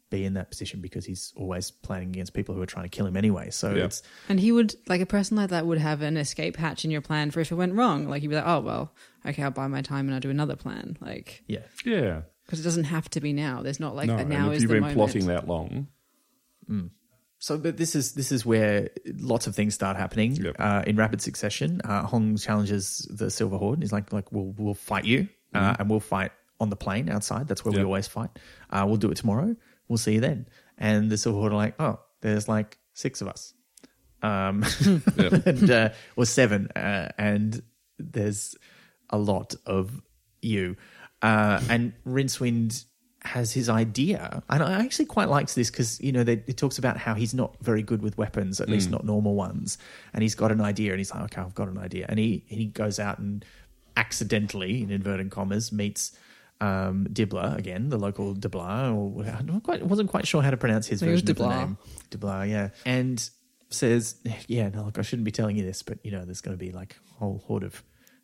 Speaker 3: be in that position because he's always planning against people who are trying to kill him anyway. So
Speaker 1: Yeah.
Speaker 3: it's
Speaker 2: And he would, like a person like that, would have an escape hatch in your plan for if it went wrong. Like you'd be like, oh well, okay, I'll buy my time and I'll do another plan. Like
Speaker 3: yeah,
Speaker 1: Yeah.
Speaker 2: because it doesn't have to be now. There's not like
Speaker 1: no,
Speaker 2: a
Speaker 1: and
Speaker 2: now
Speaker 1: if
Speaker 2: is
Speaker 1: you've
Speaker 2: the
Speaker 1: been
Speaker 2: moment.
Speaker 1: plotting that long,
Speaker 3: So, but this is this is where lots of things start happening
Speaker 1: Yep.
Speaker 3: uh, in rapid succession. Uh, Hong challenges the Silver Horde. He's like, like we'll we'll fight you, uh, and we'll fight on the plane outside. That's where we
Speaker 1: Mm-hmm. Yep.
Speaker 3: always fight. Uh, we'll do it tomorrow. We'll see you then. And the Silver Horde are like, oh, there's like six of us, um,
Speaker 1: Yep.
Speaker 3: and, uh, or seven, uh, and there's a lot of you. Uh, and Rincewind has his idea, and I actually quite liked this because you know they, it talks about how he's not very good with weapons, at
Speaker 2: Hmm.
Speaker 3: least not normal ones, and he's got an idea, and he's like, okay, I've got an idea, and he he goes out and accidentally, in inverted commas, meets. Um, Dibbler again, the local Dibbler, or I'm not quite, wasn't quite sure how to pronounce his
Speaker 2: think it was
Speaker 3: version of the
Speaker 2: Dibbler.
Speaker 3: name. Dublar, yeah, and says, "Yeah, no, look, I shouldn't be telling you this, but you know, there's going to be like a whole horde of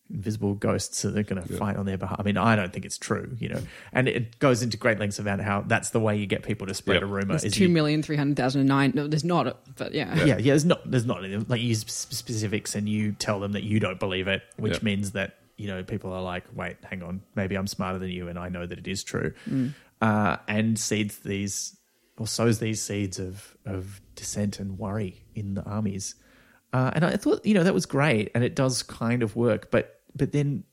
Speaker 3: invisible ghosts that are going to fight on their behalf." I mean, I don't think it's true, you know, and it goes into great lengths about how that's the way you get people to spread
Speaker 1: Yep.
Speaker 3: a rumor.
Speaker 2: There's
Speaker 3: is
Speaker 2: two
Speaker 3: you-
Speaker 2: million three hundred thousand and nine. No, there's not. But yeah,
Speaker 3: yeah, yeah. There's not, there's not like you use sp- specifics and you tell them that you don't believe it, which
Speaker 1: Yep.
Speaker 3: means that you know people are like, wait, hang on, maybe I'm smarter than you and I know that it is true, uh, and seeds these or sows these seeds of of dissent and worry in the armies, uh, and I thought you know that was great and it does kind of work, but but then.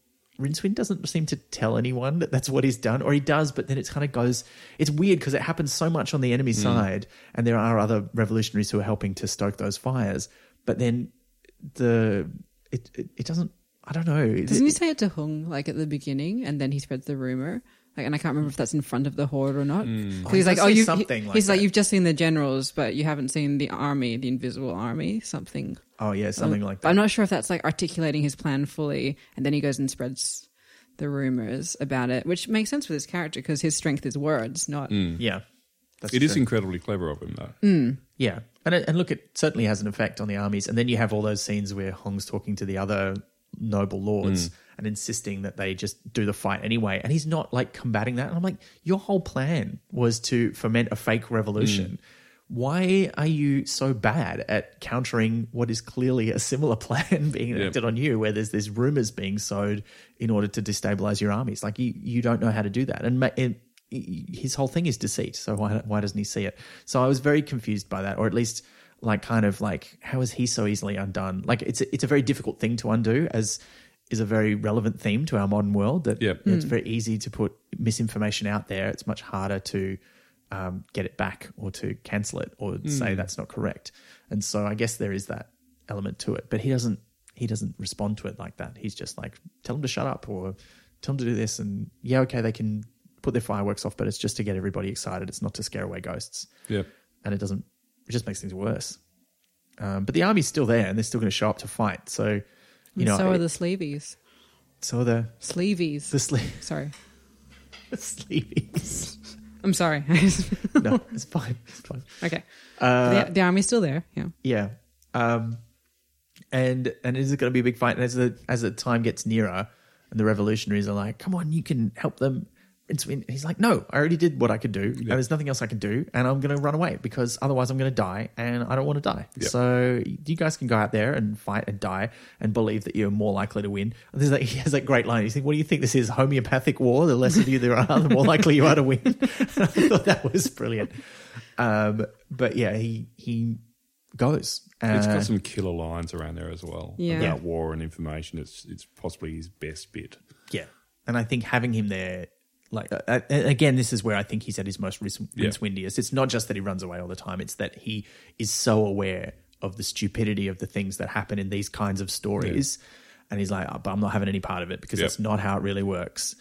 Speaker 3: Rincewind doesn't seem to tell anyone that that's what he's done, or he does, but then it kind of goes. It's weird because it happens so much on the enemy side, and there are other revolutionaries who are helping to stoke those fires. But then the it it, it doesn't. I don't know. It-
Speaker 2: doesn't he say it to Hung like at the beginning, and then he spreads the rumor? Like, and I can't remember if that's in front of the horde or not. So
Speaker 3: Oh, he
Speaker 2: he's like,
Speaker 3: does
Speaker 2: "Oh,
Speaker 3: say
Speaker 2: you."
Speaker 3: something like
Speaker 2: he's like,
Speaker 3: that.
Speaker 2: "You've just seen the generals, but you haven't seen the army, the invisible army, something."
Speaker 3: oh yeah, something like
Speaker 2: But I'm
Speaker 3: that.
Speaker 2: not sure if that's like articulating his plan fully, and then he goes and spreads the rumors about it, which makes sense with his character because his strength is words, not
Speaker 3: Yeah, that's
Speaker 1: It is
Speaker 3: true.
Speaker 1: incredibly clever of him, though.
Speaker 3: yeah, and it- and look, it certainly has an effect on the armies. And then you have all those scenes where Hong's talking to the other noble lords
Speaker 1: Mm.
Speaker 3: and insisting that they just do the fight anyway. And he's not like combating that. And I'm like, your whole plan was to foment a fake revolution.
Speaker 1: Mm.
Speaker 3: Why are you so bad at countering what is clearly a similar plan being
Speaker 1: Yeah.
Speaker 3: enacted on you, where there's there's rumors being sowed in order to destabilize your armies? Like you you don't know how to do that, and, ma- and his whole thing is deceit. So why why doesn't he see it? So I was very confused by that, or at least like kind of like how is he so easily undone? Like it's a, it's a very difficult thing to undo, as is a very relevant theme to our modern world. That
Speaker 1: Yep.
Speaker 3: it's
Speaker 2: Hmm.
Speaker 3: very easy to put misinformation out there. It's much harder to um, get it back or to cancel it or
Speaker 2: Hmm.
Speaker 3: say that's not correct. And so I guess there is that element to it, but he doesn't he doesn't respond to it like that. He's just like tell them to shut up or tell them to do this and yeah okay they can put their fireworks off, but it's just to get everybody excited. It's not to scare away ghosts
Speaker 1: Yeah.
Speaker 3: and it doesn't it just makes things worse. Um, but the army's still there and they're still going to show up to fight. So
Speaker 2: And
Speaker 3: you know
Speaker 2: so are
Speaker 3: it-
Speaker 2: the sleevies.
Speaker 3: so are the
Speaker 2: Sleevies.
Speaker 3: the sleep,
Speaker 2: sorry.
Speaker 3: sleepies.
Speaker 2: I'm sorry.
Speaker 3: no, it's fine. It's fine.
Speaker 2: okay.
Speaker 3: Uh,
Speaker 2: the, the army's still there. Yeah.
Speaker 3: Yeah. Um, and and it is going to be a big fight. And as the as the time gets nearer, and the revolutionaries are like, "Come on, you can help them." It's when he's like, "No, I already did what I could do, and there's nothing else I can do, and I'm going to run away because otherwise I'm going to die, and I don't want to die.
Speaker 1: Yeah.
Speaker 3: So you guys can go out there and fight and die, and believe that you're more likely to win." And there's that, he has that great line. He's like, "What do you think this is? Homeopathic war? The less of you there are, the more likely you are to win." I thought that was brilliant. Um, but yeah, he he goes.
Speaker 1: It's
Speaker 3: Uh,
Speaker 1: got some killer lines around there as well
Speaker 2: Yeah.
Speaker 1: about war and information. It's it's possibly his best bit.
Speaker 3: Yeah, and I think having him there, like uh, uh, again, this is where I think he's at his most ris-
Speaker 1: Yeah.
Speaker 3: windiest. It's not just that he runs away all the time; it's that he is so aware of the stupidity of the things that happen in these kinds of stories, and he's like, oh, "But I'm not having any part of it because
Speaker 1: Yeah.
Speaker 3: that's not how it really works."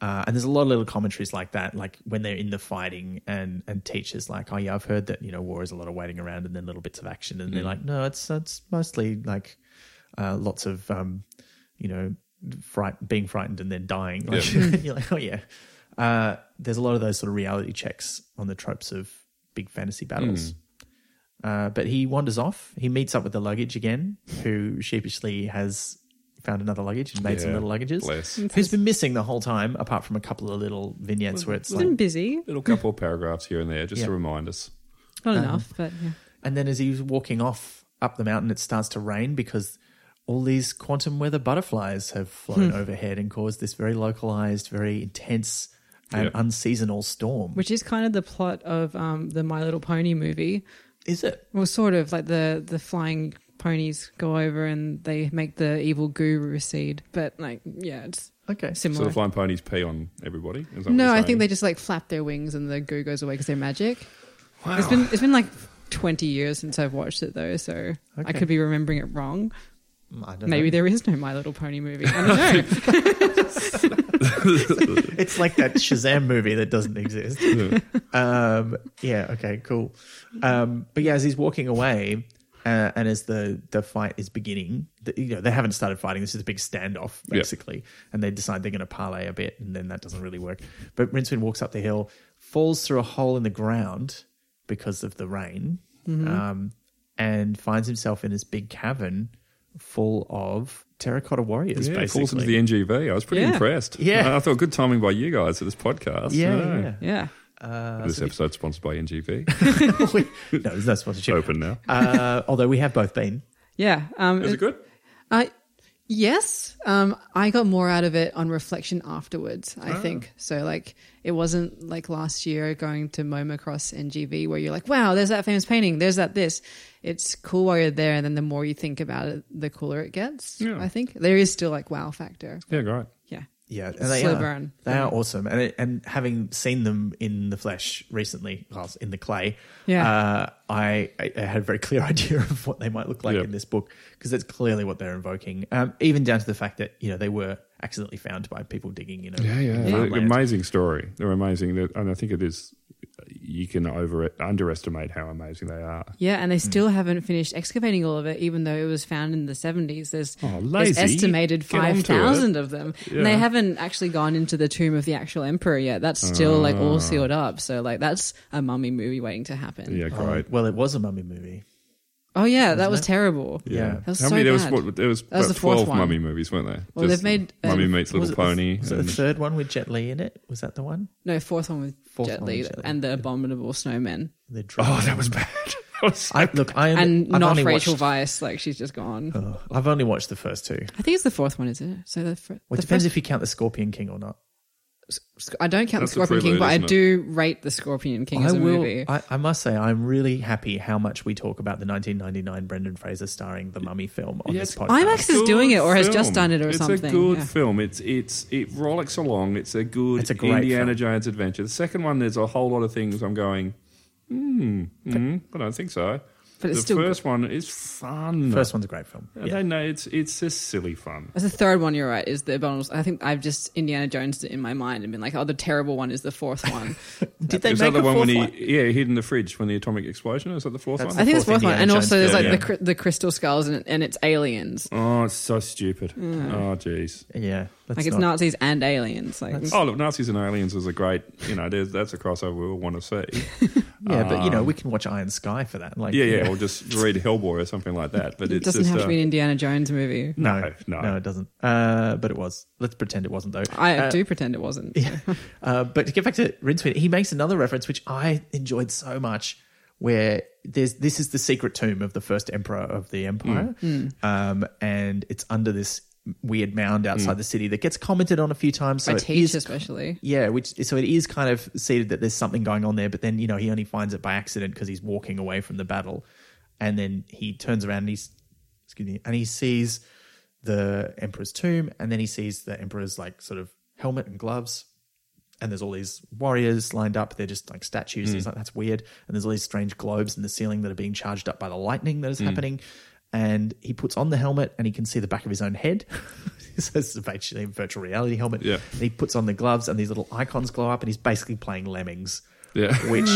Speaker 3: Uh, and there's a lot of little commentaries like that, like when they're in the fighting, and and teachers like, "Oh yeah, I've heard that you know war is a lot of waiting around and then little bits of action,"
Speaker 1: Mm.
Speaker 3: and they're like, "No, it's it's mostly like." uh, lots of um, you know fright, being frightened and then dying. Like, you're like, oh yeah. Uh, there's a lot of those sort of reality checks on the tropes of big fantasy battles.
Speaker 1: Mm.
Speaker 3: Uh, but he wanders off. He meets up with the luggage again, who sheepishly has found another luggage and made some
Speaker 1: Yeah,
Speaker 3: little luggages.
Speaker 1: bless.
Speaker 2: Mm.
Speaker 3: Who's been missing the whole time, apart from a couple of little vignettes where it's
Speaker 2: It's been
Speaker 3: like.
Speaker 2: busy.
Speaker 1: Little couple of paragraphs here and there just to
Speaker 3: Yeah.
Speaker 1: remind us.
Speaker 3: Uh-huh.
Speaker 2: Not enough, but yeah.
Speaker 3: And then as he's walking off up the mountain, it starts to rain because all these quantum weather butterflies have flown overhead and caused this very localized, very intense, and
Speaker 1: Yeah.
Speaker 3: unseasonal storm.
Speaker 2: Which is kind of the plot of um, the My Little Pony movie,
Speaker 3: Is it?
Speaker 2: Well, sort of like the the flying ponies go over and they make the evil goo recede. But like, yeah, it's
Speaker 3: Okay.
Speaker 1: So
Speaker 2: similar.
Speaker 1: the flying ponies pee on everybody. Is that what
Speaker 2: no,
Speaker 1: you're
Speaker 2: I think
Speaker 1: saying?
Speaker 2: they just like flap their wings and the goo goes away because they're magic. It's been it's been like twenty years since I've watched it though, so I
Speaker 3: Okay.
Speaker 2: could be remembering it wrong.
Speaker 3: Mm, I don't
Speaker 2: Maybe
Speaker 3: know.
Speaker 2: there is no My Little Pony movie. I don't know.
Speaker 3: It's like that Shazam movie that doesn't exist.
Speaker 1: Hmm.
Speaker 3: um, yeah. Okay. Cool. Um, but yeah, as he's walking away, uh, and as the the fight is beginning, the, you know they haven't started fighting. This is a big standoff,
Speaker 1: Yeah.
Speaker 3: basically. And they decide they're going to parlay a bit, and then that doesn't really work. But Rincewind walks up the hill, falls through a hole in the ground because of the rain,
Speaker 1: Mm-hmm.
Speaker 3: um, and finds himself in this big cavern full of terracotta warriors.
Speaker 1: Yeah, it
Speaker 3: basically,
Speaker 1: falls into the NGV. I was pretty
Speaker 2: Yeah.
Speaker 1: impressed. Uh,
Speaker 3: Yeah.
Speaker 1: I thought good timing by you guys for this podcast.
Speaker 3: yeah. yeah.
Speaker 2: yeah.
Speaker 3: Uh,
Speaker 1: This
Speaker 3: so we-
Speaker 1: episode's sponsored by NGV.
Speaker 3: no, there's no sponsorship.
Speaker 1: Open now.
Speaker 3: Uh, although we have both been.
Speaker 2: Yeah. Um,
Speaker 1: Is it good?
Speaker 2: Uh, yes. Um, I got more out of it on reflection afterwards, I think. So, like, it wasn't like last year going to MoMA Cross NGV where you're like, wow, there's that famous painting, there's that this. It's cool while you're there. And then the more you think about it, the cooler it gets,
Speaker 1: Yeah.
Speaker 2: I think. There is still like wow factor.
Speaker 1: Yeah, great.
Speaker 2: Yeah.
Speaker 3: Yeah, and they
Speaker 2: Slow
Speaker 3: are.
Speaker 2: burn.
Speaker 3: They are awesome, and it, and having seen them in the flesh recently, well, in the clay,
Speaker 2: Yeah.
Speaker 3: uh, I, I I had a very clear idea of what they might look like
Speaker 1: Yeah.
Speaker 3: in this book because that's clearly what they're invoking. Um, even down to the fact that you know they were accidentally found by people digging, you know,
Speaker 1: Yeah, yeah.
Speaker 3: farmland.
Speaker 1: They're Amazing story. They're amazing. They're- And I think it is, you can over underestimate how amazing they are.
Speaker 2: Yeah, and
Speaker 1: Hmm.
Speaker 2: they still haven't finished excavating all of it, even though it was found in the 70s. There's,
Speaker 1: Oh,
Speaker 2: there's
Speaker 1: lazy.
Speaker 2: estimated
Speaker 1: Get onto it.
Speaker 2: 5,000 of them.
Speaker 1: Yeah.
Speaker 2: And they haven't actually gone into the tomb of the actual emperor yet. That's still like
Speaker 1: Ah.
Speaker 2: all sealed up. So, like, that's a mummy movie waiting to happen.
Speaker 1: Yeah,
Speaker 3: Oh,
Speaker 1: great.
Speaker 3: well, it was a mummy movie.
Speaker 2: Oh, yeah, that was terrible.
Speaker 3: Yeah.
Speaker 2: That was
Speaker 1: How
Speaker 2: so
Speaker 1: many? There was,
Speaker 2: bad.
Speaker 1: what, there was,
Speaker 2: That was
Speaker 1: about
Speaker 2: the fourth
Speaker 1: 12
Speaker 2: one.
Speaker 1: mummy movies, weren't there?
Speaker 2: Well,
Speaker 1: Just
Speaker 2: they've made, uh,
Speaker 1: Mummy Meets
Speaker 3: Was
Speaker 1: Little
Speaker 3: it the-
Speaker 1: Pony.
Speaker 3: Was it
Speaker 1: and-
Speaker 3: the third one with Jet Li in it? Was that the one?
Speaker 2: No, fourth one with
Speaker 3: Fourth
Speaker 2: Jet
Speaker 3: one with
Speaker 2: Li
Speaker 3: Jet Li.
Speaker 2: and the abominable snowman.
Speaker 3: The
Speaker 1: oh,
Speaker 3: drone.
Speaker 1: that was bad. That was-
Speaker 3: I, look, I am,
Speaker 2: And
Speaker 3: I've
Speaker 2: not
Speaker 3: only
Speaker 2: Rachel
Speaker 3: Watched,
Speaker 2: Weisz. Like, she's just gone.
Speaker 3: oh, I've only watched the first two.
Speaker 2: I think it's the fourth one, is it? So the, fir-
Speaker 3: Well,
Speaker 2: the
Speaker 3: it depends
Speaker 2: first-
Speaker 3: if you count the Scorpion King or not.
Speaker 2: Sc- I don't count the
Speaker 1: That's the
Speaker 2: Scorpion King,
Speaker 1: prelude,
Speaker 2: but I
Speaker 1: isn't it?
Speaker 2: do rate the Scorpion King as a movie.
Speaker 3: I, I must say, I'm really happy how much we talk about the 1999 Brendan Fraser starring The Mummy film on
Speaker 1: Yeah,
Speaker 3: this
Speaker 1: it's-
Speaker 3: podcast.
Speaker 2: IMAX is
Speaker 1: Good
Speaker 2: doing it, or has
Speaker 1: film.
Speaker 2: just done it, or
Speaker 1: it's
Speaker 2: something.
Speaker 1: a good
Speaker 2: Yeah.
Speaker 1: film. It's it's it rollicks along. It's a good
Speaker 3: It's a great
Speaker 1: Indiana
Speaker 3: film.
Speaker 1: Jones adventure. The second one, there's a whole lot of things I'm going. Hmm, hmm, I don't think so.
Speaker 2: But it's
Speaker 1: the
Speaker 2: still
Speaker 1: first one is fun.
Speaker 3: First one's a great film.
Speaker 1: I
Speaker 3: Yeah.
Speaker 1: don't know. It's it's just silly fun.
Speaker 2: As the third one, you're right, is the abominable. I think I've just Indiana Jones it in my mind and been like, oh, the terrible one is the fourth one.
Speaker 3: Did they
Speaker 1: Is
Speaker 3: make
Speaker 1: that
Speaker 3: a
Speaker 1: the one
Speaker 3: fourth
Speaker 1: when he
Speaker 3: one?
Speaker 1: yeah he hid in the fridge when the atomic explosion? Is that the fourth
Speaker 3: That's
Speaker 2: I
Speaker 1: one?
Speaker 2: think it's
Speaker 3: fourth
Speaker 2: the fourth one.
Speaker 3: Indiana
Speaker 2: And also,
Speaker 3: Jones
Speaker 2: there's like
Speaker 1: film,
Speaker 2: the, cr- the crystal skulls and, and it's aliens.
Speaker 1: Oh, it's so stupid. Oh, jeez.
Speaker 3: Yeah, that's
Speaker 2: like, it's
Speaker 3: not.
Speaker 2: Nazis and aliens. Like,
Speaker 1: Oh, look, Nazis and Aliens is a great, you know, there's, that's a crossover we all want to see.
Speaker 3: Yeah, but you know, we can watch Iron Sky for that. Like,
Speaker 1: Ah. Yeah,
Speaker 3: you
Speaker 1: yeah,
Speaker 3: know.
Speaker 1: or just read Hellboy or something like that. But
Speaker 2: it
Speaker 1: it's
Speaker 2: doesn't
Speaker 1: just,
Speaker 2: have
Speaker 1: uh,
Speaker 2: to be an Indiana Jones movie.
Speaker 1: No, no.
Speaker 3: no, it doesn't. Uh, but it was. Let's pretend it wasn't though.
Speaker 2: I
Speaker 3: Uh,
Speaker 2: do pretend it wasn't.
Speaker 3: Uh, but to get back to Rincewind, he makes another reference which I enjoyed so much, where there's this is the secret tomb of the first emperor of the empire, um, and it's under this weird mound outside the city that gets commented on a few times. So
Speaker 2: By
Speaker 3: it
Speaker 2: teach,
Speaker 3: is-
Speaker 2: especially.
Speaker 3: yeah, which so it is kind of seated that there's something going on there, but then you know he only finds it by accident because he's walking away from the battle, and then he turns around and he's excuse me, and he sees the emperor's tomb, and then he sees the emperor's like sort of helmet and gloves, and there's all these warriors lined up. They're just like statues. He's like, that's weird. And there's all these strange globes in the ceiling that are being charged up by the lightning that is happening. And he puts on the helmet and he can see the back of his own head. so it's basically a virtual reality helmet.
Speaker 1: Yeah.
Speaker 3: And he puts on the gloves and these little icons glow up and he's basically playing lemmings.
Speaker 1: Yeah.
Speaker 3: Which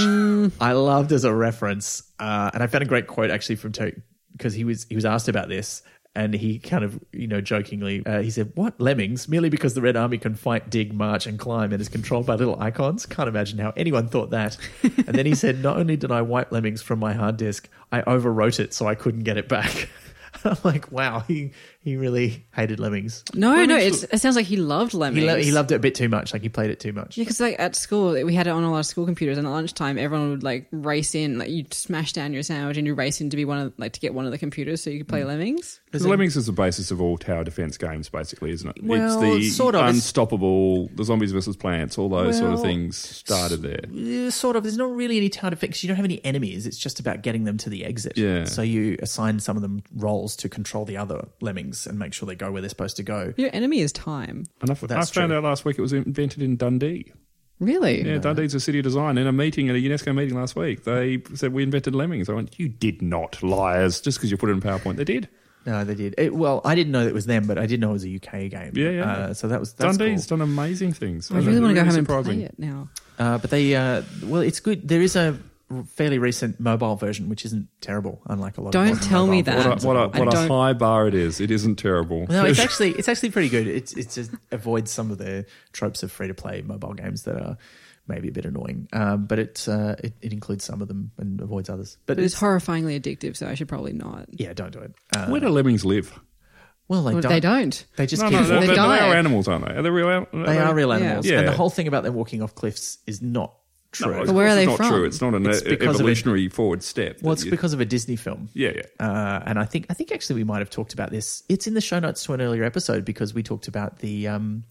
Speaker 3: I loved as a reference. Uh, and I found a great quote actually from Terry because he was he was asked about this and he kind of you know jokingly uh, he said what lemmings merely because the red army can fight dig march and climb and is controlled by little icons can't imagine how anyone thought that and then he said not only did i wipe lemmings from my hard disk i overwrote it so i couldn't get it back i'm like wow he He really hated lemmings.
Speaker 2: No, no,
Speaker 1: Lemmings
Speaker 2: it's, it sounds like he loved lemmings.
Speaker 3: He, lo- he loved it a bit too much. Like he played it too much.
Speaker 2: Yeah, because like at school, we had it on all our school computers, and at lunchtime, everyone would like race in. Like you'd smash down your sandwich and you race in to be one of like to get one of the computers so you could play
Speaker 3: Hmm.
Speaker 2: Lemmings.
Speaker 1: Because Lemmings is the basis of all tower defense games, basically, isn't it? it's
Speaker 3: Well,
Speaker 1: the
Speaker 3: sort of. It's-
Speaker 1: unstoppable, the zombies versus plants, all those sort of
Speaker 3: Well,
Speaker 1: things started there.
Speaker 3: Yeah, sort of. There's not really any tower defense. You don't have any enemies. It's just about getting them to the exit.
Speaker 1: Yeah.
Speaker 3: So you assign some of them roles to control the other lemmings and make sure they go where they're supposed to go.
Speaker 2: Your enemy is time.
Speaker 1: And I, I
Speaker 3: That's
Speaker 1: found
Speaker 3: true.
Speaker 1: out last week it was invented in Dundee.
Speaker 2: Really?
Speaker 1: Yeah, Dundee's a city of design. In a meeting at a UNESCO meeting last week, they said we invented lemmings. I went, you did not, liars! Just because you put it in PowerPoint, they did.
Speaker 3: No, they did. It, well, I didn't know that it was them, but I did know it was a UK game.
Speaker 1: Yeah, yeah.
Speaker 3: Uh, so that was that's
Speaker 1: Dundee's
Speaker 3: cool.
Speaker 1: done amazing things.
Speaker 2: I really want to go home
Speaker 1: surprising.
Speaker 2: and play it now.
Speaker 3: Uh, but they, uh, well, it's good. There is a r- fairly recent mobile version, which isn't terrible, unlike a lot.
Speaker 2: Don't
Speaker 3: of modern
Speaker 2: tell me
Speaker 3: mobile
Speaker 2: that.
Speaker 3: versions.
Speaker 1: What a, what a,
Speaker 2: I
Speaker 1: what a
Speaker 2: don't-
Speaker 1: high bar it is. It isn't terrible.
Speaker 3: No, it's actually it's actually pretty good. It's it just avoids some of the tropes of free to play mobile games that are maybe a bit annoying. Um, but it, uh, it it includes some of them and avoids others. But,
Speaker 2: But it's
Speaker 3: it's,
Speaker 2: horrifyingly addictive, so I should probably not.
Speaker 3: yeah, don't do it. Uh,
Speaker 1: Where do lemmings live?
Speaker 3: well, they
Speaker 2: Well,
Speaker 3: don't.
Speaker 2: they don't.
Speaker 3: They just
Speaker 1: No,
Speaker 3: keep
Speaker 1: no, they're,
Speaker 3: walking.
Speaker 2: they
Speaker 1: they're- they
Speaker 2: die.
Speaker 1: are animals, aren't they? Are they real? Are
Speaker 3: They are real animals,
Speaker 1: Yeah.
Speaker 3: and the whole thing about them walking off cliffs is not true.
Speaker 1: No,
Speaker 2: But where are they
Speaker 1: it's not
Speaker 2: from?
Speaker 1: true. It's not an
Speaker 3: It's
Speaker 1: e-
Speaker 3: because of it.
Speaker 1: evolutionary forward step. that
Speaker 3: well, it's
Speaker 1: you-
Speaker 3: because of a Disney film.
Speaker 1: yeah, yeah.
Speaker 3: Uh, and I think I think actually we might have talked about this. It's in the show notes to an earlier episode because we talked about the um,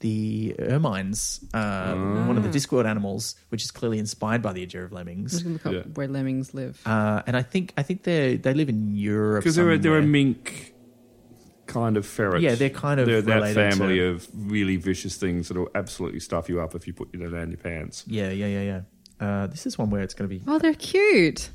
Speaker 3: the ermines, uh,
Speaker 1: Ah.
Speaker 3: one of the Discworld animals, which is clearly inspired by the idea of
Speaker 2: I'm
Speaker 3: lemmings.
Speaker 1: Mm-hmm.
Speaker 2: just gonna look up
Speaker 1: Yeah.
Speaker 2: where lemmings live.
Speaker 3: Uh, and I think I think they they live in Europe
Speaker 1: Because they're a, they're a
Speaker 3: somewhere.
Speaker 1: mink kind of ferret.
Speaker 3: Yeah, they're kind of
Speaker 1: they're that
Speaker 3: related
Speaker 1: family
Speaker 3: to-
Speaker 1: of really vicious things that will absolutely stuff you up if you put it down your pants.
Speaker 3: yeah yeah yeah yeah. Uh, this is one where it's going to be.
Speaker 2: oh, they're cute.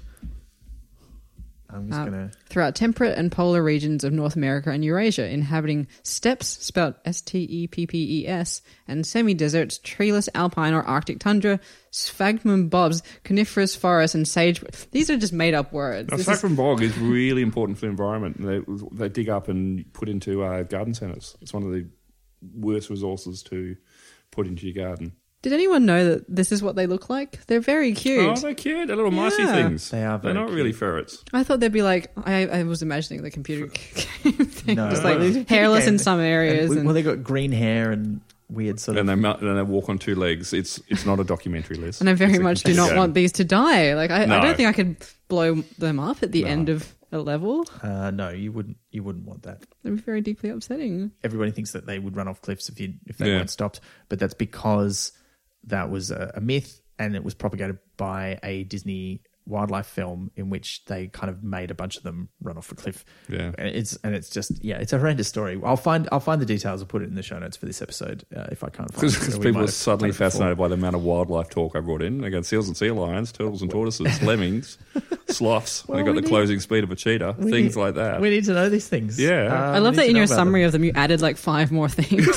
Speaker 3: I'm just
Speaker 2: Uh,
Speaker 3: going to.
Speaker 2: Throughout temperate and polar regions of North America and Eurasia, inhabiting steppes, spelt S T E P P E S, and semi deserts, treeless alpine or arctic tundra, sphagnum bobs, coniferous forests, and sage. These are just made up words.
Speaker 1: Now,
Speaker 2: This is-
Speaker 1: saffron bog is really important for the environment. and They, they dig up and put into uh, garden centres. It's one of the worst resources to put into your garden.
Speaker 2: did anyone know that this is what they look like? They're very cute.
Speaker 1: Oh, they're cute. They're little micey
Speaker 2: Yeah.
Speaker 1: things.
Speaker 3: They are
Speaker 1: They're
Speaker 3: very
Speaker 1: not really
Speaker 3: cute.
Speaker 1: ferrets.
Speaker 2: I thought they'd be like I, I was imagining the computer game thing,
Speaker 3: No.
Speaker 2: just
Speaker 3: Well,
Speaker 2: like hairless in
Speaker 3: and-
Speaker 2: some areas.
Speaker 3: Well,
Speaker 2: And,
Speaker 3: they got green hair and weird sort of.
Speaker 1: And they, mu- and they walk on two legs. It's it's not a documentary list.
Speaker 2: and I very much do not want these to die. Like I,
Speaker 1: No.
Speaker 2: I don't think I could blow them up at the
Speaker 1: No.
Speaker 2: end of a level.
Speaker 3: Uh, no, you wouldn't. You wouldn't want that.
Speaker 2: That'd be very deeply upsetting.
Speaker 3: everybody thinks that they would run off cliffs if you if they
Speaker 1: Yeah.
Speaker 3: weren't stopped, but that's because that was a, a myth and it was propagated by a Disney wildlife film in which they kind of made a bunch of them run off a cliff.
Speaker 1: Yeah.
Speaker 3: And it's and it's just yeah, it's a horrendous story. I'll find I'll find the details. I'll put it in the show notes for this episode uh, if I can't find it.
Speaker 1: Because
Speaker 3: We
Speaker 1: people
Speaker 3: might
Speaker 1: are
Speaker 3: have
Speaker 1: suddenly
Speaker 3: done it before.
Speaker 1: fascinated by the amount of wildlife talk I brought in. They go seals and sea lions, turtles and tortoises, lemmings, sloths.
Speaker 3: Well,
Speaker 1: they got
Speaker 3: we
Speaker 1: the
Speaker 3: need-
Speaker 1: closing speed of a cheetah,
Speaker 3: We
Speaker 1: things
Speaker 3: need-
Speaker 1: like that.
Speaker 3: We need to know these things.
Speaker 1: Yeah.
Speaker 3: Uh,
Speaker 2: I
Speaker 3: we
Speaker 2: love
Speaker 3: need
Speaker 2: that
Speaker 3: to
Speaker 2: in
Speaker 3: know
Speaker 2: your
Speaker 3: about
Speaker 2: summary
Speaker 3: them.
Speaker 2: of them, you added like five more things.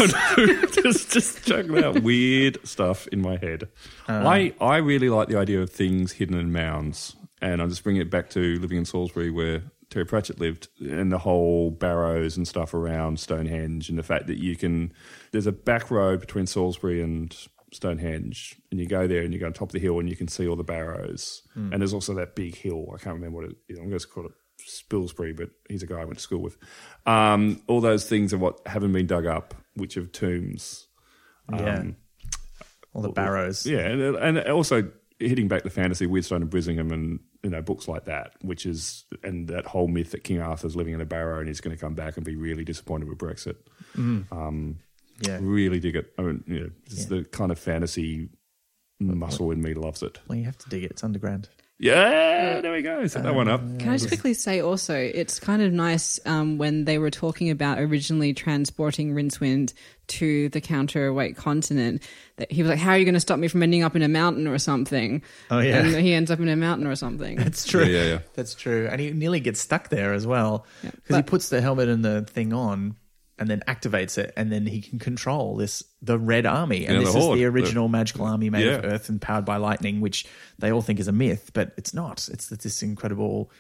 Speaker 1: just just chuckling out weird stuff in my head. I I really like the idea of things hidden in mounds, and I'm just bringing it back to living in Salisbury where Terry Pratchett lived, and the whole barrows and stuff around Stonehenge, and the fact that you can there's a back road between Salisbury and Stonehenge, and you go there and you go on top of the hill and you can see all the barrows, and there's also that big hill. I can't remember what it is. I'm going to call it Spilsbury, but he's a guy I went to school with. Um, all those things are what haven't been dug up, which are tombs.
Speaker 3: yeah. Um, all the barrows.
Speaker 1: Um, Yeah, and, and also hitting back the fantasy, Weirdstone and Brisingham, and you know books like that, which is and that whole myth that King Arthur's living in a barrow and he's going to come back and be really disappointed with Brexit. Um,
Speaker 3: Yeah.
Speaker 1: really dig it. I mean, you know, it's
Speaker 3: Yeah.
Speaker 1: the kind of fantasy muscle in me loves it.
Speaker 3: Well, you have to dig it. It's underground.
Speaker 1: Yeah, there we go. Set that one up.
Speaker 3: Uh,
Speaker 2: Can I just quickly say also, it's kind of nice um, when they were talking about originally transporting Rincewind to the counterweight continent. That he was like, "How are you going to stop me from ending up in a mountain or something?"
Speaker 3: Oh, yeah.
Speaker 2: and he ends up in a mountain or something.
Speaker 3: That's true.
Speaker 1: Yeah, yeah, yeah.
Speaker 3: That's true. And he nearly gets stuck there as well
Speaker 2: Yeah.
Speaker 3: because he
Speaker 2: But-
Speaker 3: puts the helmet and the thing on and then activates it and then he can control this the red army and
Speaker 1: Yeah, the
Speaker 3: this is
Speaker 1: Horde.
Speaker 3: the
Speaker 1: The-
Speaker 3: original magical army made of
Speaker 1: Yeah.
Speaker 3: earth and powered by lightning which they all think is a myth but it's not it's this incredible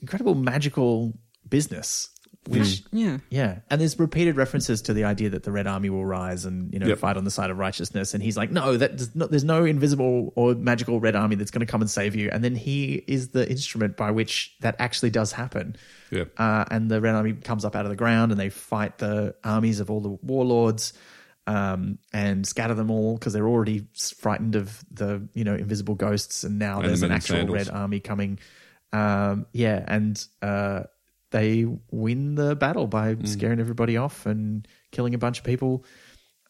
Speaker 3: incredible magical business Which
Speaker 2: Yeah.
Speaker 3: yeah, and there's repeated references to the idea that the Red Army will rise and you know
Speaker 1: Yep.
Speaker 3: fight on the side of righteousness, and he's like, no, that does not, there's no invisible or magical Red Army that's going to come and save you, and then he is the instrument by which that actually does happen.
Speaker 1: Yeah.
Speaker 3: uh, and the Red Army comes up out of the ground and they fight the armies of all the warlords. Um, and scatter them all because they're already s- frightened of the you know invisible ghosts, and now
Speaker 1: And the
Speaker 3: there's
Speaker 1: men
Speaker 3: an
Speaker 1: in
Speaker 3: actual
Speaker 1: sandals.
Speaker 3: red army coming. Um, yeah, and uh, they win the battle by
Speaker 1: Mm.
Speaker 3: scaring everybody off and killing a bunch of people.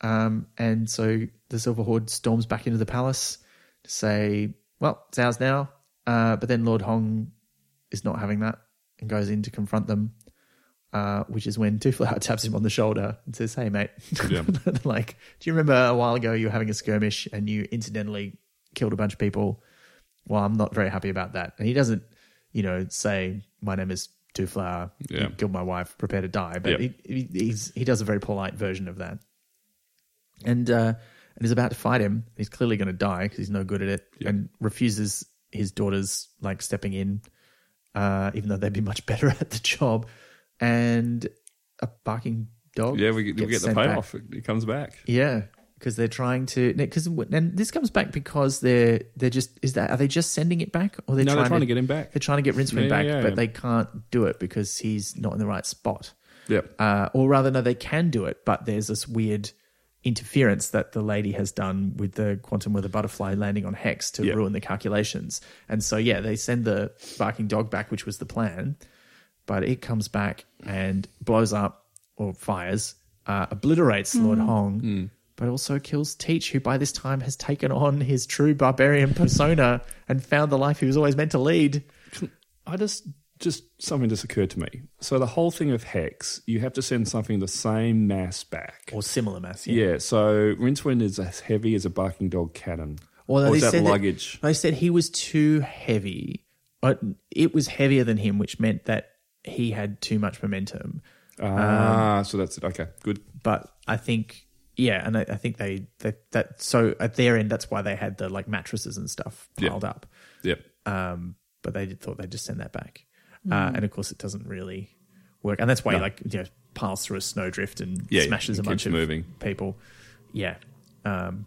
Speaker 3: Um, and so the Silver Horde storms back into the palace to say, "Well, it's ours now." Uh, but then Lord Hong is not having that and goes in to confront them, uh, which is when Two Flower taps him on the shoulder and says, "Hey, mate,
Speaker 1: Yeah.
Speaker 3: like, do you remember a while ago you were having a skirmish and you incidentally killed a bunch of people? Well, I'm not very happy about that." And he doesn't, you know, say, "My name is Two Flower.
Speaker 1: Yeah.
Speaker 3: You killed my wife. Prepare to die."
Speaker 1: Yep.
Speaker 3: But he, he, he's, he does a very polite version of that, and uh, and is about to fight him. He's clearly going to die because he's no good at it,
Speaker 1: Yep.
Speaker 3: and refuses his daughter's like stepping in uh, even though they'd be much better at the job. And a barking dog.
Speaker 1: Yeah, we, get- we
Speaker 3: gets
Speaker 1: get the
Speaker 3: sent back.
Speaker 1: payoff. It, it comes back.
Speaker 3: Yeah, because they're trying to. Because and this comes back because they're they're just is that are they just sending it back or they're
Speaker 1: no,
Speaker 3: trying,
Speaker 1: they're trying to, get him back.
Speaker 3: they're trying to get Rincewind
Speaker 1: Yeah,
Speaker 3: back,
Speaker 1: yeah,
Speaker 3: but
Speaker 1: yeah.
Speaker 3: they can't do it because he's not in the right spot.
Speaker 1: Yep.
Speaker 3: Uh, or rather, no, they can do it, but there's this weird interference that the lady has done with the quantum with the butterfly landing on Hex to
Speaker 1: Yeah.
Speaker 3: ruin the calculations. And so, yeah, they send the barking dog back, which was the plan, but it comes back and blows up or fires, uh, obliterates Lord Hong. But also kills Teach, who by this time has taken on his true barbarian persona and found the life he was always meant to lead.
Speaker 1: I just just something just occurred to me. So the whole thing of hex, you have to send something the same mass back.
Speaker 3: Or similar mass, yeah.
Speaker 1: Yeah, so Rincewind is as heavy as a barking dog cannon.
Speaker 3: Well,
Speaker 1: or
Speaker 3: they
Speaker 1: is that
Speaker 3: said
Speaker 1: luggage?
Speaker 3: They said he was too heavy. But it was heavier than him, which meant that he had too much momentum.
Speaker 1: ah, so that's it. Okay, good.
Speaker 3: But I think, yeah, and I, I think they, they that so at their end, that's why they had the like mattresses and stuff
Speaker 1: Yeah.
Speaker 3: piled up.
Speaker 1: Yep.
Speaker 3: Um, but they did, thought they'd just send that back, uh, and of course, it doesn't really work. And that's why he like you know piles through a snowdrift and
Speaker 1: Yeah,
Speaker 3: smashes
Speaker 1: it
Speaker 3: a bunch
Speaker 1: keeps
Speaker 3: of
Speaker 1: moving.
Speaker 3: people. Yeah, um,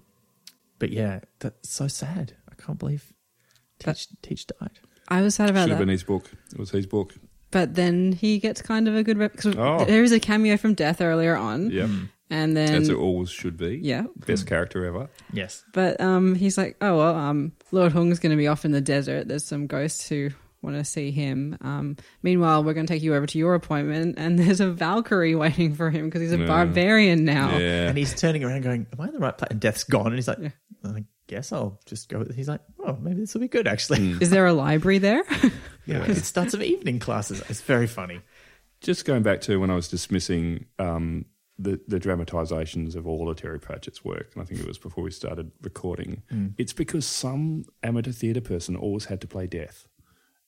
Speaker 3: but yeah, that's so sad. I can't believe Teach, Teach died.
Speaker 2: I was sad about
Speaker 1: Should have
Speaker 2: that.
Speaker 1: been his book. It was his book.
Speaker 3: Mm-hmm.
Speaker 2: but then he gets kind of a good rep. Cause
Speaker 1: Oh.
Speaker 2: There is a cameo from Death earlier on.
Speaker 1: Yeah.
Speaker 3: Mm-hmm.
Speaker 2: And
Speaker 1: As it
Speaker 2: then,
Speaker 1: always should be.
Speaker 2: yeah.
Speaker 1: Best character ever.
Speaker 3: Yes.
Speaker 2: But um, he's like, oh, well, um, Lord Hong's going to be off in the desert. There's some ghosts who want to see him. Um, meanwhile, we're going to take you over to your appointment. And there's a Valkyrie waiting for him because he's a
Speaker 1: Yeah.
Speaker 2: barbarian now.
Speaker 1: Yeah.
Speaker 3: And he's turning around going, Am I in the right place? And Death's gone. And he's like, I guess I'll just go. with-" He's like, Oh, maybe this will be good, actually.
Speaker 1: Mm.
Speaker 2: Is there a library there?
Speaker 3: Yeah. Because it starts with evening classes. It's very funny.
Speaker 1: Just going back to when I was dismissing um, the, the dramatizations of all of Terry Pratchett's work, and I think it was before we started recording, it's because some amateur theatre person always had to play death,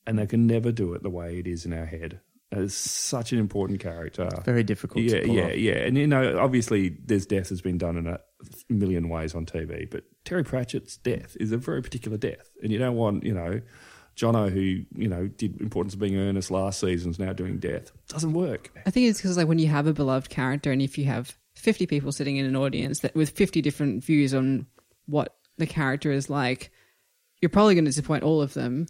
Speaker 1: and they can never do it the way it is in our head. And It's such an important character.
Speaker 3: Very difficult
Speaker 1: yeah,
Speaker 3: to pull
Speaker 1: yeah,
Speaker 3: off.
Speaker 1: yeah. And you know, obviously, there's death has been done in a million ways on TV, but Terry Pratchett's death is a very particular death, and you don't want you know, Jono who you know did Importance of Being Earnest last season is now doing death. Doesn't work.
Speaker 2: I think it's because like when you have a beloved character, and if you have fifty people sitting in an audience that with fifty different views on what the character is like, you're probably going to disappoint all of them.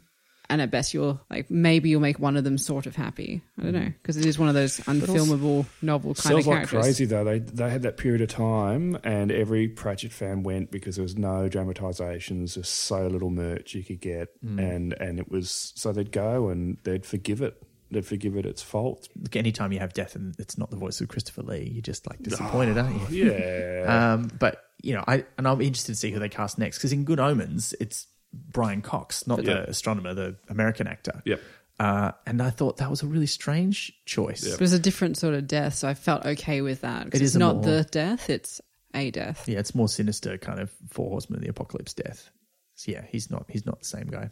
Speaker 2: And at best, you'll like maybe you'll make one of them sort of happy. I don't know
Speaker 3: Mm.
Speaker 2: because it is one of those unfilmable novel kind
Speaker 1: Sounds
Speaker 2: of
Speaker 1: like
Speaker 2: characters.
Speaker 1: crazy though. They they had that period of time, and every Pratchett fan went because there was no dramatizations, just so little merch you could get,
Speaker 3: Hmm.
Speaker 1: and and it was so they'd go and they'd forgive it. They'd forgive it its faults.
Speaker 3: Look, Anytime you have Death and it's not the voice of Christopher Lee, you're just like disappointed,
Speaker 1: Ah.
Speaker 3: aren't you?
Speaker 1: Yeah.
Speaker 3: Um, but you know, I and I'm interested to see who they cast next because in Good Omens, it's Brian Cox, not
Speaker 1: Yeah.
Speaker 3: the astronomer, the American actor.
Speaker 1: Yep.
Speaker 3: Uh, and I thought that was a really strange choice.
Speaker 2: It was a different sort of death, so I felt okay with that. 'cause
Speaker 3: It
Speaker 2: it's
Speaker 3: is a
Speaker 2: not
Speaker 3: more-
Speaker 2: the death; it's a death.
Speaker 3: Yeah, it's more sinister kind of four horsemen of the apocalypse death. So yeah, he's not he's not the same guy.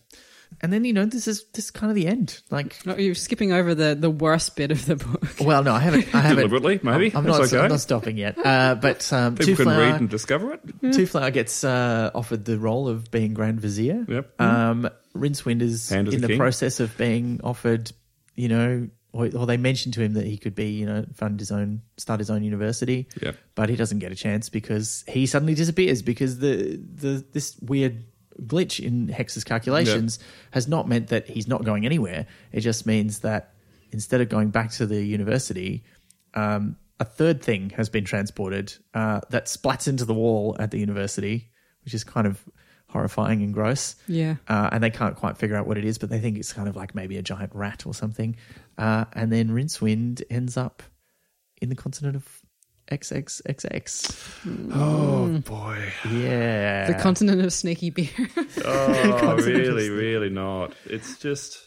Speaker 3: And then you know this is this is kind of the end. Like,
Speaker 2: No, Oh, You're skipping over the the worst bit of the book.
Speaker 3: well, no, I haven't. I haven't
Speaker 1: Deliberately, maybe.
Speaker 3: I'm, I'm
Speaker 1: That's
Speaker 3: not.
Speaker 1: okay.
Speaker 3: I'm not stopping yet. Uh, but um,
Speaker 1: People
Speaker 3: two
Speaker 1: can read
Speaker 3: flower,
Speaker 1: and discover it.
Speaker 3: two flower gets uh, offered the role of being Grand Vizier.
Speaker 1: Yep.
Speaker 3: Um, Rincewind is
Speaker 1: Hand of
Speaker 3: in
Speaker 1: the
Speaker 3: the
Speaker 1: king.
Speaker 3: process of being offered, you know, or, or they mentioned to him that he could be, you know, fund his own, start his own university.
Speaker 1: Yeah.
Speaker 3: But he doesn't get a chance because he suddenly disappears because the the this weird glitch in Hex's calculations has not meant that he's not going anywhere. It just means that instead of going back to the university, um, a third thing has been transported uh, that splats into the wall at the university, which is kind of horrifying and gross
Speaker 2: Yeah.
Speaker 3: uh, and they can't quite figure out what it is, but they think it's kind of like maybe a giant rat or something. Uh, and then Rincewind ends up in the continent of XXXX.
Speaker 1: Oh boy.
Speaker 3: Yeah.
Speaker 2: The continent of sneaky beer.
Speaker 1: Oh, really, really not. It's just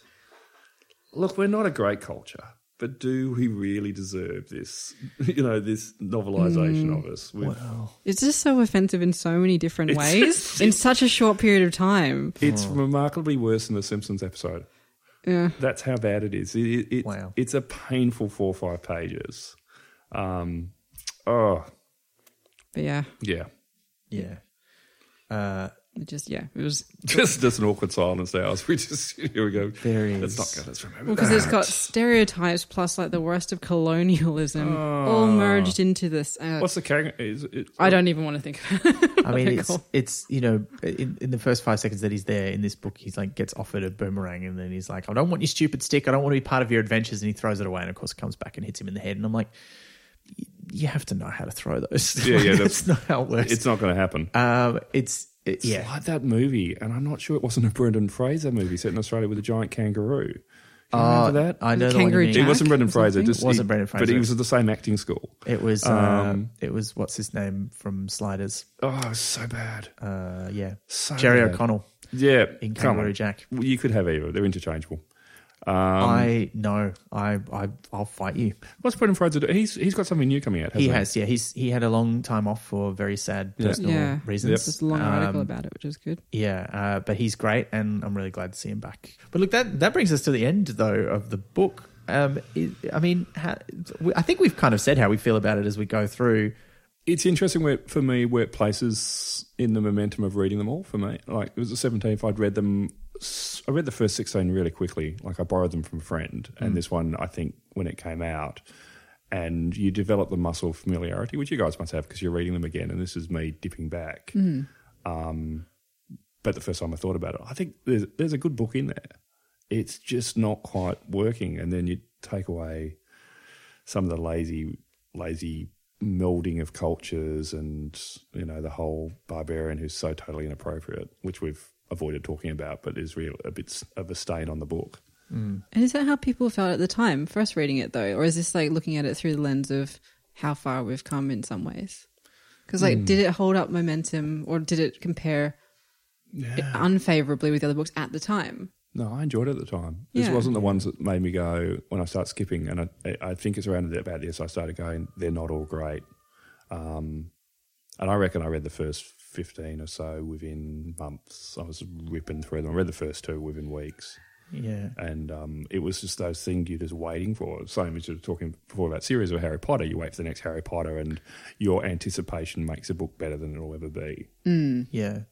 Speaker 1: look, we're not a great culture, but do we really deserve this? You know, this novelization
Speaker 3: Mm.
Speaker 1: of us. We've-
Speaker 2: it's just so offensive in so many different
Speaker 1: It's
Speaker 2: ways
Speaker 1: just-
Speaker 2: in such a short period of time.
Speaker 1: It's remarkably worse than the Simpsons episode.
Speaker 2: Yeah.
Speaker 1: That's how bad it is. It, it, it-
Speaker 3: Wow.
Speaker 1: It's a painful four or five pages. Um, oh,
Speaker 2: But yeah,
Speaker 1: yeah.
Speaker 3: yeah. Uh,
Speaker 2: it just, yeah, it was.
Speaker 1: Just, just an awkward silence there. As we just here we go.
Speaker 3: There
Speaker 1: Let's
Speaker 3: is-
Speaker 1: not go. Let's remember
Speaker 2: Because it's
Speaker 1: that.
Speaker 2: got stereotypes plus like the worst of colonialism all merged into this. Uh,
Speaker 1: What's the kang? Is it?
Speaker 2: I don't even want to think about
Speaker 3: I mean, it's,
Speaker 2: Cool.
Speaker 3: it's, you know, in, in the first five seconds that he's there in this book, he's like gets offered a boomerang and then he's like, I don't want your stupid stick. I don't want to be part of your adventures. And he throws it away. And of course, it comes back and hits him in the head. And I'm like, y- you have to know how to throw those.
Speaker 1: Yeah, yeah,
Speaker 3: that's,
Speaker 1: that's-
Speaker 3: not how it works.
Speaker 1: It's not going to happen.
Speaker 3: Um, it's it,
Speaker 1: It's
Speaker 3: yeah.
Speaker 1: like that movie, and I'm not sure it wasn't a Brendan Fraser movie set in Australia with a giant kangaroo. Can you
Speaker 3: Uh,
Speaker 1: remember that?
Speaker 3: I know the one you
Speaker 2: Kangaroo
Speaker 3: mean.
Speaker 1: it
Speaker 2: Jack
Speaker 1: wasn't Brendan
Speaker 2: or
Speaker 1: Fraser.
Speaker 2: something?
Speaker 1: Just
Speaker 3: It wasn't
Speaker 1: he-
Speaker 3: Brendan
Speaker 1: but
Speaker 3: Fraser.
Speaker 1: he was at the same acting school.
Speaker 3: It was um,
Speaker 1: Um,
Speaker 3: it was what's his name from Sliders?
Speaker 1: Oh, it was so bad.
Speaker 3: Uh, yeah,
Speaker 1: So
Speaker 3: Jerry
Speaker 1: bad.
Speaker 3: O'Connell
Speaker 1: Yeah,
Speaker 3: in
Speaker 1: come on.
Speaker 3: Kangaroo Jack.
Speaker 1: Well, You could have either. They're interchangeable. Um,
Speaker 3: I know. I I I'll fight you.
Speaker 1: what's Brendan Fraser do? He's he's got something new coming out. Hasn't
Speaker 3: He has. Yeah, he's he had a long time off for very sad
Speaker 1: Yeah.
Speaker 3: personal
Speaker 2: Yeah.
Speaker 3: reasons.
Speaker 2: this long article
Speaker 3: Um,
Speaker 2: about it, which is good.
Speaker 3: Yeah, uh, but he's great, and I'm really glad to see him back. But look, that that brings us to the end though of the book. Um, it, I mean, how, I think we've kind of said how we feel about it as we go through.
Speaker 1: It's interesting where, for me where it places in the momentum of reading them all. For me, like it was the 17th. I'd read them. s- I read the first 16 really quickly. Like I borrowed them from a friend, and this one I think when it came out, and you develop the muscle of familiarity, which you guys must have because you're reading them again. And this is me dipping back. Um, but the first time I thought about it, I think there's there's a good book in there. It's just not quite working, and then you take away some of the lazy lazy melding of cultures and you know the whole barbarian who's so totally inappropriate which we've avoided talking about but is real a bit s- of a stain on the book
Speaker 2: And is that how people felt at the time for us reading it though, or is this like looking at it through the lens of how far we've come in some ways? Because like,
Speaker 3: Hmm.
Speaker 2: did it hold up momentum, or did it compare it unfavorably with the other books at the time?
Speaker 1: no i enjoyed it at the time this
Speaker 2: Yeah.
Speaker 1: wasn't the ones that made me go when i start skipping and i, I think it's around about this i started going they're not all great um, and i reckon i read the first 15 or so within months i was ripping through them i read the first two within weeks
Speaker 3: Yeah,
Speaker 1: and um, it was just those things you're just waiting for. Same as you were talking before about series of Harry Potter, you wait for the next Harry Potter, and your anticipation makes a book better than it'll ever be.
Speaker 2: Mm,
Speaker 3: Yeah.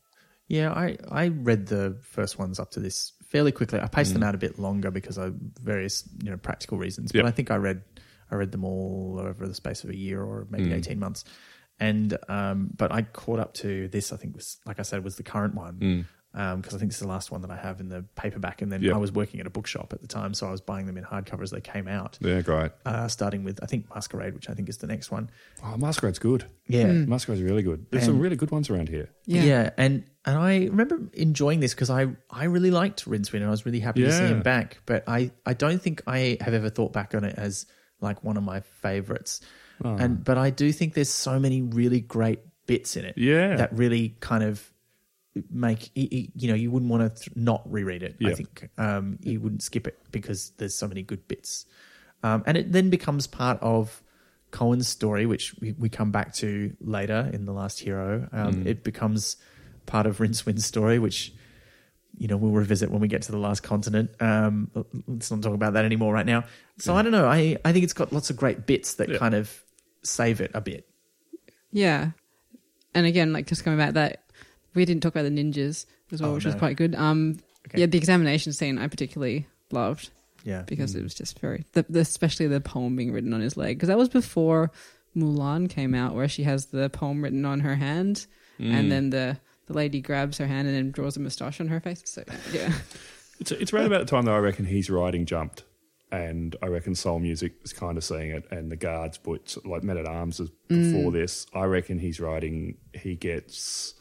Speaker 3: Yeah, I, I read the first ones up to this fairly quickly. I paced them out a bit longer because of various, you know, practical reasons. But
Speaker 1: Yeah.
Speaker 3: I think I read I read them all over the space of a year or maybe eighteen months. And um, but I caught up to this. I think was like I said was the current one
Speaker 1: Mm.
Speaker 3: because I think this is the last one that I have in the paperback. And then
Speaker 1: Yeah.
Speaker 3: I was working at a bookshop at the time, so I was buying them in hardcover as they came out.
Speaker 1: Yeah, great.
Speaker 3: Uh, starting with I think Masquerade, which I think is the next one.
Speaker 1: Oh, Masquerade's good.
Speaker 3: Yeah,
Speaker 1: Masquerade's really good. There's some really good ones around here.
Speaker 2: Yeah.
Speaker 3: yeah. and and I remember enjoying this because I I really liked Rincewind and I was really happy to see
Speaker 1: Yeah.
Speaker 3: him back. But I I don't think I have ever thought back on it as like one of my favorites. And but I do think there's so many really great bits in it.
Speaker 1: Yeah.
Speaker 3: that really kind of make y- y- you know you wouldn't want to th- not reread it. I
Speaker 1: Yeah.
Speaker 3: think um, you wouldn't skip it because there's so many good bits, um, and it then becomes part of Cohen's story, which we, we come back to later in the Last Hero.
Speaker 1: Mm.
Speaker 3: Um, It becomes part of Rincewind's story, which you know we'll revisit when we get to the Last Continent. Um, let's not talk about that anymore right now. So I don't know. I I think it's got lots of great bits that
Speaker 1: Yeah.
Speaker 3: kind of save it a bit.
Speaker 2: Yeah. And again, like just coming back to that we didn't talk about the ninjas as well,
Speaker 3: Oh,
Speaker 2: which was
Speaker 3: no.
Speaker 2: quite good. Um
Speaker 3: Okay.
Speaker 2: yeah, the examination scene I particularly loved.
Speaker 3: Yeah.
Speaker 2: because it was just very, the, the, especially the poem being written on his leg, because that was before Mulan came out, where she has the poem written on her hand, and then the the lady grabs her hand and then draws a moustache on her face. So yeah,
Speaker 1: It's, it's around about the time that I reckon he's riding jumped, and I reckon soul music is kind of seeing it, and the guards, but like men at arms is before this, I reckon he's riding. He gets.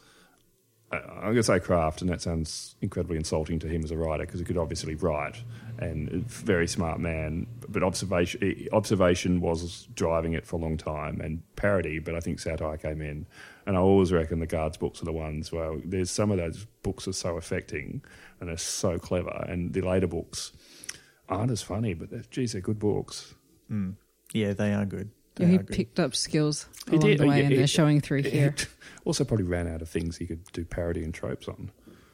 Speaker 1: I- I'm going to say craft, and that sounds incredibly insulting to him as a writer because he could obviously write and a very smart man. But observation eh, observation was driving it for a long time and parody, but I think satire came in. And I always reckon the Guards books are the ones where there's some of those books are so affecting and they're so clever. And the later books aren't as funny, but they're, geez, they're good books.
Speaker 3: Mm. Yeah, they are good. They
Speaker 2: yeah he
Speaker 3: are good.
Speaker 2: picked up skills
Speaker 1: He
Speaker 2: along
Speaker 1: did,
Speaker 2: the
Speaker 1: uh,
Speaker 2: way,
Speaker 1: yeah,
Speaker 2: and they're
Speaker 1: he-
Speaker 2: showing through here.
Speaker 1: Also, probably ran out of things he could do parody and tropes on.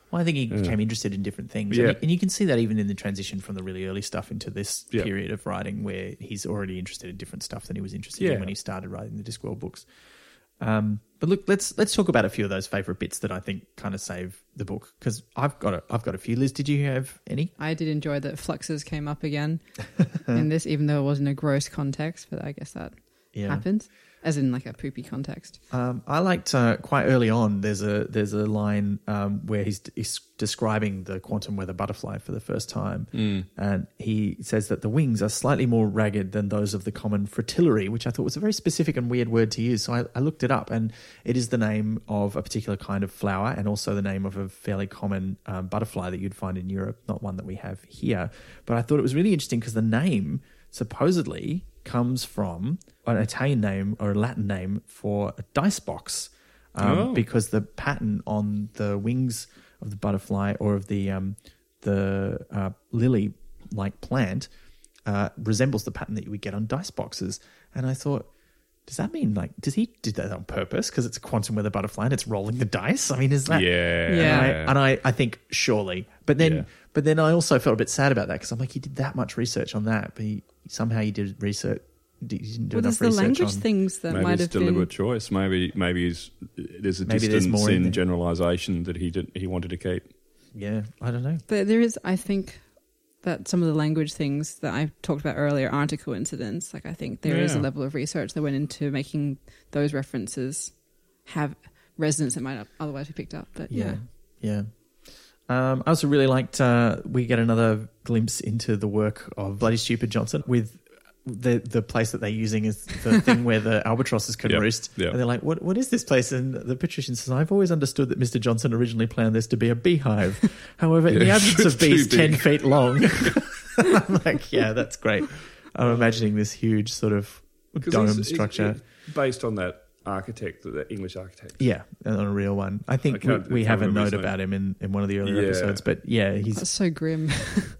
Speaker 3: Well, I think he became interested in different things.
Speaker 1: Yeah.
Speaker 3: And, you, and you can see that even in the transition from the really early stuff into this
Speaker 1: Yeah.
Speaker 3: period of writing where he's already interested in different stuff than he was interested
Speaker 1: Yeah.
Speaker 3: in when he started writing the Discworld books. Um, but look, let's let's talk about a few of those favorite bits that I think kind of save the book because I've got a, I've got a few. Liz, did you have any?
Speaker 2: I did enjoy that fluxes came up again in this, even though it wasn't a gross context, but I guess that
Speaker 3: Yeah.
Speaker 2: happens, as in like a poopy context.
Speaker 3: Um, I liked uh, quite early on. There's a there's a line um, where he's, he's describing the quantum weather butterfly for the first time, and he says that the wings are slightly more ragged than those of the common fritillary, which I thought was a very specific and weird word to use. So I, I looked it up, and it is the name of a particular kind of flower, and also the name of a fairly common um, butterfly that you'd find in Europe, not one that we have here. But I thought it was really interesting because the name supposedly comes from an Italian name or a Latin name for a dice box, um,
Speaker 1: Oh.
Speaker 3: because the pattern on the wings of the butterfly or of the um, the uh, lily-like plant uh, resembles the pattern that you would get on dice boxes. And I thought, does that mean like does he did that on purpose because it's a quantum weather butterfly and it's rolling the dice? I mean, is that
Speaker 1: yeah.
Speaker 2: Yeah.
Speaker 3: and I, and I, I think surely. But then,
Speaker 1: Yeah.
Speaker 3: but then I also felt a bit sad about that because I'm like, he did that much research on that, but he, somehow he did research. He didn't do
Speaker 2: well, there's
Speaker 3: enough
Speaker 2: the
Speaker 3: research
Speaker 2: language
Speaker 3: on-
Speaker 2: things that
Speaker 1: maybe
Speaker 2: might
Speaker 1: it's
Speaker 2: have
Speaker 1: deliberate
Speaker 2: been.
Speaker 1: choice. Maybe maybe he's, there's a
Speaker 3: Maybe there's
Speaker 1: distance
Speaker 3: more in
Speaker 1: in
Speaker 3: there.
Speaker 1: generalisation that he did, he wanted to keep.
Speaker 3: Yeah, I don't know.
Speaker 2: But there is, I think, that some of the language things that I talked about earlier aren't a coincidence. Like I think there is a
Speaker 1: Yeah.
Speaker 2: level of research that went into making those references have resonance that might not otherwise be picked up. But yeah,
Speaker 3: Yeah,
Speaker 1: Hmm.
Speaker 3: yeah. Um, I also really liked. Uh, we get another glimpse into the work of Bloody Stupid Johnson with. The, the place that they're using is the thing where the albatrosses can
Speaker 1: Yep,
Speaker 3: roost.
Speaker 1: yep.
Speaker 3: And they're like, what, what is this place? And the patrician says, I've always understood that Mr. Johnson originally planned this to be a beehive. However, in the
Speaker 1: Yeah,
Speaker 3: absence of
Speaker 1: it's too
Speaker 3: bees 10
Speaker 1: big.
Speaker 3: feet long, I'm like, yeah, that's great. I'm imagining this huge sort of
Speaker 1: 'Cause
Speaker 3: dome
Speaker 1: he's- he's-
Speaker 3: structure.
Speaker 1: he's based on that architect, the English architect.
Speaker 3: Yeah, on a real one. I
Speaker 1: I
Speaker 3: think we,
Speaker 1: can't-
Speaker 3: we
Speaker 1: can't
Speaker 3: have a
Speaker 1: remember
Speaker 3: note
Speaker 1: his name.
Speaker 3: about him in, in one of the earlier
Speaker 1: Yeah.
Speaker 3: episodes, but yeah,
Speaker 2: that's
Speaker 3: he's
Speaker 2: so grim.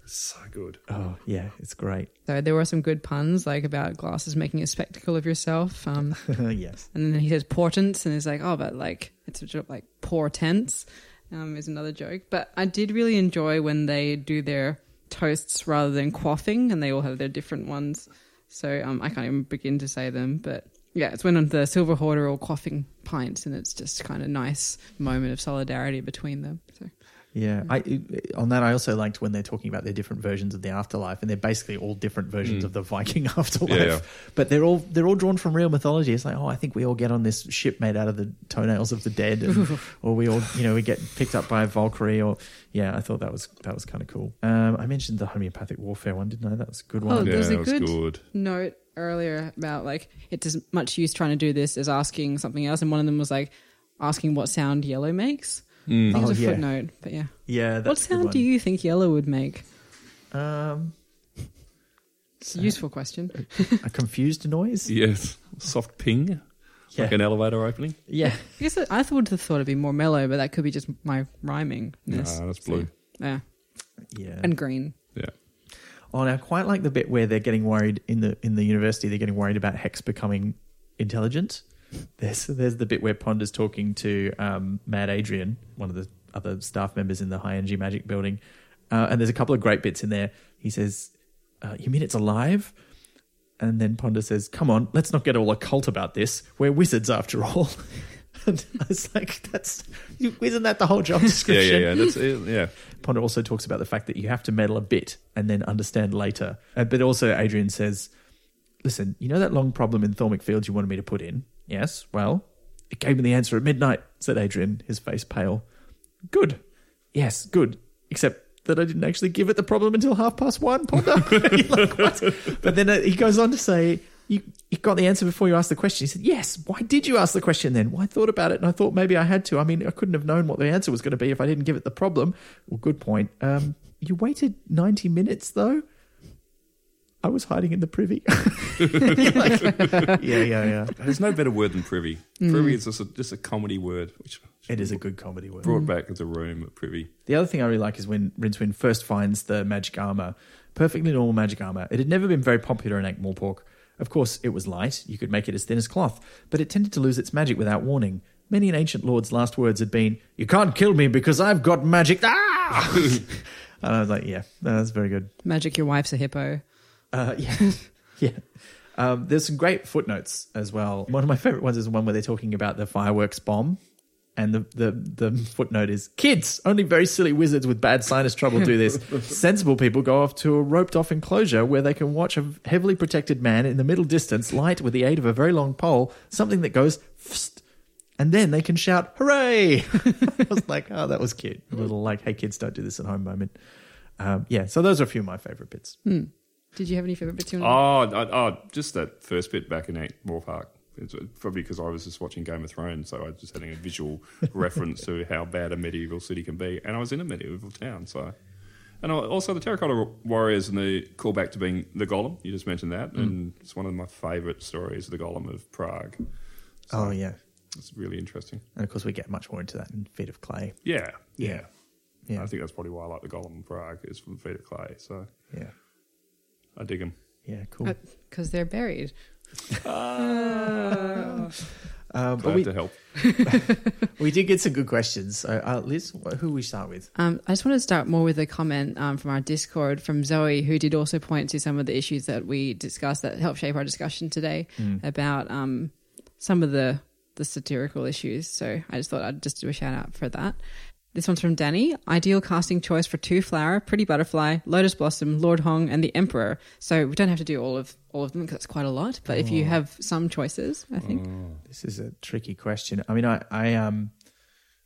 Speaker 1: So good.
Speaker 3: oh yeah, it's great.
Speaker 2: so there were some good puns like about glasses making a spectacle of yourself. Um,
Speaker 3: yes,
Speaker 2: And then he says portents, and he's like, oh, but like it's a joke, like portents um, is another joke. But I did really enjoy when they do their toasts rather than quaffing, and they all have their different ones. So um, I can't even begin to say them, but yeah, it's when the silver hoarder all quaffing pints, and it's just kind of nice moment of solidarity between them. So
Speaker 3: yeah.
Speaker 1: Mm-hmm.
Speaker 3: I uh, on that I also liked when they're talking about their different versions of the afterlife, and they're basically all different versions of the Viking afterlife,
Speaker 1: Mm. Yeah, yeah.
Speaker 3: but they're all they're all drawn from real mythology. It's like oh, I think we all get on this ship made out of the toenails of the dead, and, or we all you know we get picked up by a Valkyrie, or yeah, I thought that was that was kind of cool. Um, I mentioned the homeopathic warfare one, didn't I? That was a good one.
Speaker 2: Oh,
Speaker 1: yeah,
Speaker 2: there's a
Speaker 1: that was
Speaker 2: good-
Speaker 1: good.
Speaker 2: note earlier about like it's as much use trying to do this as asking something else, and one of them was like asking what sound yellow makes.
Speaker 1: Hmm.
Speaker 2: I think it was
Speaker 3: Oh,
Speaker 2: a
Speaker 3: yeah.
Speaker 2: footnote, but yeah.
Speaker 3: Yeah,
Speaker 2: What
Speaker 3: that's a good
Speaker 2: sound
Speaker 3: one.
Speaker 2: do you think yellow would make?
Speaker 3: Um,
Speaker 2: It's a useful question.
Speaker 3: a confused noise.
Speaker 1: Yes, soft ping, like an elevator opening.
Speaker 3: yeah.
Speaker 2: I guess I, I would have thought it'd be more mellow, but that could be just my rhyming.
Speaker 1: Nah, that's blue.
Speaker 2: yeah,
Speaker 3: Yeah.
Speaker 2: and green.
Speaker 1: Yeah.
Speaker 3: oh, and I quite like the bit where they're getting worried in the in the university. They're getting worried about Hex becoming intelligent. There's there's the bit where Ponder's talking to um, Mad Adrian, one of the other staff members in the high energy magic building, uh, and there's a couple of great bits in there. He says, uh, "You mean it's alive?" And then Ponder says, "Come on, let's not get all occult about this. We're wizards after all." And I was like, that's isn't that the whole job
Speaker 4: Yeah, yeah,
Speaker 3: description?
Speaker 4: yeah. That's it. Yeah.
Speaker 3: Ponder also talks about the fact that you have to meddle a bit and then understand later. Uh, but also, Adrian says, listen, you know that long problem in Thormic Fields you wanted me to put in? Yes. Well, it gave me the answer at midnight, said Adrian, his face pale. Good. Yes, good. Except that I didn't actually give it the problem until half past one, Ponder. Like, what? But then uh, he goes on to say, you, you got the answer before you asked the question. He said, Yes. Why did you ask the question then? Well, I thought about it and I thought maybe I had to. I mean, I couldn't have known what the answer was going to be if I didn't give it the problem. Well, good point. Um, you waited 90 minutes though. I was hiding in the privy. yeah, yeah, yeah.
Speaker 4: There's no better word than privy.
Speaker 2: Mm.
Speaker 4: Privy is just a, just a comedy word, which
Speaker 3: It is a good comedy word.
Speaker 4: brought
Speaker 2: Mm.
Speaker 4: back the room privy.
Speaker 3: The other thing I really like is when Rincewind first finds the magic armor, perfectly normal magic armor. It had never been very popular in Ankh-Morpork. Of course, it was light, you could make it as thin as cloth, but it tended to lose its magic without warning. Many an ancient lord's last words had been, You can't kill me because I've got magic. Ah! and I was like, Yeah, no, that's very good.
Speaker 2: Magic, your wife's a hippo.
Speaker 3: Uh, yeah, yeah. Um, there's some great footnotes as well. One of my favorite ones is the one where they're talking about the fireworks bomb, and the the, the footnote is kids. Only very silly wizards with bad sinus trouble do this. Sensible people go off to a roped off enclosure where they can watch a heavily protected man in the middle distance light with the aid of a very long pole something that goes. Fst, and then they can shout hooray! I was like, oh, that was cute. A little like, hey kids, don't do this at home moment. Um, yeah, so those are a few of my favorite bits.
Speaker 2: Did you have any favorite bits
Speaker 4: Oh,
Speaker 2: you want
Speaker 3: Mm.
Speaker 4: I, oh, just that first bit back in Ant Moor Park. It's uh, probably because I was just watching Game of Thrones, so I was just having a visual reference to how bad a medieval city can be, and I was in a medieval town, so. And al- also the Terracotta Warriors and the callback to being the Golem. You just mentioned that,
Speaker 3: Mm.
Speaker 4: and it's one of my favourite stories, the Golem of Prague.
Speaker 3: Oh yeah,
Speaker 4: It's really interesting.
Speaker 3: And of course, we get much more into that in Feet of Clay.
Speaker 4: Yeah,
Speaker 3: Yeah. Yeah.
Speaker 4: I think that's probably why I like the Golem of Prague. It's from Feet of Clay, so
Speaker 3: Yeah.
Speaker 4: I dig them.
Speaker 3: Yeah, cool.
Speaker 2: Because Uh, they're buried.
Speaker 3: Uh, but
Speaker 4: Glad
Speaker 3: we,
Speaker 4: to help.
Speaker 3: we did get some good questions. So, uh, Liz, wh- who we start with?
Speaker 2: Um, I just wanted to start more with a comment um, from our Discord from Zoe, who did also point to some of the issues that we discussed that helped shape our discussion today about um, some of the the satirical issues. So I just thought I'd just do a shout out for that. This one's from Danny. Ideal casting choice for Two Flower, Pretty Butterfly, Lotus Blossom, Lord Hong, and the Emperor. So we don't have to do all of all of them because that's quite a lot. But if you have some choices, I think
Speaker 3: This is a tricky question. I mean, I, I um,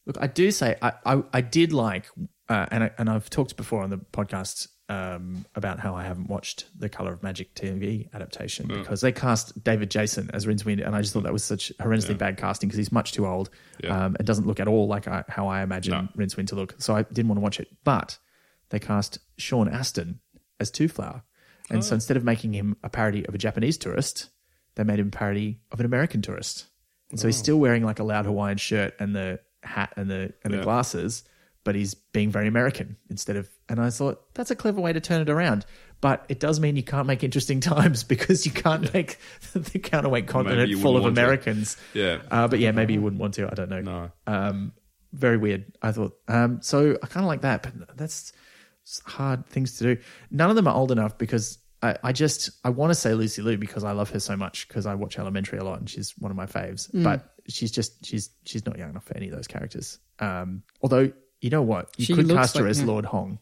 Speaker 3: look, I do say I, I, I did like, uh, and I, and I've talked before on the podcast um, about how I haven't watched the Color of Magic TV adaptation
Speaker 4: Mm.
Speaker 3: because they cast David Jason as Rincewind, and I just thought that was such horrendously bad casting because he's much too old
Speaker 4: Yeah.
Speaker 3: um, and doesn't look at all like I, how I imagine Rincewind to look. So I didn't want to watch it, but they cast Sean Astin as Two Flower. And
Speaker 4: Oh.
Speaker 3: so instead of making him a parody of a Japanese tourist, they made him a parody of an American tourist. And so he's
Speaker 4: Oh.
Speaker 3: still wearing like a loud Hawaiian shirt and the hat and the and the
Speaker 4: Yeah.
Speaker 3: glasses, but he's being very American instead of. And I thought that's a clever way to turn it around. But it does mean you can't make interesting times because you can't make the counterweight continent
Speaker 4: you
Speaker 3: full of
Speaker 4: wouldn't want to.
Speaker 3: Americans.
Speaker 4: Yeah.
Speaker 3: Uh, but yeah, maybe you wouldn't want to. I don't know.
Speaker 4: No.
Speaker 3: Um, very weird. I thought. Um, so I kind of like that, but that's it's hard things to do. None of them are old enough because I, I just I want to say Lucy Liu because I love her so much because I watch Elementary a lot and she's one of my faves.
Speaker 2: Mm.
Speaker 3: But she's just she's she's not young enough for any of those characters. Um, although you know what, you
Speaker 2: She
Speaker 3: could
Speaker 2: looks
Speaker 3: cast her
Speaker 2: like-
Speaker 3: as
Speaker 2: yeah.
Speaker 3: Lord Hong.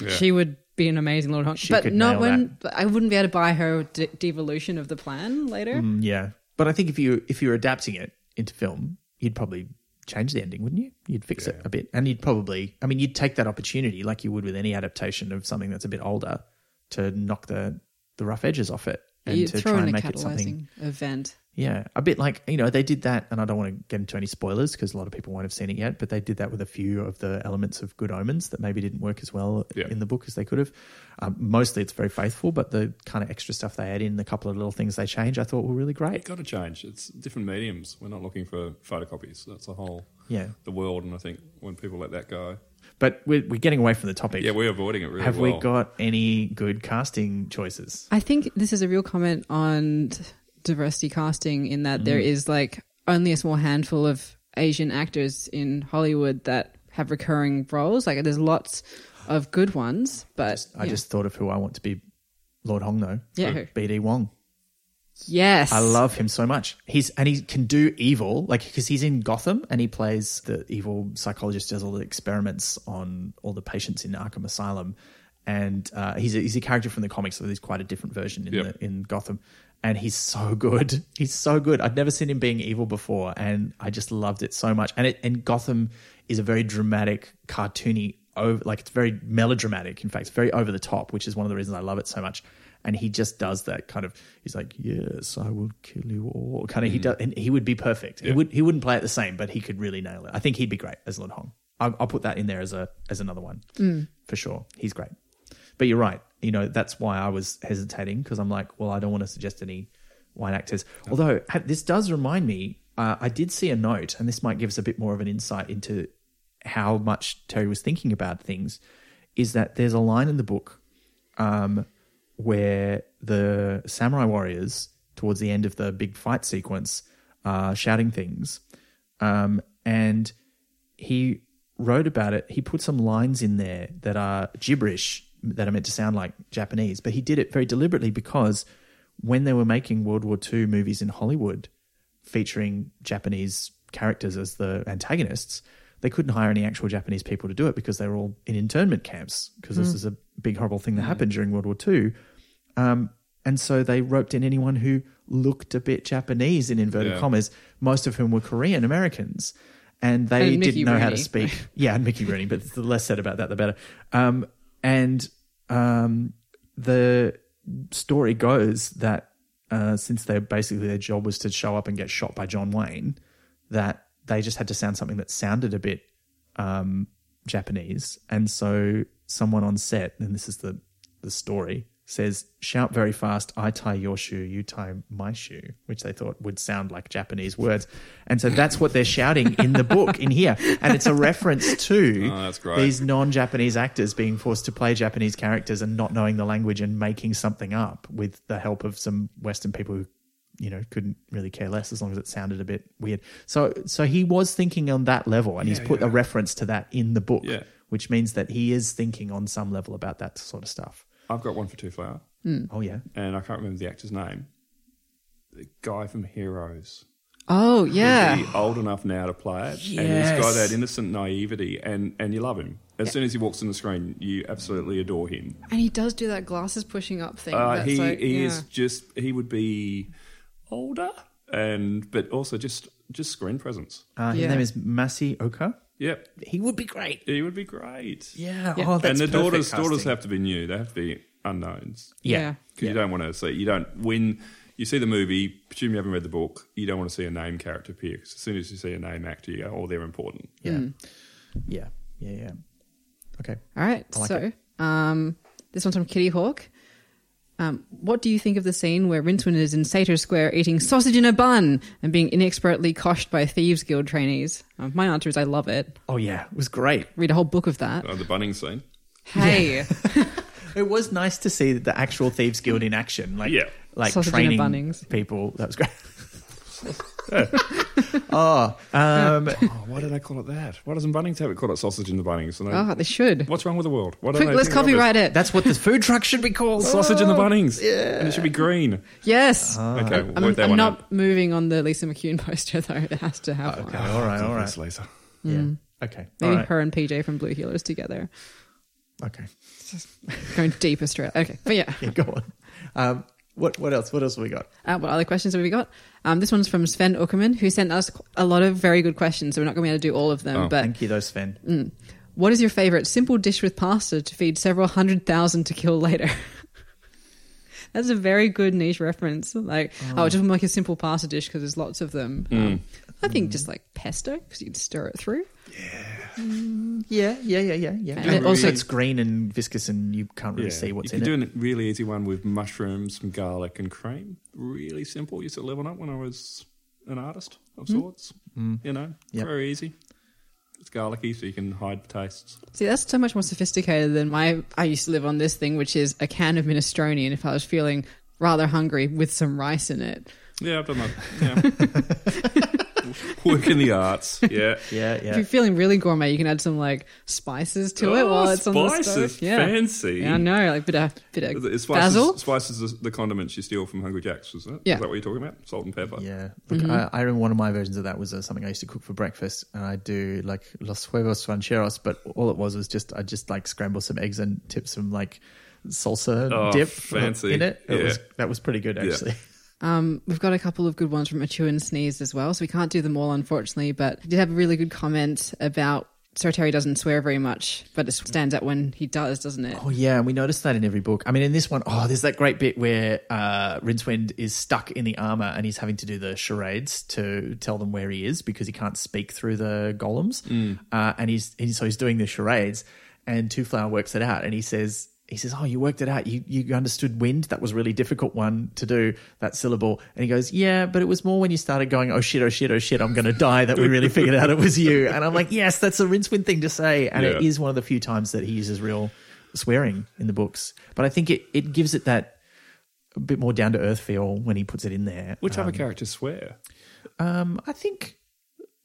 Speaker 4: Yeah.
Speaker 2: she would be an amazing Lord Hong.
Speaker 3: She
Speaker 2: But
Speaker 3: could
Speaker 2: not
Speaker 3: nail
Speaker 2: when but I wouldn't be able to buy her de- devolution of the plan later.
Speaker 3: Mm, yeah, but I think if you if you're adapting it into film, you'd probably change the ending, wouldn't you? You'd fix it a bit, and you'd probably, I mean, you'd take that opportunity, like you would with any adaptation of something that's a bit older, to knock the the rough edges off it and
Speaker 2: you
Speaker 3: to
Speaker 2: throw
Speaker 3: try
Speaker 2: in
Speaker 3: and
Speaker 2: a
Speaker 3: make it something.
Speaker 2: catalyzing event.
Speaker 3: Yeah, a bit like you know they did that, and I don't want to get into any spoilers because a lot of people won't have seen it yet. But they did that with a few of the elements of Good Omens that maybe didn't work as well
Speaker 4: Yeah.
Speaker 3: in the book as they could have. Um, mostly, it's very faithful, but the kind of extra stuff they add in, the couple of little things they change, I thought were really great.
Speaker 4: Got to change. It's different mediums. We're not looking for photocopies. That's the whole
Speaker 3: Yeah.
Speaker 4: the world. And I think when people let that go,
Speaker 3: But we're, we're getting away from the topic.
Speaker 4: yeah, we're avoiding it really
Speaker 3: Have
Speaker 4: well.
Speaker 3: we got any good casting choices?
Speaker 2: I think this is a real comment on t- diversity casting in that
Speaker 3: Mm.
Speaker 2: there is like only a small handful of Asian actors in Hollywood that have recurring roles. Like there's lots of good ones, but
Speaker 3: I
Speaker 2: yeah.
Speaker 3: just thought of who I want to be Lord Hong, though.
Speaker 2: Yeah, who?
Speaker 3: BD Wong.
Speaker 2: Yes.
Speaker 3: I love him so much. He's and he can do evil, like because he's in Gotham and he plays the evil psychologist, does all the experiments on all the patients in Arkham Asylum, and uh, he's a, he's a character from the comics, so there's quite a different version in
Speaker 1: Yep.
Speaker 3: the, in Gotham, and he's so good. He's so good. I'd never seen him being evil before, and I just loved it so much. And it and Gotham is a very dramatic, cartoony. Over, like it's very melodramatic. In fact, it's very over the top, which is one of the reasons I love it so much and he just does that kind of he's like yes i will kill you all kind of he does and he would be perfect he would he wouldn't play it the same but he could really nail it i think he'd be great as lin hong I'll, I'll put that in there as a as another one for sure he's great but you're right you know that's why i was hesitating because i'm like well i don't want to suggest any wine actors although ha- this does remind me uh, i did see a note and this might give us a bit more of an insight into how much terry was thinking about things is that there's a line in the book um, where the samurai warriors, towards the end of the big fight sequence, are shouting things. Um, and he wrote about it. He put some lines in there that are gibberish, that are meant to sound like Japanese, but he did it very deliberately because when they were making World War II movies in Hollywood featuring Japanese characters as the antagonists, they couldn't hire any actual Japanese people to do it because they were all in internment camps because this is a big horrible thing that happened during World War II. Um, and so they roped in anyone who looked a bit Japanese in inverted
Speaker 1: Yeah.
Speaker 3: commas, most of whom were Korean Americans. And they
Speaker 2: And Oh, Mickey
Speaker 3: didn't know how to
Speaker 2: Rooney.
Speaker 3: speak. yeah, and Mickey Rooney, but the less said about that, the better. Um, and um, the story goes that uh, since they basically their job was to show up and get shot by John Wayne, that they just had to sound something that sounded a bit um, Japanese. And so someone on set, and this is the the story, says, "Shout very fast! I tie your shoe, you tie my shoe," which they thought would sound like Japanese words. And so that's what they're shouting in the book in here, and it's a reference to
Speaker 1: Oh, that's great.
Speaker 3: these non-Japanese actors being forced to play Japanese characters and not knowing the language and making something up with the help of some Western people who you know couldn't really care less as long as it sounded a bit weird so so he was thinking on that level and he's put a reference to that in the book
Speaker 1: Yeah.
Speaker 3: which means that he is thinking on some level about that sort of stuff
Speaker 1: I've got one for Two Flower,
Speaker 3: oh yeah
Speaker 1: and I can't remember the actor's name. The guy from Heroes.
Speaker 2: Oh
Speaker 1: Is
Speaker 2: yeah.
Speaker 1: he old enough now to play it? And he's got
Speaker 3: Yes.
Speaker 1: that innocent naivety, and, and you love him. As soon as he walks on the screen, you absolutely adore him.
Speaker 2: And he does do that glasses pushing up thing.
Speaker 1: Uh,
Speaker 2: That's
Speaker 1: he
Speaker 2: like-
Speaker 1: he is
Speaker 2: yeah.
Speaker 1: just he would be older, and but also just just screen presence.
Speaker 3: uh, his
Speaker 2: Yeah.
Speaker 3: name is Masi Oka
Speaker 1: Yep,
Speaker 3: he would be great
Speaker 1: he would be great.
Speaker 3: yeah,
Speaker 2: Yeah.
Speaker 3: oh that's
Speaker 1: and the
Speaker 3: perfect
Speaker 1: daughters daughters
Speaker 3: casting.
Speaker 1: have to be new. They have to be unknowns.
Speaker 3: yeah
Speaker 1: Because you don't want to see, you don't, when you see the movie, presume you haven't read the book, you don't want to see a name character appear. 'cause as soon as you see a name actor, you go, oh, they're important.
Speaker 3: yeah yeah yeah yeah okay
Speaker 2: All right.
Speaker 3: I like
Speaker 2: so, um, this one's from Kitty Hawk. Um, what do you think of the scene where Rincewind is in Sator Square eating sausage in a bun and being inexpertly coshed by Thieves Guild trainees? Um, my answer is I love it.
Speaker 3: oh yeah it was great
Speaker 2: Read a whole book of that.
Speaker 1: Oh, the bunning scene.
Speaker 2: Hey,
Speaker 3: It was nice to see the actual Thieves Guild in action, like
Speaker 1: Yeah.
Speaker 3: like
Speaker 2: Sausage in a
Speaker 3: training
Speaker 2: Bunnings.
Speaker 3: people. That was great. oh, um,
Speaker 1: Oh, why do they call it that? Why doesn't Bunnings have it called it sausage in the Bunnings? And they-
Speaker 2: oh, they should.
Speaker 1: What's wrong with the world? Why don't
Speaker 2: Quick,
Speaker 1: they
Speaker 2: let's
Speaker 1: think of it?
Speaker 2: copyright Oh, it.
Speaker 3: that's what the food truck should be called.
Speaker 1: Sausage in the Bunnings. Yeah. And it should be green.
Speaker 2: Yes.
Speaker 3: Ah.
Speaker 1: okay, we'll
Speaker 2: I'm,
Speaker 1: work that
Speaker 2: I'm
Speaker 1: one
Speaker 2: not
Speaker 1: out.
Speaker 2: moving on the Lisa McCune poster though. It has to have
Speaker 3: Okay,
Speaker 2: one.
Speaker 3: all right, all right.
Speaker 1: Thanks, Lisa.
Speaker 2: Mm.
Speaker 3: Yeah. Okay, all
Speaker 2: Maybe
Speaker 3: right.
Speaker 2: her and PJ from Blue Healers together.
Speaker 3: Okay,
Speaker 2: Going deep Australia. Okay, but yeah.
Speaker 3: yeah, go on. Um, what what else? What else have we got?
Speaker 2: Uh, what other questions have we got? Um, this one's from Sven Uckerman, who sent us a lot of very good questions, so we're not going to be able to do all of them.
Speaker 1: Oh,
Speaker 2: but Mm.
Speaker 3: Thank you, though, Sven.
Speaker 2: what is your favorite simple dish with pasta to feed several hundred thousand to kill later? That's a very good niche reference. Like, oh, just make a simple pasta dish because there's lots of them. Um, I think just like pesto because you can stir it through.
Speaker 3: Yeah, yeah, yeah, yeah, yeah.
Speaker 2: And
Speaker 3: And
Speaker 2: it
Speaker 3: also,
Speaker 1: really-
Speaker 3: it's green and viscous, and you can't really see what's
Speaker 1: you
Speaker 3: in
Speaker 1: can
Speaker 3: it.
Speaker 1: do a really easy one with mushrooms, some garlic, and cream. Really simple. Used to level up when I was an artist of
Speaker 2: Mm.
Speaker 1: sorts. You know,
Speaker 3: Yep.
Speaker 1: very easy. It's garlicky, so you can hide the tastes.
Speaker 2: See, that's so much more sophisticated than my. I used to live on this thing, which is a can of minestrone, and if I was feeling rather hungry, with some rice in it.
Speaker 1: Yeah, I've done that. Yeah.
Speaker 4: Work in the arts. Yeah.
Speaker 3: Yeah,
Speaker 2: If
Speaker 3: yeah.
Speaker 2: you're feeling really gourmet, you can add some like spices to it
Speaker 4: Oh,
Speaker 2: while it's on the
Speaker 4: spices.
Speaker 2: stove. Yeah,
Speaker 4: Fancy.
Speaker 2: Yeah, I know, like bit of bit of
Speaker 4: Spices,
Speaker 2: basil.
Speaker 4: spices is the condiments you steal from Hungry Jack's, wasn't it?
Speaker 2: Yeah.
Speaker 4: Is that what you're talking about? Salt and pepper.
Speaker 3: Yeah, look, I, I remember one of my versions of that was uh, something I used to cook for breakfast, and I do like los huevos rancheros, but all it was was just I just like scramble some eggs and tip some like salsa
Speaker 4: Oh,
Speaker 3: dip
Speaker 4: fancy.
Speaker 3: in it. it
Speaker 4: Yeah.
Speaker 3: was, that was pretty good actually.
Speaker 2: Um, we've got a couple of good ones from Achu and Sneeze as well, so we can't do them all, unfortunately. But I did have a really good comment about Sir Terry doesn't swear very much, but it stands out when he does, doesn't it?
Speaker 3: Oh yeah, and we noticed that in every book. I mean, in this one, oh, there's that great bit where uh, Rincewind is stuck in the armor and he's having to do the charades to tell them where he is because he can't speak through the golems, uh, and he's and so he's doing the charades, and Two Flower works it out, and he says. He says, "Oh, you worked it out. You you understood wind. That was a really difficult one to do that syllable." And he goes, "Yeah, but it was more when you started going, oh shit, oh shit, oh shit, I'm going to die. That we really figured out it was you." And I'm like, "Yes, that's a Rincewind thing to say." And it
Speaker 4: Yeah.
Speaker 3: is one of the few times that he uses real swearing in the books. But I think it, it gives it that a bit more down to earth feel when he puts it in there.
Speaker 4: Which other characters swear?
Speaker 3: Um, I think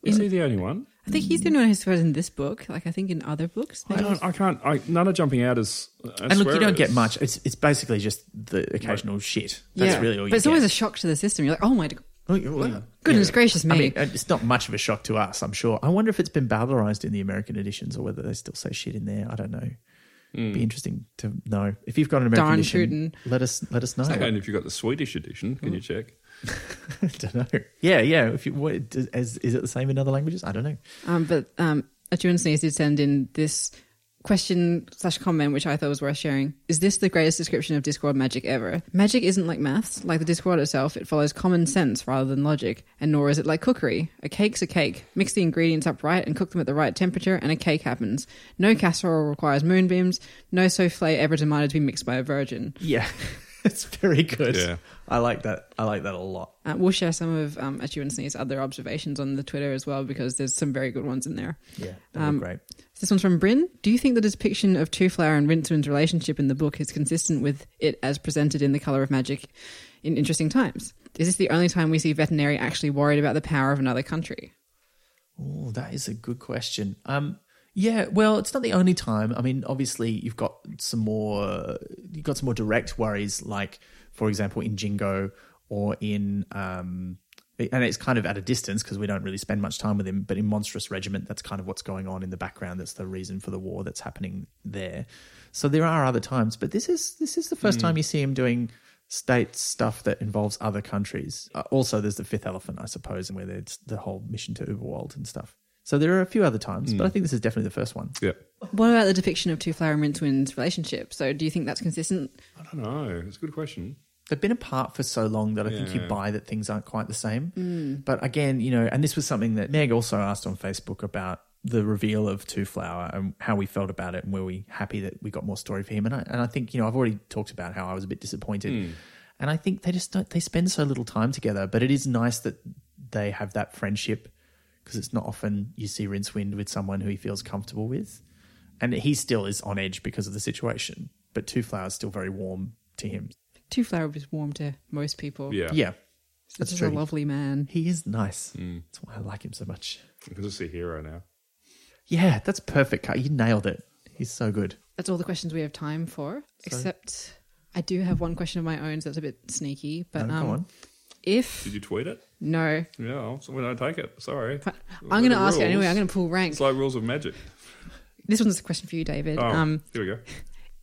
Speaker 4: Is he the only one?
Speaker 2: I think he's the only one who swears in this book. Like I think in other books,
Speaker 4: I don't. I can't. I, none are jumping out as.
Speaker 2: uh,
Speaker 4: as
Speaker 3: and look, you don't get
Speaker 4: swearers.
Speaker 3: much. It's it's basically just the occasional shit. That's really all you
Speaker 2: But it's
Speaker 3: get.
Speaker 2: always a shock to the system. You're like, oh my god,
Speaker 3: Oh, you- well,
Speaker 2: goodness gracious me!
Speaker 3: I mean, uh, it's not much of a shock to us, I'm sure. I wonder if it's been bowdlerized in the American editions or whether they still say shit in there. I don't know.
Speaker 4: Hmm.
Speaker 3: Be interesting to know. If you've got an American
Speaker 2: Darn
Speaker 3: edition, let us let us know.
Speaker 4: And if you've got the Swedish edition,
Speaker 2: Hmm.
Speaker 4: can you check?
Speaker 3: I don't know. Yeah, yeah. If you, what, does, is, is it the same in other languages? I don't know.
Speaker 2: Um, but um, Achu and Sneeze did send in this question slash comment, which I thought was worth sharing. Is this the greatest description of Discord magic ever? Magic isn't like maths. Like the Discord itself, it follows common sense rather than logic, and nor is it like cookery. A cake's a cake. Mix the ingredients up right and cook them at the right temperature, and a cake happens. No casserole requires moonbeams. No souffle ever demanded to be mixed by a virgin.
Speaker 3: Yeah, it's very good.
Speaker 4: Yeah.
Speaker 3: I like that. I like that a lot.
Speaker 2: Uh, we'll share some of um, Achu and Sneeze's other observations on the Twitter as well, because there's some very good ones in there.
Speaker 3: Yeah,
Speaker 2: that'd be Um,
Speaker 3: great.
Speaker 2: This one's from Bryn. Do you think the depiction of Two Flower and Rincewind's relationship in the book is consistent with it as presented in The Color of Magic in Interesting Times? Is this the only time we see veterinary actually worried about the power of another country?
Speaker 3: Oh, that is a good question. Um, yeah, well, it's not the only time. I mean, obviously, you've got some more. You've got some more direct worries, like for example, in Jingo or in. Um, and it's kind of at a distance because we don't really spend much time with him. But in Monstrous Regiment, that's kind of what's going on in the background. That's the reason for the war that's happening there. So there are other times, but this is this is the first time you see him doing state stuff that involves other countries. Uh, also, there's the fifth elephant, I suppose, and where there's the whole mission to Uberwald and stuff. So there are a few other times, but I think this is definitely the first one.
Speaker 4: Yeah.
Speaker 2: What about the depiction of Two Flower and Rincewind's relationship? So, do you think that's consistent?
Speaker 4: I don't know. It's a good question.
Speaker 3: They've been apart for so long that I think you
Speaker 4: Yeah.
Speaker 3: buy that things aren't quite the same. But again, you know, and this was something that Meg also asked on Facebook about the reveal of Two Flower and how we felt about it and were we happy that we got more story for him. And I, and I think, you know, I've already talked about how I was a bit disappointed.
Speaker 4: Hmm.
Speaker 3: And I think they just don't, they spend so little time together, but it is nice that they have that friendship because it's not often you see Rincewind with someone who he feels comfortable with. And he still is on edge because of the situation, but Two Flower is still very warm to him.
Speaker 2: Two Flower was warm to most people.
Speaker 4: Yeah.
Speaker 3: Yeah.
Speaker 2: this
Speaker 3: That's
Speaker 2: is
Speaker 3: true.
Speaker 2: a lovely man.
Speaker 3: He is nice.
Speaker 1: Mm.
Speaker 3: That's why I like him so much.
Speaker 4: Because it's a hero now.
Speaker 3: Yeah, that's perfect. Kai. You nailed it. He's so good.
Speaker 2: That's all the questions we have time for, except I do have one question of my own, so that's a bit sneaky. But
Speaker 3: No,
Speaker 2: um,
Speaker 3: go on.
Speaker 2: if
Speaker 4: Did you tweet it?
Speaker 2: no,
Speaker 4: Yeah. I'll- so we don't take it. Sorry.
Speaker 2: I'm going to
Speaker 4: The
Speaker 2: ask it
Speaker 4: rules.
Speaker 2: anyway. I'm going to pull rank.
Speaker 4: It's like rules of magic.
Speaker 2: This one's a question for you, David.
Speaker 4: Oh,
Speaker 2: Um,
Speaker 4: here we go.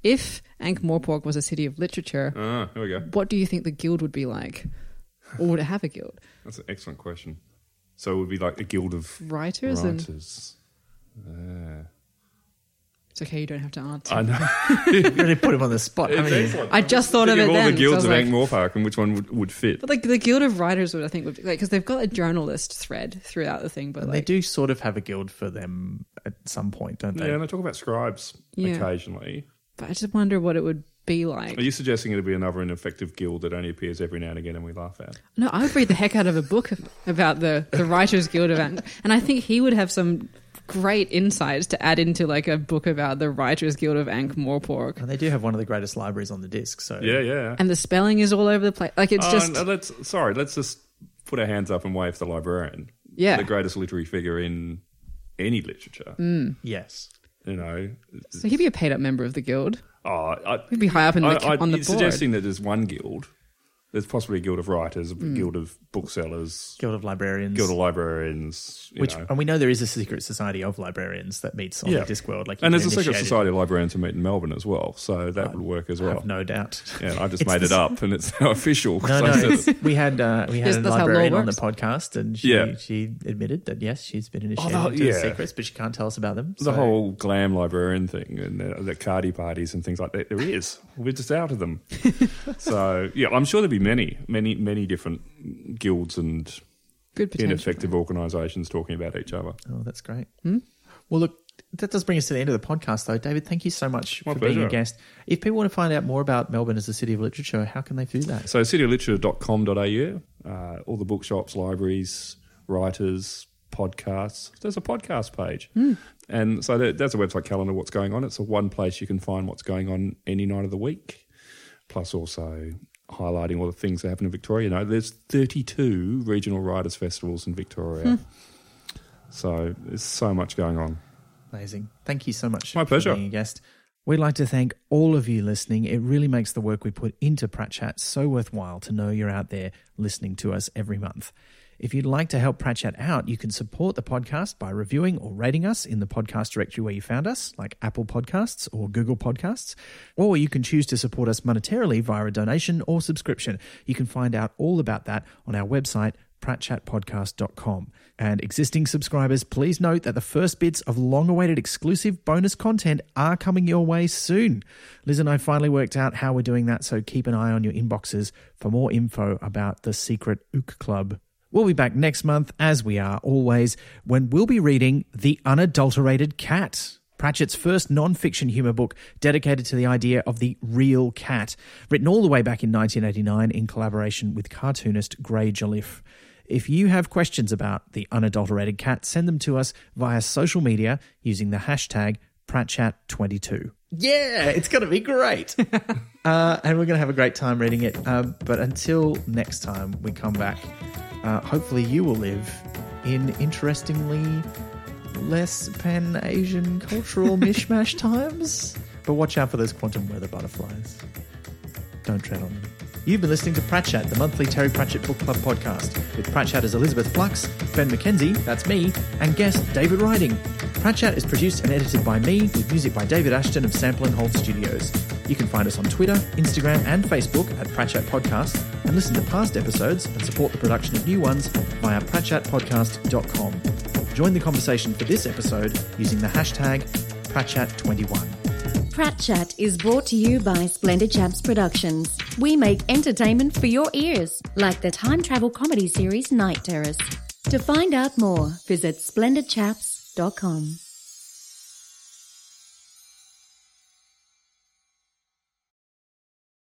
Speaker 2: if Ankh-Morpork was a city of literature,
Speaker 4: Ah, here we go.
Speaker 2: what do you think the guild would be like? Or would it have a guild?
Speaker 4: That's an excellent question. So it would be like a guild of
Speaker 2: Writers? And
Speaker 4: writers. Yeah.
Speaker 2: it's okay, you don't have to answer.
Speaker 4: I know.
Speaker 3: You really put him on the spot.
Speaker 4: It's
Speaker 3: haven't you?
Speaker 4: excellent.
Speaker 2: I just thought of
Speaker 4: Think
Speaker 2: it
Speaker 4: all
Speaker 2: then.
Speaker 4: the
Speaker 2: so I
Speaker 4: guilds
Speaker 2: was
Speaker 4: of
Speaker 2: like-
Speaker 4: Ankh Morpark and which one would, would fit.
Speaker 2: but like the guild of writers would I think would be like because they've got a journalist thread throughout the thing, but
Speaker 3: And
Speaker 2: like
Speaker 3: they do sort of have a guild for them at some point, don't they?
Speaker 4: Yeah, and I talk about scribes
Speaker 2: Yeah.
Speaker 4: occasionally.
Speaker 2: but I just wonder what it would be like.
Speaker 4: Are you suggesting it'd be another ineffective guild that only appears every now and again and we laugh at?
Speaker 2: No, I would read the heck out of a book about the, the Writers Guild of Ankh. And I think he would have some great insights to add into like a book about the Writers Guild of Ankh Morpork.
Speaker 3: And they do have one of the greatest libraries on the disc. So
Speaker 4: Yeah, yeah.
Speaker 2: And the
Speaker 1: Uh,
Speaker 2: spelling is all over the place. Like it's
Speaker 4: Oh,
Speaker 2: just
Speaker 4: no, let's sorry, let's just put our hands up and wave the librarian.
Speaker 2: Yeah.
Speaker 1: the greatest literary figure in any literature.
Speaker 2: Mm.
Speaker 3: Yes.
Speaker 1: You know,
Speaker 2: So he'd be a paid up member of the guild.
Speaker 1: oh, I,
Speaker 2: He'd be high up in the,
Speaker 1: I, I,
Speaker 2: on
Speaker 1: you're
Speaker 2: the board. Mm.
Speaker 1: suggesting that there's one guild. There's possibly a guild of writers, a guild of booksellers,
Speaker 3: Guild of Librarians.
Speaker 1: guild of librarians. You
Speaker 3: which,
Speaker 1: know.
Speaker 3: and we know there is a secret society of librarians that meets on
Speaker 1: yeah,
Speaker 3: the Discworld. Like, you
Speaker 1: and
Speaker 3: get
Speaker 1: there's a secret
Speaker 3: initiated.
Speaker 1: society of librarians who meet in Melbourne as well, so that would work as
Speaker 3: I
Speaker 1: well.
Speaker 3: have no doubt.
Speaker 1: yeah, I just
Speaker 3: It's
Speaker 1: made
Speaker 3: the
Speaker 1: it up, and it's now official. 'cause
Speaker 3: No,
Speaker 1: I said
Speaker 3: no.
Speaker 1: it.
Speaker 3: we had uh, we
Speaker 2: Yes,
Speaker 3: had a
Speaker 2: that's how law
Speaker 3: librarian on the
Speaker 2: works.
Speaker 3: podcast, and she
Speaker 1: Yeah.
Speaker 3: she admitted that yes, she's been initiated
Speaker 1: whole-
Speaker 3: into the
Speaker 1: yeah.
Speaker 3: secrets, but she can't tell us about them.
Speaker 1: the
Speaker 3: so-
Speaker 1: whole glam librarian thing and the, the cardi parties and things like that. There is. We're just out of them. so yeah, I'm sure there'd be many, many, many different guilds and
Speaker 2: Good potential.
Speaker 1: ineffective organisations talking about each other.
Speaker 3: Oh, that's great.
Speaker 1: Hmm?
Speaker 3: Well, look, that does bring us to the end of the podcast, though. David, thank you so much
Speaker 1: My
Speaker 3: for being
Speaker 1: pleasure.
Speaker 3: a guest. If people want to find out more about Melbourne as a city of literature, how can they do that?
Speaker 1: So cityofliterature.com.au, uh, all the bookshops, libraries, writers, podcasts. There's a podcast page. And so that, that's a website calendar, what's going on. It's the one place you can find what's going on any night of the week, plus also highlighting all the things that happen in Victoria. You know, there's 32 regional writers' festivals in Victoria. So there's so much going on.
Speaker 3: Amazing. Thank you so much.
Speaker 1: My pleasure.
Speaker 3: For being a guest. We'd like to thank all of you listening. It really makes the work we put into Pratt Chat so worthwhile to know you're out there listening to us every month. If you'd like to help Pratt Chat out, you can support the podcast by reviewing or rating us in the podcast directory where you found us, like Apple Podcasts or Google Podcasts, or you can choose to support us monetarily via a donation or subscription. You can find out all about that on our website, prattchatpodcast.com. And existing subscribers, please note that the first bits of long awaited exclusive bonus content are coming your way soon. Liz and I finally worked out how we're doing that, so keep an eye on your inboxes for more info about the secret Ook Club. We'll be back next month, as we are always, when we'll be reading The Unadulterated Cat. Pratchett's first non fiction humour book dedicated to the idea of the real cat, written all the way back in 1989 in collaboration with cartoonist Gray Jolliffe. If you have questions about the unadulterated cat, send them to us via social media using the hashtag PratChat22. Yeah, it's going to be great. uh, and we're going to have a great time reading it. Um, but until next time we come back, uh, hopefully you will live in interestingly less pan Asian cultural mishmash times. But watch out for those quantum weather butterflies. Don't tread on them. You've been listening to Pratchett, the monthly Terry Pratchett Book Club podcast, with Pratchett as Elizabeth Flux, Ben McKenzie, that's me, and guest David Riding. Pratchett is produced and edited by me, with music by David Ashton of Sample and Hold Studios. You can find us on Twitter, Instagram, and Facebook at Pratchett Podcast, and listen to past episodes and support the production of new ones via pratchettpodcast.com. Join the conversation for this episode using the hashtag Pratchett21.
Speaker 5: Pratt Chat is brought to you by Splendid Chaps Productions. We make entertainment for your ears, like the time travel comedy series Night Terrace. To find out more, visit splendidchaps.com.